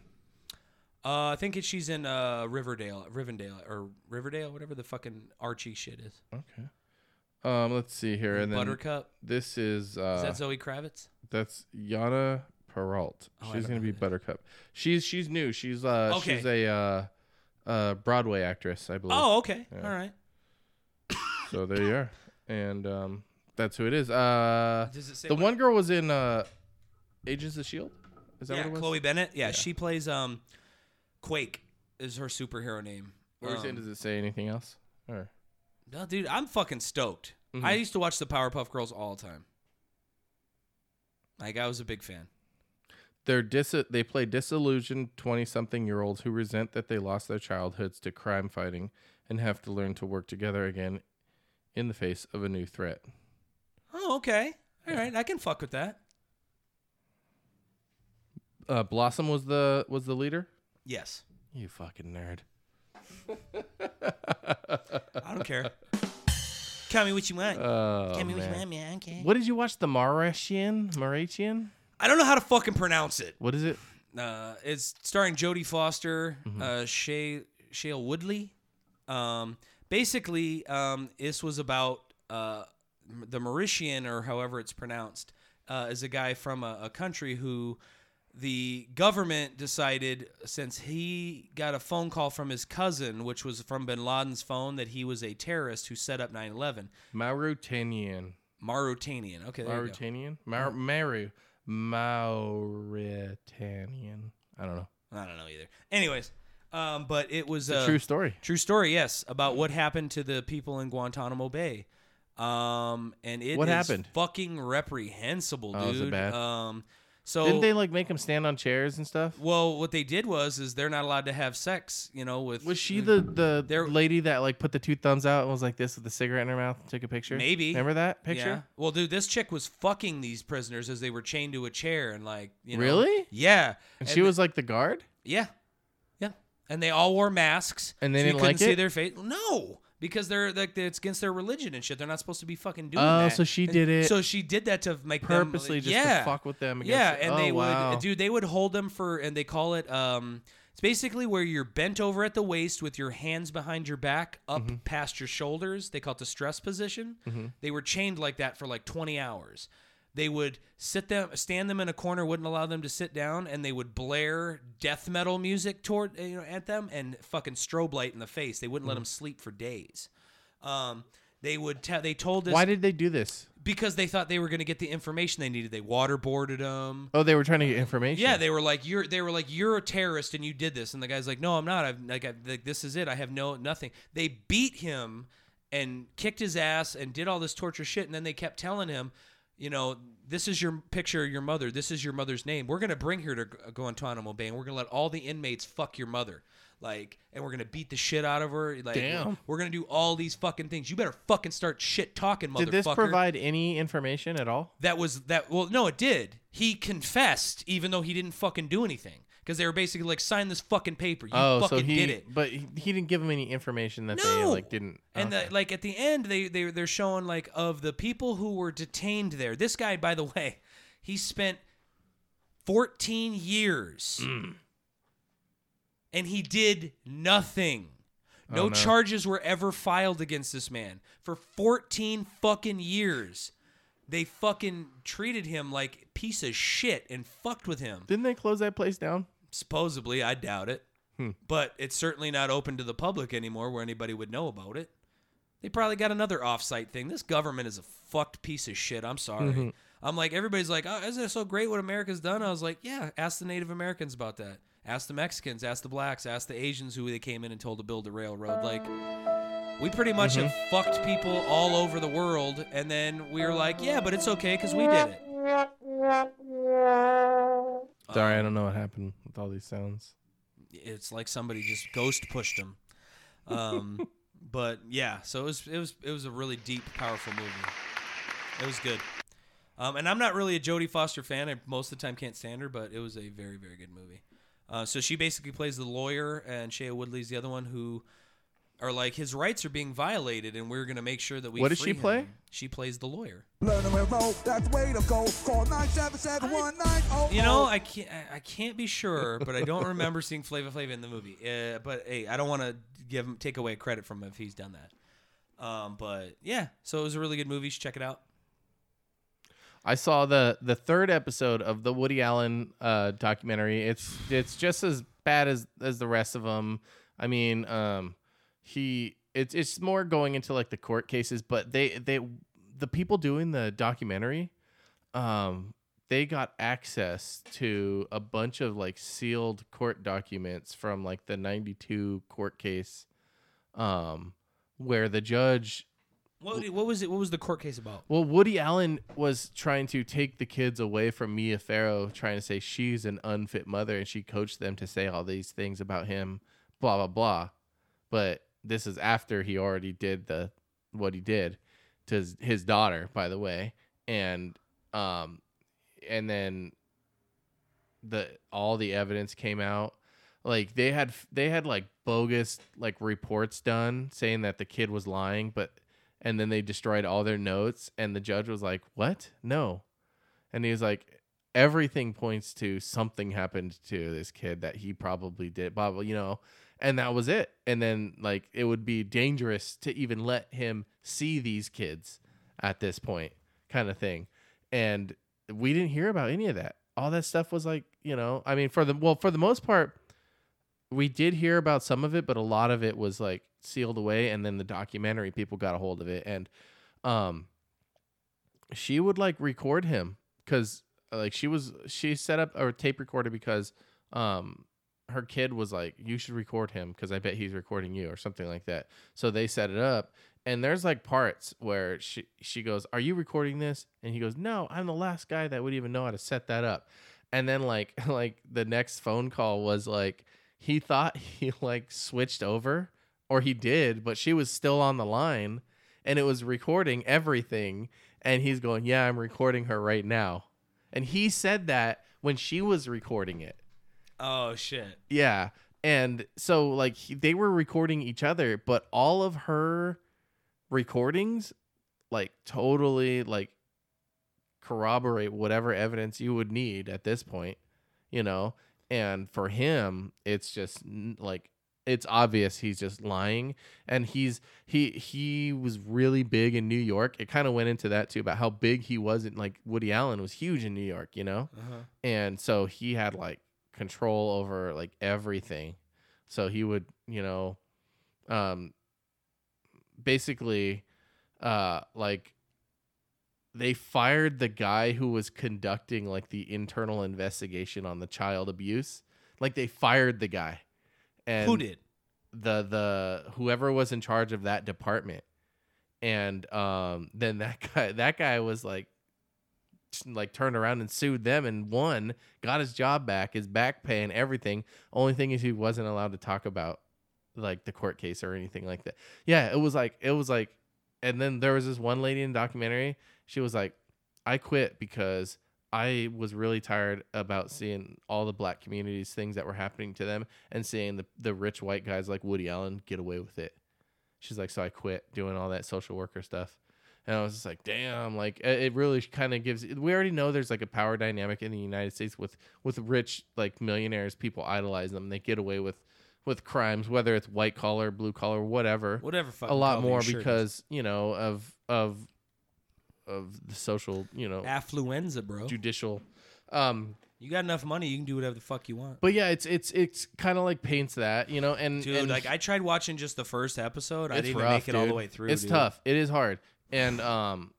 [SPEAKER 2] Uh, I think it, she's in uh, Riverdale, Rivendale, or Riverdale, whatever the fucking Archie shit is.
[SPEAKER 3] Okay. Um, let's see here. And then
[SPEAKER 2] Buttercup.
[SPEAKER 3] This is uh
[SPEAKER 2] is that Zoe Kravitz?
[SPEAKER 3] that's Yana Peralt.
[SPEAKER 2] Oh, I
[SPEAKER 3] she's
[SPEAKER 2] don't
[SPEAKER 3] gonna be Buttercup. She's she's new. She's uh
[SPEAKER 2] Okay.
[SPEAKER 3] she's a uh uh Broadway actress, I believe.
[SPEAKER 2] Oh, okay,
[SPEAKER 3] Yeah.
[SPEAKER 2] all right.
[SPEAKER 3] So there you are. And um that's who it is. Uh
[SPEAKER 2] Does it say
[SPEAKER 3] the
[SPEAKER 2] what-
[SPEAKER 3] one girl was in uh Agents of Shield? E Is that
[SPEAKER 2] yeah,
[SPEAKER 3] what it was?
[SPEAKER 2] Chloe Bennett. Yeah, she plays um, Quake is her superhero name.
[SPEAKER 3] Or is it-
[SPEAKER 2] Um,
[SPEAKER 3] does it say anything else? Or
[SPEAKER 2] No, dude, I'm fucking stoked.
[SPEAKER 3] Mhm.
[SPEAKER 2] I used to watch the Powerpuff Girls all the time. Like I was a big fan.
[SPEAKER 3] They're dis- they play disillusioned 20 something year olds who resent that they lost their childhoods to crime fighting and have to learn to work together again in the face of a new threat.
[SPEAKER 2] Oh, okay. All right, I can fuck with that.
[SPEAKER 3] Uh, Blossom was the was the leader?
[SPEAKER 2] Yes.
[SPEAKER 3] You fucking nerd.
[SPEAKER 2] I don't care. Tell me what you want.
[SPEAKER 3] Oh,
[SPEAKER 2] Tell me what you
[SPEAKER 3] man.
[SPEAKER 2] want, man. Okay.
[SPEAKER 3] What did you watch the Mauritian? Mauritian?
[SPEAKER 2] I don't know how to fucking pronounce it.
[SPEAKER 3] What is it?
[SPEAKER 2] Uh, it's starring Jodie Foster,
[SPEAKER 3] Mm-hmm.
[SPEAKER 2] uh, Shay Shale Woodley. Um, basically, um, this was about uh, M- the Mauritian, or however it's pronounced, uh, is a guy from a, a country who the government decided since he got a phone call from his cousin, which was from Bin Laden's phone, that he was a terrorist who set up 9/11.
[SPEAKER 3] Mauritanian.
[SPEAKER 2] Mauritanian. Okay, there you go.
[SPEAKER 3] Mauritanian? Mar- Maru. Mauritanian. I don't know.
[SPEAKER 2] I don't know either. Anyways, um, but it was
[SPEAKER 3] It's
[SPEAKER 2] uh,
[SPEAKER 3] a true story.
[SPEAKER 2] True story, yes, about what happened to the people in Guantanamo Bay. Um, and it
[SPEAKER 3] What
[SPEAKER 2] is
[SPEAKER 3] happened?
[SPEAKER 2] fucking reprehensible, dude.
[SPEAKER 3] Oh, is it bad?
[SPEAKER 2] Um, so
[SPEAKER 3] Didn't they like make him stand on chairs and stuff?
[SPEAKER 2] well, what they did was is they're not allowed to have sex, you know, with
[SPEAKER 3] Was she the the
[SPEAKER 2] There-
[SPEAKER 3] lady that like put the two thumbs out and was like this with the cigarette in her mouth and took a picture?
[SPEAKER 2] Maybe.
[SPEAKER 3] Remember that
[SPEAKER 2] Yeah.
[SPEAKER 3] picture?
[SPEAKER 2] Well, dude, this chick was fucking these prisoners as they were chained to a chair and like, you know.
[SPEAKER 3] Really?
[SPEAKER 2] Yeah.
[SPEAKER 3] And, she
[SPEAKER 2] the-
[SPEAKER 3] was like the guard?
[SPEAKER 2] Yeah. Yeah. And they all wore masks.
[SPEAKER 3] And they
[SPEAKER 2] so you
[SPEAKER 3] didn't like
[SPEAKER 2] couldn't see
[SPEAKER 3] it?
[SPEAKER 2] their face. No. Because they're like it's against their religion and shit. They're not supposed to be fucking doing
[SPEAKER 3] Oh,
[SPEAKER 2] that.
[SPEAKER 3] so she
[SPEAKER 2] And
[SPEAKER 3] did it
[SPEAKER 2] So she did that to make them-
[SPEAKER 3] Purposely just
[SPEAKER 2] yeah.
[SPEAKER 3] to fuck with them against
[SPEAKER 2] Yeah, and
[SPEAKER 3] oh,
[SPEAKER 2] they
[SPEAKER 3] wow.
[SPEAKER 2] would dude, they would hold them for and they call it um it's basically where you're bent over at the waist with your hands behind your back up
[SPEAKER 3] Mm-hmm.
[SPEAKER 2] past your shoulders. They call it the stress position. They were chained like that for like 20 hours. They would sit them stand them in a corner wouldn't allow them to sit down and they would blare death metal music toward you know at them and fucking strobe light in the face. They wouldn't let
[SPEAKER 3] Mm-hmm.
[SPEAKER 2] them sleep for days. Um they would tell they told us
[SPEAKER 3] Why did they do this?
[SPEAKER 2] because they thought they were going to get the information they needed. They waterboarded them.
[SPEAKER 3] Oh, they were trying to get information.
[SPEAKER 2] Yeah, they were like, "You're," they were like, "You're a terrorist, and you did this." And the guy's like, "No, I'm not. I've like, I've, like this is it. I have no nothing." They beat him and kicked his ass and did all this torture shit, and then they kept telling him, "You know, this is your picture of your mother. This is your mother's name. We're gonna bring her to Gu- Guantanamo Bay, and we're gonna let all the inmates fuck your mother." Like, and we're gonna beat the shit out of her. Like,
[SPEAKER 3] Damn.
[SPEAKER 2] we're gonna do all these fucking things. You better fucking start shit talking, motherfucker
[SPEAKER 3] did this provide any information at all?
[SPEAKER 2] that was that well no it did he confessed even though he didn't fucking do anything because they were basically like sign this fucking paper you
[SPEAKER 3] oh,
[SPEAKER 2] fucking
[SPEAKER 3] so he
[SPEAKER 2] did it
[SPEAKER 3] but he, he didn't give him any information that they
[SPEAKER 2] No!
[SPEAKER 3] like didn't.
[SPEAKER 2] and
[SPEAKER 3] okay.
[SPEAKER 2] the, like at the end they, they they're showing like of the people who were detained there this guy by the way
[SPEAKER 3] Mm.
[SPEAKER 2] he spent 14 years and he did nothing. No,
[SPEAKER 3] Oh, no.
[SPEAKER 2] charges were ever filed against this man for 14 fucking years. They fucking treated him like piece of shit and fucked with him.
[SPEAKER 3] Didn't they close that place down?
[SPEAKER 2] Supposedly, I doubt it. But it's certainly not open to the public anymore where anybody would know about it. They probably got another offsite thing. This government is a fucked piece of shit. I'm sorry.
[SPEAKER 3] Mhm.
[SPEAKER 2] I'm like, everybody's like, oh, isn't it so great what America's done? I was like, yeah, ask the Native Americans about that. Ask the Mexicans, ask the blacks, ask the Asians who they came in and told to build a railroad. Like, we pretty much
[SPEAKER 3] Mhm.
[SPEAKER 2] have fucked people all over the world. And then we were like, yeah, but it's okay because we did it. Um,
[SPEAKER 3] Sorry, I don't know what happened with all these sounds.
[SPEAKER 2] it's like somebody just ghost pushed him. Um, but yeah, so it was it was it was a really deep, powerful movie. It was good. Um, and I'm not really a Jodie Foster fan. I most of the time can't stand her, but it was a very very good movie. Uh, so she basically plays the lawyer, and Shea Woodley's the other one who are like his rights are being violated, and we're gonna make sure that we.
[SPEAKER 3] What does she
[SPEAKER 2] free him."
[SPEAKER 3] play?
[SPEAKER 2] She plays the lawyer.
[SPEAKER 12] Learn to roll, that's the way to go. Call 9771900.
[SPEAKER 2] You know, I can't. I- I can't be sure, but I don't remember seeing Flava Flav in the movie. Uh, but hey, I don't want to give him take away credit from him if he's done that. Um, but yeah, so it was a really good movie. You should check it out.
[SPEAKER 3] I saw the the third episode of the Woody Allen uh, documentary. It's it's just as bad as as the rest of them. I mean, um, he it's it's more going into like the court cases, but they they the people doing the documentary, um, they got access to a bunch of like sealed court documents from like the '92 court case, um, where the judge
[SPEAKER 2] What what was it? What was the court case about?
[SPEAKER 3] well, Woody Allen was trying to take the kids away from Mia Farrow, trying to say she's an unfit mother and she coached them to say all these things about him, blah blah blah. But this is after he already did the what he did to his, his daughter, by the way. And um and then the all the evidence came out like they had they had like bogus like reports done saying that the kid was lying but and then they destroyed all their notes and the judge was like what no and he was like everything points to something happened to this kid that he probably did blah blah you know and that was it and then like it would be dangerous to even let him see these kids at this point kind of thing and we didn't hear about any of that all that stuff was like you know i mean for the well for the most part we did hear about some of it, but a lot of it was like sealed away, and then the documentary people got a hold of it, and um, she would like record him because like she was she set up a tape recorder because um her kid was like you should record him because i bet he's recording you or something like that so they set it up and there's like parts where she she goes are you recording this and he goes no i'm the last guy that would even know how to set that up and then like like the next phone call was like he thought he like switched over or he did but she was still on the line and it was recording everything and he's going yeah i'm recording her right now and he said that when she was recording it
[SPEAKER 2] Oh shit!
[SPEAKER 3] yeah. And so like he, they were recording each other, but all of her recordings like totally like corroborate whatever evidence you would need at this point, you know? And for him, it's just n- like it's obvious he's just lying and he's he he was really big in New York. It kind of went into that too about how big he was in like Woody Allen was huge in New York, you know?
[SPEAKER 2] Uh-huh.
[SPEAKER 3] and so he had like control over like everything so he would you know um basically uh like they fired the guy who was conducting like the internal investigation on the child abuse like they fired the guy and
[SPEAKER 2] Who did?
[SPEAKER 3] the the whoever was in charge of that department and um then that guy that guy was like t- like turned around and sued them and won got his job back his back pay and everything only thing is he wasn't allowed to talk about like the court case or anything like that yeah it was like it was like and then there was this one lady in the documentary she was like i quit because i was really tired about seeing all the black communities things that were happening to them and seeing the, the rich white guys like woody allen get away with it she's like so i quit doing all that social worker stuff and i was just like damn like it it really kind of gives we already know there's like a power dynamic in the united states with with rich like millionaires people idolize them they get away with with crimes, whether it's white collar, blue collar, whatever.
[SPEAKER 2] Whatever fucking
[SPEAKER 3] A lot
[SPEAKER 2] color
[SPEAKER 3] more
[SPEAKER 2] your shirt is.
[SPEAKER 3] because you know of of of the social, you know,
[SPEAKER 2] affluenza, bro.
[SPEAKER 3] Judicial. Um,
[SPEAKER 2] you got enough money, you can do whatever the fuck you want.
[SPEAKER 3] But yeah, it's it's it's kind of like paints that you know, and
[SPEAKER 2] Dude,
[SPEAKER 3] and
[SPEAKER 2] like I tried watching just the first episode. I didn't even make it all the
[SPEAKER 3] dude.
[SPEAKER 2] way through.
[SPEAKER 3] It's
[SPEAKER 2] dude.
[SPEAKER 3] tough. It is hard, and um,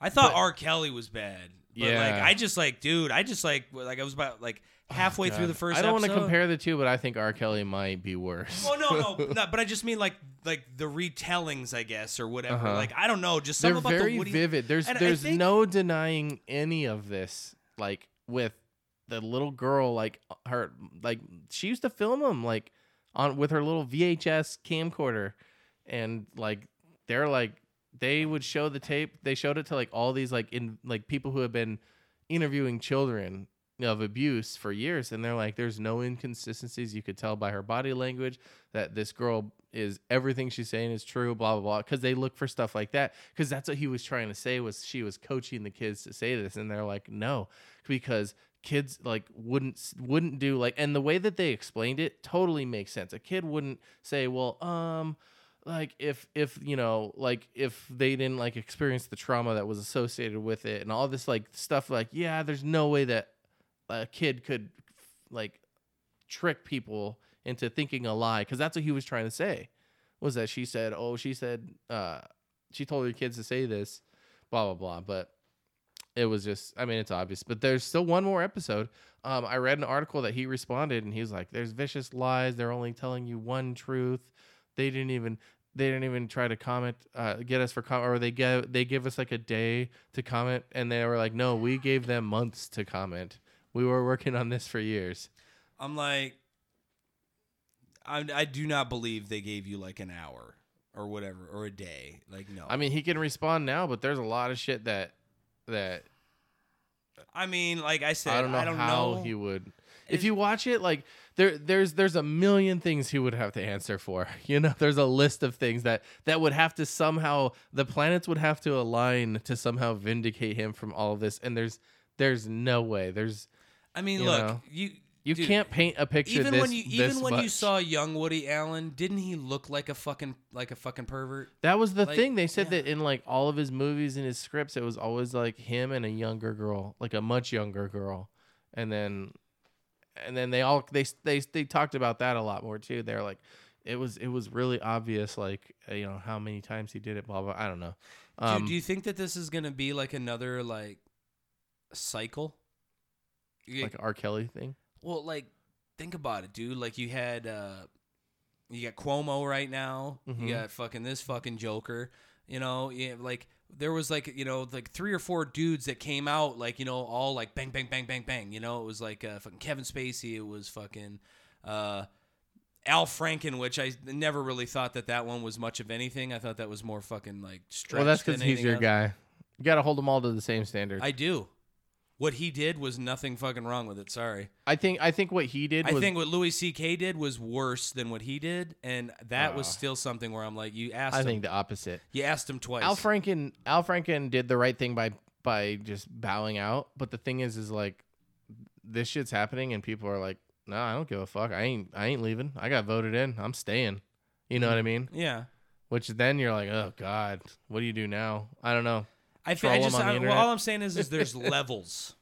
[SPEAKER 2] I thought
[SPEAKER 3] but-
[SPEAKER 2] R. Kelly was bad. But like
[SPEAKER 3] Yeah. Oh,
[SPEAKER 2] I just like, dude, I just like like I was about like halfway through
[SPEAKER 3] God,
[SPEAKER 2] the first
[SPEAKER 3] I don't
[SPEAKER 2] episode.
[SPEAKER 3] want to compare the two, but I think R. Kelly might be worse.
[SPEAKER 2] Well, no, no, no, but I just mean like like the retellings, I guess, or whatever.
[SPEAKER 3] Uh-huh.
[SPEAKER 2] Like I don't know, just
[SPEAKER 3] They're
[SPEAKER 2] something about
[SPEAKER 3] very
[SPEAKER 2] the Woody.
[SPEAKER 3] vivid. There's
[SPEAKER 2] And I
[SPEAKER 3] there's
[SPEAKER 2] think-
[SPEAKER 3] no denying any of this. Like with the little girl, like her, like she used to film them like on with her little VHS camcorder, and like they're like they would show the tape. They showed it to like all these like in like people who have been interviewing children of abuse for years and they're like there's no inconsistencies you could tell by her body language that this girl is everything she's saying is true blah blah blah because they look for stuff like that because that's what he was trying to say was she was coaching the kids to say this and they're like no because kids like wouldn't wouldn't do like and the way that they explained it totally makes sense a kid wouldn't say well um like if if you know like if they didn't like experience the trauma that was associated with it and all this like stuff like yeah there's no way that a kid could like trick people into thinking a lie because that's what he was trying to say was that she said oh she said uh she told her kids to say this blah blah blah but it was just i mean it's obvious but there's still one more episode um, i read an article that he responded and he was like there's vicious lies they're only telling you one truth they didn't even they didn't even try to comment uh, get us for comment or they give they give us like a day to comment and they were like no we gave them months to comment we were working on this for years
[SPEAKER 2] I'm like, I I do not believe they gave you like an hour or whatever or a day. Like no,
[SPEAKER 3] i mean he can respond now but there's a lot of shit that that
[SPEAKER 2] I mean, like I said,
[SPEAKER 3] I don't know how
[SPEAKER 2] know.
[SPEAKER 3] he would. If you watch it, like there, there's there's a million things he would have to answer for. You know, there's a list of things that that would have to somehow the planets would have to align to somehow vindicate him from all of this. And there's there's no way. There's
[SPEAKER 2] I mean,
[SPEAKER 3] you
[SPEAKER 2] look,
[SPEAKER 3] know,
[SPEAKER 2] you
[SPEAKER 3] you
[SPEAKER 2] dude,
[SPEAKER 3] can't paint a picture
[SPEAKER 2] Even
[SPEAKER 3] this-
[SPEAKER 2] when you even
[SPEAKER 3] this
[SPEAKER 2] when you
[SPEAKER 3] much.
[SPEAKER 2] saw young Woody Allen, didn't he look like a fucking like a fucking pervert?
[SPEAKER 3] That was the
[SPEAKER 2] Like,
[SPEAKER 3] thing. They said that in like all of his movies and his scripts, it was always like him and a younger girl, like a much younger girl, and then, and then they all they they they talked about that a lot more too. They're like, it was it was really obvious, like uh, you know how many times he did it, blah blah. I don't know.
[SPEAKER 2] Dude,
[SPEAKER 3] Um,
[SPEAKER 2] do you think that this is gonna be like another like cycle? You-
[SPEAKER 3] like R. Kelly thing?
[SPEAKER 2] well, like think about it, dude. Like you had uh you got Cuomo right now.
[SPEAKER 3] Mhm.
[SPEAKER 2] You got fucking this fucking Joker. You know, yeah, like there was like you know like three or four dudes that came out like you know all like bang bang bang bang bang. You know, it was like uh, fucking Kevin Spacey. It was fucking. uh Al Franken, which I never really thought that that one was much of anything. I thought that was more fucking like stretched.
[SPEAKER 3] Well, that's
[SPEAKER 2] than
[SPEAKER 3] because he's
[SPEAKER 2] anything
[SPEAKER 3] your
[SPEAKER 2] else.
[SPEAKER 3] guy. You got to hold them all to the same standard.
[SPEAKER 2] I do. What he did was nothing fucking wrong with it. Sorry.
[SPEAKER 3] I think I think what he did.
[SPEAKER 2] I
[SPEAKER 3] was,
[SPEAKER 2] think what Louis C.K. did was worse than what he did, and that was
[SPEAKER 3] Wow.
[SPEAKER 2] still something where I'm like, you asked.
[SPEAKER 3] Ah. I
[SPEAKER 2] him,
[SPEAKER 3] think the opposite.
[SPEAKER 2] you asked him twice.
[SPEAKER 3] Al Franken Al Franken did the right thing by by just bowing out. But the thing is, is like this shit's happening, and people are like, "No, I don't give a fuck. I ain't I ain't leaving. I got voted in. I'm staying." You know what I mean?
[SPEAKER 2] Yeah.
[SPEAKER 3] Which then you're like, "Oh God, what do you do now? I don't know."
[SPEAKER 2] I, fe-
[SPEAKER 3] feel
[SPEAKER 2] I just I, well, all I'm saying is, is there's levels.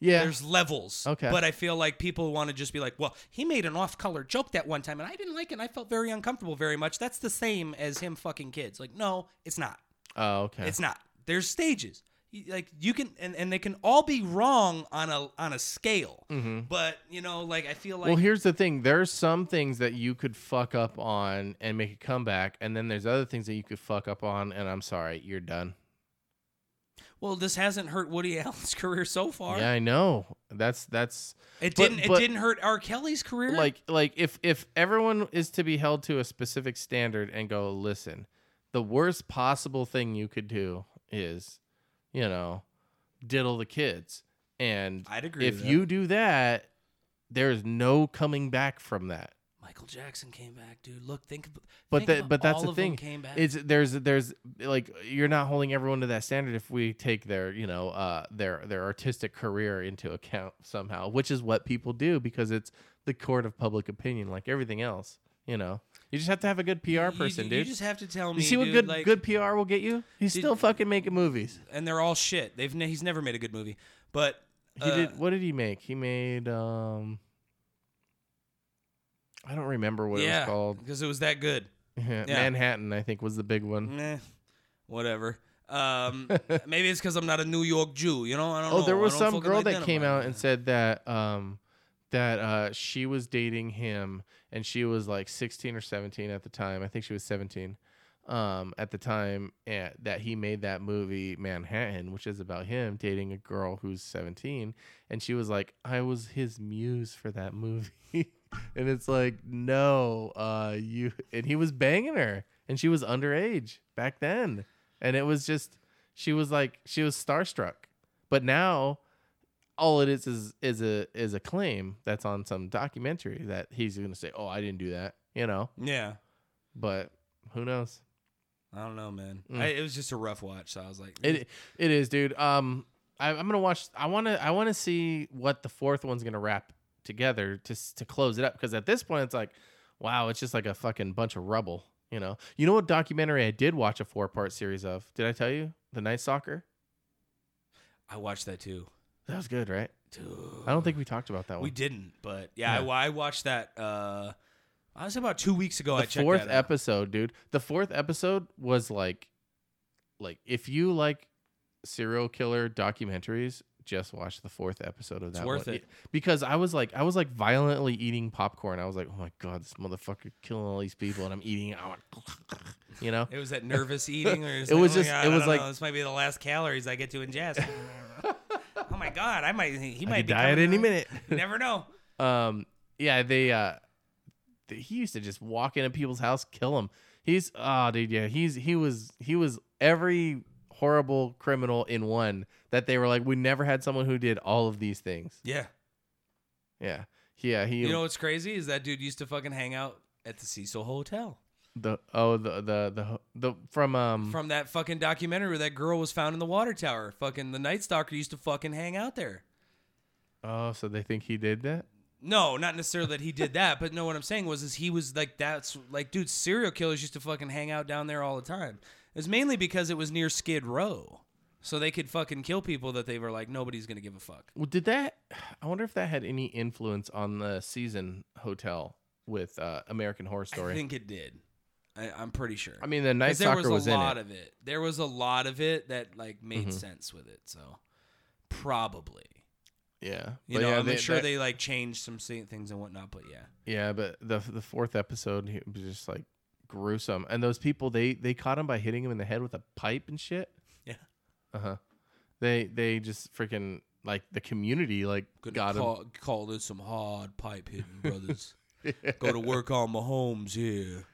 [SPEAKER 3] Yeah.
[SPEAKER 2] There's levels.
[SPEAKER 3] Okay.
[SPEAKER 2] But I feel like people want to just be like, well, he made an off-color joke that one time, and I didn't like it. and I felt very uncomfortable very much. That's the same as him fucking kids. Like, no, it's not.
[SPEAKER 3] Oh, okay.
[SPEAKER 2] It's not. There's stages. You- Like you can, and, and they can all be wrong on a on a scale.
[SPEAKER 3] Mhm.
[SPEAKER 2] But you know, like I feel like
[SPEAKER 3] well, here's the thing. There's some things that you could fuck up on and make a comeback, and then there's other things that you could fuck up on, and I'm sorry, you're done.
[SPEAKER 2] Well, this hasn't hurt Woody Allen's career so far.
[SPEAKER 3] Yeah, I know. That's that's.
[SPEAKER 2] It
[SPEAKER 3] but-
[SPEAKER 2] didn't.
[SPEAKER 3] but-
[SPEAKER 2] it didn't hurt R. Kelly's career.
[SPEAKER 3] like like if if everyone is to be held to a specific standard and go listen the worst possible thing you could do is you know diddle the kids and
[SPEAKER 2] I'd agree
[SPEAKER 3] if
[SPEAKER 2] with that.
[SPEAKER 3] you do that there's no coming back from that
[SPEAKER 2] Michael Jackson came back, dude. Look, think. ab-
[SPEAKER 3] but
[SPEAKER 2] think
[SPEAKER 3] that
[SPEAKER 2] about
[SPEAKER 3] but that's
[SPEAKER 2] all
[SPEAKER 3] the
[SPEAKER 2] of 'em
[SPEAKER 3] thing
[SPEAKER 2] Came back.
[SPEAKER 3] it's there's there's like you're not holding everyone to that standard if we take their you know uh their their artistic career into account somehow which is what people do because it's the court of public opinion like everything else. You know, you just have to have a good PR person,
[SPEAKER 2] you
[SPEAKER 3] dude.
[SPEAKER 2] just have to tell
[SPEAKER 3] You
[SPEAKER 2] me,
[SPEAKER 3] see what
[SPEAKER 2] dude,
[SPEAKER 3] good
[SPEAKER 2] like-
[SPEAKER 3] good PR will get you? He's
[SPEAKER 2] Did-
[SPEAKER 3] still fucking making movies.
[SPEAKER 2] and they're all shit. They've ne- he's never made a good movie, but
[SPEAKER 3] He
[SPEAKER 2] uh,
[SPEAKER 3] did. What did he make? He made. um I don't remember what it
[SPEAKER 2] yeah,
[SPEAKER 3] was called.
[SPEAKER 2] because it was that good. Yeah.
[SPEAKER 3] Manhattan, I think, was the big one.
[SPEAKER 2] Meh, Eh, whatever. Um, maybe it's because I'm not a New York Jew. You know, I don't know.
[SPEAKER 3] Oh, there
[SPEAKER 2] I
[SPEAKER 3] was
[SPEAKER 2] don't
[SPEAKER 3] some
[SPEAKER 2] fucking
[SPEAKER 3] girl that came
[SPEAKER 2] identify.
[SPEAKER 3] out and said that um that uh she was dating him and she was like 16 or 17 at the time. I think she was 17 um at the time and that he made that movie Manhattan, which is about him dating a girl who's 17 and she was like I was his muse for that movie. and it's like no, uh you and he was banging her and she was underage back then. And it was just she was like she was starstruck. But now all it is is is a is a claim that's on some documentary that he's gonna say, "Oh, I didn't do that," you know.
[SPEAKER 2] Yeah.
[SPEAKER 3] But who knows?
[SPEAKER 2] I don't know, man.
[SPEAKER 3] Mm.
[SPEAKER 2] I, it was just a rough watch, so I was like,
[SPEAKER 3] It it is, dude. Um, I, I'm gonna watch. I wanna I wanna see what the fourth one's gonna wrap together to s- to close it up because at this point it's like, wow, it's just like a fucking bunch of rubble. You know. You know what documentary I did watch a four part series of? Did I tell you the Night Soccer?
[SPEAKER 2] I watched that too.
[SPEAKER 3] That was good, right? I don't think we talked about that one.
[SPEAKER 2] We didn't, but yeah, I
[SPEAKER 3] Yeah.
[SPEAKER 2] wa- I, watched that. Uh, I was about two weeks ago. Oh, I
[SPEAKER 3] the
[SPEAKER 2] checked
[SPEAKER 3] fourth
[SPEAKER 2] that out.
[SPEAKER 3] episode, dude. The fourth episode was like, like if you like serial killer documentaries, just watch the fourth episode of that.
[SPEAKER 2] worth
[SPEAKER 3] one.
[SPEAKER 2] it.
[SPEAKER 3] because I was like, I was like violently eating popcorn. I was like, oh my god, this motherfucker killing all these people, and I'm eating it. I went, you know,
[SPEAKER 2] It was that nervous eating, or Oh
[SPEAKER 3] it was just, it was like,
[SPEAKER 2] this might be the last calories I get to ingest. oh my god, I might he might
[SPEAKER 3] could
[SPEAKER 2] be
[SPEAKER 3] die at
[SPEAKER 2] coming
[SPEAKER 3] any
[SPEAKER 2] on.
[SPEAKER 3] minute.
[SPEAKER 2] You never know.
[SPEAKER 3] um, yeah, they, uh, th- he used to just walk into people's house, kill them. He's, ah, dude, yeah, he's, he was, he was every horrible criminal in one that they were like, we never had someone who did all of these things.
[SPEAKER 2] Yeah,
[SPEAKER 3] Yeah. Yeah. He,
[SPEAKER 2] you know what's crazy is that dude used to fucking hang out at the Cecil Hotel
[SPEAKER 3] the, oh, the, the, the, the, from, um,
[SPEAKER 2] from that fucking documentary where that girl was found in the water tower. Fucking the Night Stalker used to fucking hang out there.
[SPEAKER 3] oh, so they think he did that?
[SPEAKER 2] No, not necessarily that he did that, but no, what I'm saying was is he was like that's like dude, serial killers used to fucking hang out down there all the time. It was mainly because it was near Skid Row. So they could fucking kill people that they were like nobody's gonna give a fuck.
[SPEAKER 3] Well, did that? I wonder if that had any influence on the season hotel with uh, American Horror Story.
[SPEAKER 2] I think it did. I, I'm pretty sure.
[SPEAKER 3] I mean, the Night
[SPEAKER 2] 'Cause there
[SPEAKER 3] Stalker
[SPEAKER 2] was
[SPEAKER 3] was
[SPEAKER 2] a
[SPEAKER 3] in
[SPEAKER 2] lot
[SPEAKER 3] it.
[SPEAKER 2] of it. There was a lot of it that like made
[SPEAKER 3] Mhm.
[SPEAKER 2] sense with it. So probably,
[SPEAKER 3] yeah,
[SPEAKER 2] you
[SPEAKER 3] But
[SPEAKER 2] know,
[SPEAKER 3] yeah,
[SPEAKER 2] I'm
[SPEAKER 3] they-
[SPEAKER 2] sure
[SPEAKER 3] that-
[SPEAKER 2] they like changed some se- things and whatnot. But yeah,
[SPEAKER 3] Yeah, but the the fourth episode he was just like gruesome, and those people they they caught him by hitting him in the head with a pipe and shit.
[SPEAKER 2] Yeah.
[SPEAKER 3] Uh huh. They they just freaking like the community like
[SPEAKER 2] Gonna
[SPEAKER 3] got him.
[SPEAKER 2] call, call in some hard pipe hitting brothers. Go to work on Mahomes here.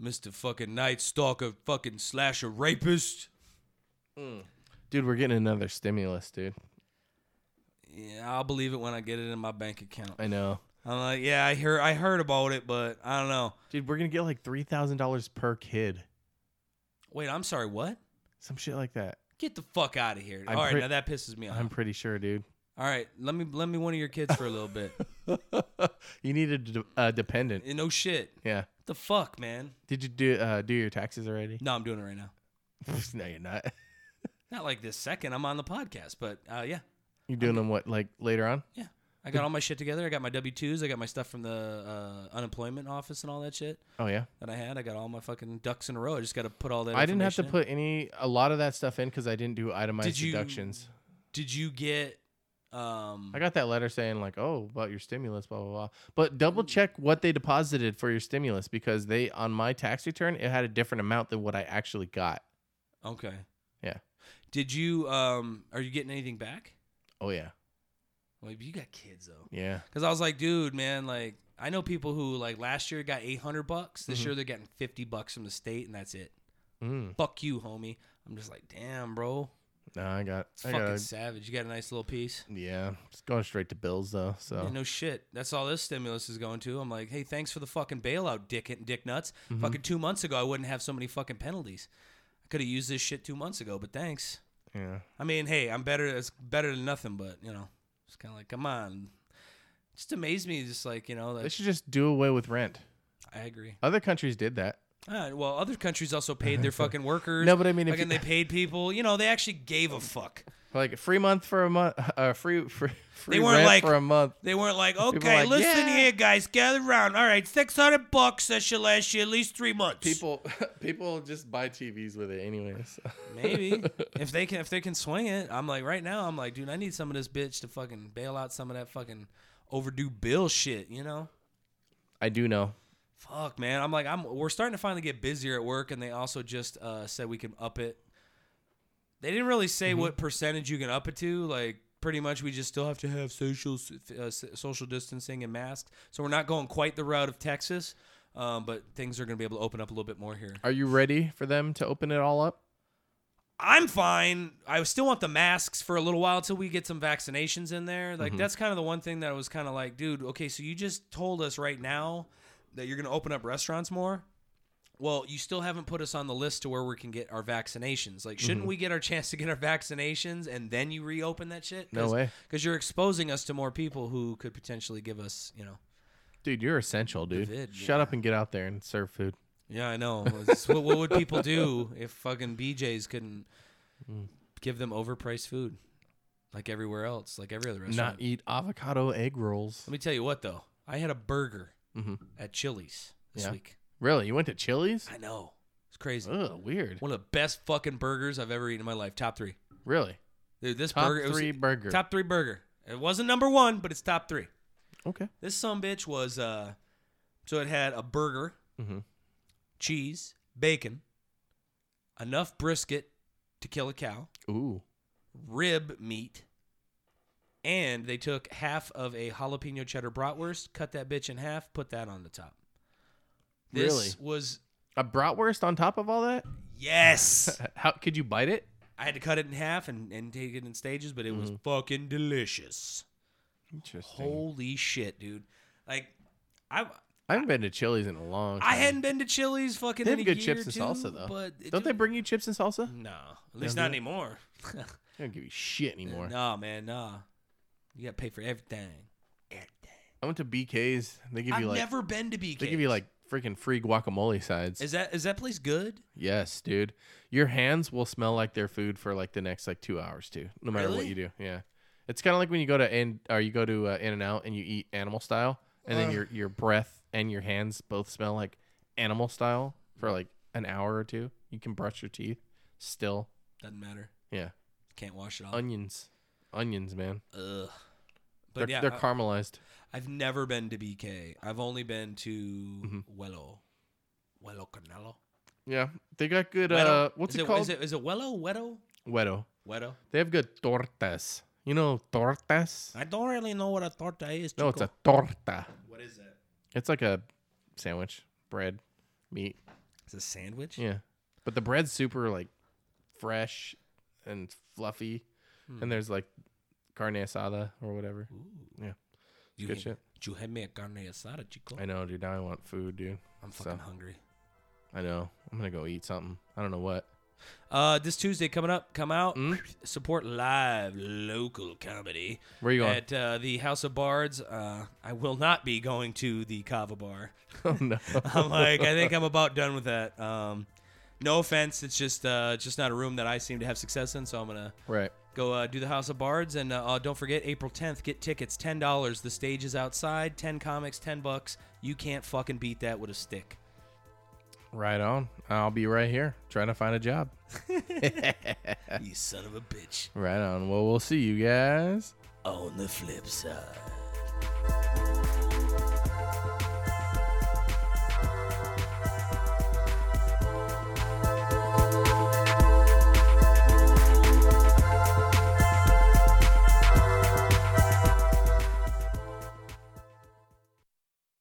[SPEAKER 2] Mr. fucking Night Stalker, fucking slasher rapist.
[SPEAKER 3] Dude, we're getting another stimulus, dude.
[SPEAKER 2] Yeah, I'll believe it when I get it in my bank account.
[SPEAKER 3] I know,
[SPEAKER 2] I'm like, yeah, I heard, I heard about it, but I don't know.
[SPEAKER 3] dude. We're gonna get like three thousand dollars per kid,
[SPEAKER 2] Wait, I'm sorry, what?
[SPEAKER 3] some shit like that.
[SPEAKER 2] Get the fuck out of here!
[SPEAKER 3] I'm
[SPEAKER 2] All right,
[SPEAKER 3] pre-
[SPEAKER 2] now that pisses me off.
[SPEAKER 3] I'm pretty sure, dude.
[SPEAKER 2] All right, let me let me one of your kids for a little bit.
[SPEAKER 3] you need a, de- a dependent.
[SPEAKER 2] Eh, no shit.
[SPEAKER 3] Yeah.
[SPEAKER 2] The fuck, man.
[SPEAKER 3] Did you do uh, do your taxes already?
[SPEAKER 2] No, I'm doing it right now.
[SPEAKER 3] no, you're not.
[SPEAKER 2] Not like this second. I'm on the podcast, but uh, yeah,
[SPEAKER 3] You're doing them what like later on?
[SPEAKER 2] yeah. I got all my shit together. I got my W twos. I got my stuff from the uh, unemployment office and all that shit
[SPEAKER 3] Oh yeah.
[SPEAKER 2] that I had. I got all my fucking ducks in a row. I just got to put all that.
[SPEAKER 3] I didn't have to
[SPEAKER 2] information in.
[SPEAKER 3] put any a lot of that stuff in because I didn't do itemized
[SPEAKER 2] Did you-
[SPEAKER 3] deductions.
[SPEAKER 2] Did you get? Um,
[SPEAKER 3] I got that letter saying like, oh, about your stimulus, blah blah blah. But double check what they deposited for your stimulus because they on my tax return it had a different amount than what I actually got.
[SPEAKER 2] okay.
[SPEAKER 3] Yeah.
[SPEAKER 2] Did you? Um, are you getting anything back?
[SPEAKER 3] Oh yeah.
[SPEAKER 2] Well, you got kids though.
[SPEAKER 3] Yeah.
[SPEAKER 2] Because I was like, dude, man, like I know people who like last year got eight hundred bucks. This
[SPEAKER 3] Mhm.
[SPEAKER 2] year they're getting fifty bucks from the state, and that's it.
[SPEAKER 3] Mm.
[SPEAKER 2] Fuck you, homie. I'm just like, damn, bro,
[SPEAKER 3] No, I got.
[SPEAKER 2] it's
[SPEAKER 3] I
[SPEAKER 2] fucking
[SPEAKER 3] got.
[SPEAKER 2] savage. You got a nice little piece.
[SPEAKER 3] Yeah. It's going straight to bills though. So.
[SPEAKER 2] Yeah, no shit. That's all this stimulus is going to. I'm like, hey, thanks for the fucking bailout, dick dick nuts.
[SPEAKER 3] Mhm.
[SPEAKER 2] Fucking two months ago, I wouldn't have so many fucking penalties. I could have used this shit two months ago, but thanks.
[SPEAKER 3] yeah.
[SPEAKER 2] I mean, hey, I'm better. It's better than nothing, but you know, it's kind of like, come on, just amazed me. Just like you know, that,
[SPEAKER 3] They should just do away with rent.
[SPEAKER 2] I agree.
[SPEAKER 3] Other countries did that.
[SPEAKER 2] Ah, well, other countries also paid their fucking workers.
[SPEAKER 3] No, but I mean, if
[SPEAKER 2] fucking
[SPEAKER 3] you-
[SPEAKER 2] they paid people. You know, they actually gave a fuck.
[SPEAKER 3] Like free month for a month, uh, free free free
[SPEAKER 2] They weren't
[SPEAKER 3] rent
[SPEAKER 2] like
[SPEAKER 3] for a month.
[SPEAKER 2] They weren't like,
[SPEAKER 3] People were
[SPEAKER 2] okay,
[SPEAKER 3] like,
[SPEAKER 2] listen
[SPEAKER 3] "Yeah."
[SPEAKER 2] here, guys, gather around. All right, six hundred bucks that should last you at least three months.
[SPEAKER 3] People people just buy TVs with it anyways.
[SPEAKER 2] Maybe if they can if they can swing it, I'm like right now I'm like, dude, I need some of this bitch to fucking bail out some of that fucking overdue bill shit, you know?
[SPEAKER 3] I do know.
[SPEAKER 2] Fuck, man. I'm like I'm we're starting to finally get busier at work and they also just uh said we can up it. They didn't really say what percentage you can up it to, like pretty much we just still have to have social s- uh, s- social distancing and masks. So we're not going quite the route of Texas. Um, but things are going to be able to open up a little bit more here.
[SPEAKER 3] Are you ready for them to open it all up?
[SPEAKER 2] I'm fine. I still want the masks for a little while till we get some vaccinations in there. Like
[SPEAKER 3] Mhm.
[SPEAKER 2] that's kind of the one thing that I was kind of like, dude, okay, so you just told us right now that you're going to open up restaurants more. Well, you still haven't put us on the list to where we can get our vaccinations. Like, shouldn't
[SPEAKER 3] Mhm.
[SPEAKER 2] we get our chance to get our vaccinations and then you reopen that shit?
[SPEAKER 3] No way.
[SPEAKER 2] Because you're exposing us to more people who could potentially give us, you know.
[SPEAKER 3] Dude, you're essential, dude.
[SPEAKER 2] vid,
[SPEAKER 3] Shut up and get out there and serve food.
[SPEAKER 2] Yeah, I know. It's- what, what would people do if fucking BJ's couldn't
[SPEAKER 3] Mm.
[SPEAKER 2] give them overpriced food like everywhere else, like every other restaurant?
[SPEAKER 3] Not e- eat avocado egg rolls.
[SPEAKER 2] Let me tell you what, though. I had a burger
[SPEAKER 3] Mhm.
[SPEAKER 2] at Chili's this
[SPEAKER 3] Yeah.
[SPEAKER 2] week.
[SPEAKER 3] Really? You went to Chili's?
[SPEAKER 2] I know. It's crazy.
[SPEAKER 3] Ugh, weird.
[SPEAKER 2] One of the best fucking burgers I've ever eaten in my life. Top three.
[SPEAKER 3] Really?
[SPEAKER 2] Dude, this
[SPEAKER 3] Top
[SPEAKER 2] burger. it was-
[SPEAKER 3] three burger.
[SPEAKER 2] Top three burger. It wasn't number one, but it's top three.
[SPEAKER 3] Okay.
[SPEAKER 2] This some bitch was uh, so it had a burger,
[SPEAKER 3] Mhm.
[SPEAKER 2] cheese, bacon, enough brisket to kill a cow,
[SPEAKER 3] Ooh.
[SPEAKER 2] rib meat, and they took half of a jalapeno cheddar bratwurst, cut that bitch in half, put that on the top. This
[SPEAKER 3] Really?
[SPEAKER 2] was
[SPEAKER 3] A bratwurst on top of all that?
[SPEAKER 2] yes.
[SPEAKER 3] How could you bite it?
[SPEAKER 2] I had to cut it in half and, and take it in stages, but it was fucking delicious.
[SPEAKER 3] Interesting.
[SPEAKER 2] Holy shit, dude! Like, I
[SPEAKER 3] I haven't been to Chili's in a long time.
[SPEAKER 2] I hadn't been to Chili's fucking.
[SPEAKER 3] They
[SPEAKER 2] in
[SPEAKER 3] have
[SPEAKER 2] a
[SPEAKER 3] good
[SPEAKER 2] year
[SPEAKER 3] chips and
[SPEAKER 2] or two,
[SPEAKER 3] salsa though.
[SPEAKER 2] But it
[SPEAKER 3] Don't they
[SPEAKER 2] just- Mm.
[SPEAKER 3] bring you chips and salsa?
[SPEAKER 2] No, at least
[SPEAKER 3] Don't
[SPEAKER 2] not
[SPEAKER 3] do
[SPEAKER 2] anymore.
[SPEAKER 3] They don't give you shit anymore.
[SPEAKER 2] nah, man, nah. You got to pay for everything.
[SPEAKER 3] I went to BK's. They give
[SPEAKER 2] I've
[SPEAKER 3] you like
[SPEAKER 2] never been to BK.
[SPEAKER 3] they give you like freaking free guacamole sides.
[SPEAKER 2] Is that is that place good?
[SPEAKER 3] yes, dude. Your hands will smell like their food for like the next like two hours too, no matter what
[SPEAKER 2] Really?
[SPEAKER 3] you do. Yeah, it's kind of like when you go to in or you go to uh, In and Out and you eat animal style, and then
[SPEAKER 2] Ugh.
[SPEAKER 3] your your breath and your hands both smell like animal style for like an hour or two. You can brush your teeth still.
[SPEAKER 2] Doesn't matter.
[SPEAKER 3] Yeah,
[SPEAKER 2] Can't wash it off.
[SPEAKER 3] onions, onions, man.
[SPEAKER 2] Ugh. Uh, But
[SPEAKER 3] They're,
[SPEAKER 2] yeah, uh,
[SPEAKER 3] they're
[SPEAKER 2] I,
[SPEAKER 3] caramelized.
[SPEAKER 2] I've never been to BK. I've only been to
[SPEAKER 3] Mm-hmm.
[SPEAKER 2] Wello. Wello Canelo.
[SPEAKER 3] Yeah, they got good.
[SPEAKER 2] Wello?
[SPEAKER 3] Uh, what's
[SPEAKER 2] Is
[SPEAKER 3] it,
[SPEAKER 2] it
[SPEAKER 3] called?
[SPEAKER 2] Is it, is it Wello? Wello?
[SPEAKER 3] Wedo.
[SPEAKER 2] Wello?
[SPEAKER 3] They have good tortas. You know tortas?
[SPEAKER 2] I don't really know what a torta is.
[SPEAKER 3] No, it's a
[SPEAKER 2] Chico.
[SPEAKER 3] torta.
[SPEAKER 2] What is that?
[SPEAKER 3] It's like a sandwich, bread, meat.
[SPEAKER 2] It's a sandwich?
[SPEAKER 3] Yeah, but the bread's super like fresh and fluffy,
[SPEAKER 2] Hmm.
[SPEAKER 3] and there's like carne asada or whatever. Yeah,
[SPEAKER 2] You
[SPEAKER 3] good
[SPEAKER 2] had-
[SPEAKER 3] shit.
[SPEAKER 2] You had me a carne asada, chico.
[SPEAKER 3] I know, dude. Now I want food, dude.
[SPEAKER 2] I'm
[SPEAKER 3] So,
[SPEAKER 2] fucking hungry.
[SPEAKER 3] I know. I'm gonna go eat something. I don't know what.
[SPEAKER 2] Uh, this Tuesday coming up, come out, support live local comedy.
[SPEAKER 3] Where you going?
[SPEAKER 2] At uh, the House of Bards. Uh, I will not be going to the Kava Bar.
[SPEAKER 3] Oh no.
[SPEAKER 2] I'm like, I think I'm about done with that. Um, no offense, it's just uh, just not a room that I seem to have success in, so I'm gonna
[SPEAKER 3] Right.
[SPEAKER 2] go uh, do the House of Bards, and uh, uh, don't forget April 10th. Get tickets, ten dollars. The stage is outside, ten comics, ten bucks. You can't fucking beat that with a stick.
[SPEAKER 3] Right on. I'll be right here trying to find a job.
[SPEAKER 2] you son of a bitch.
[SPEAKER 3] Right on. Well, we'll see you guys.
[SPEAKER 2] On the flip side.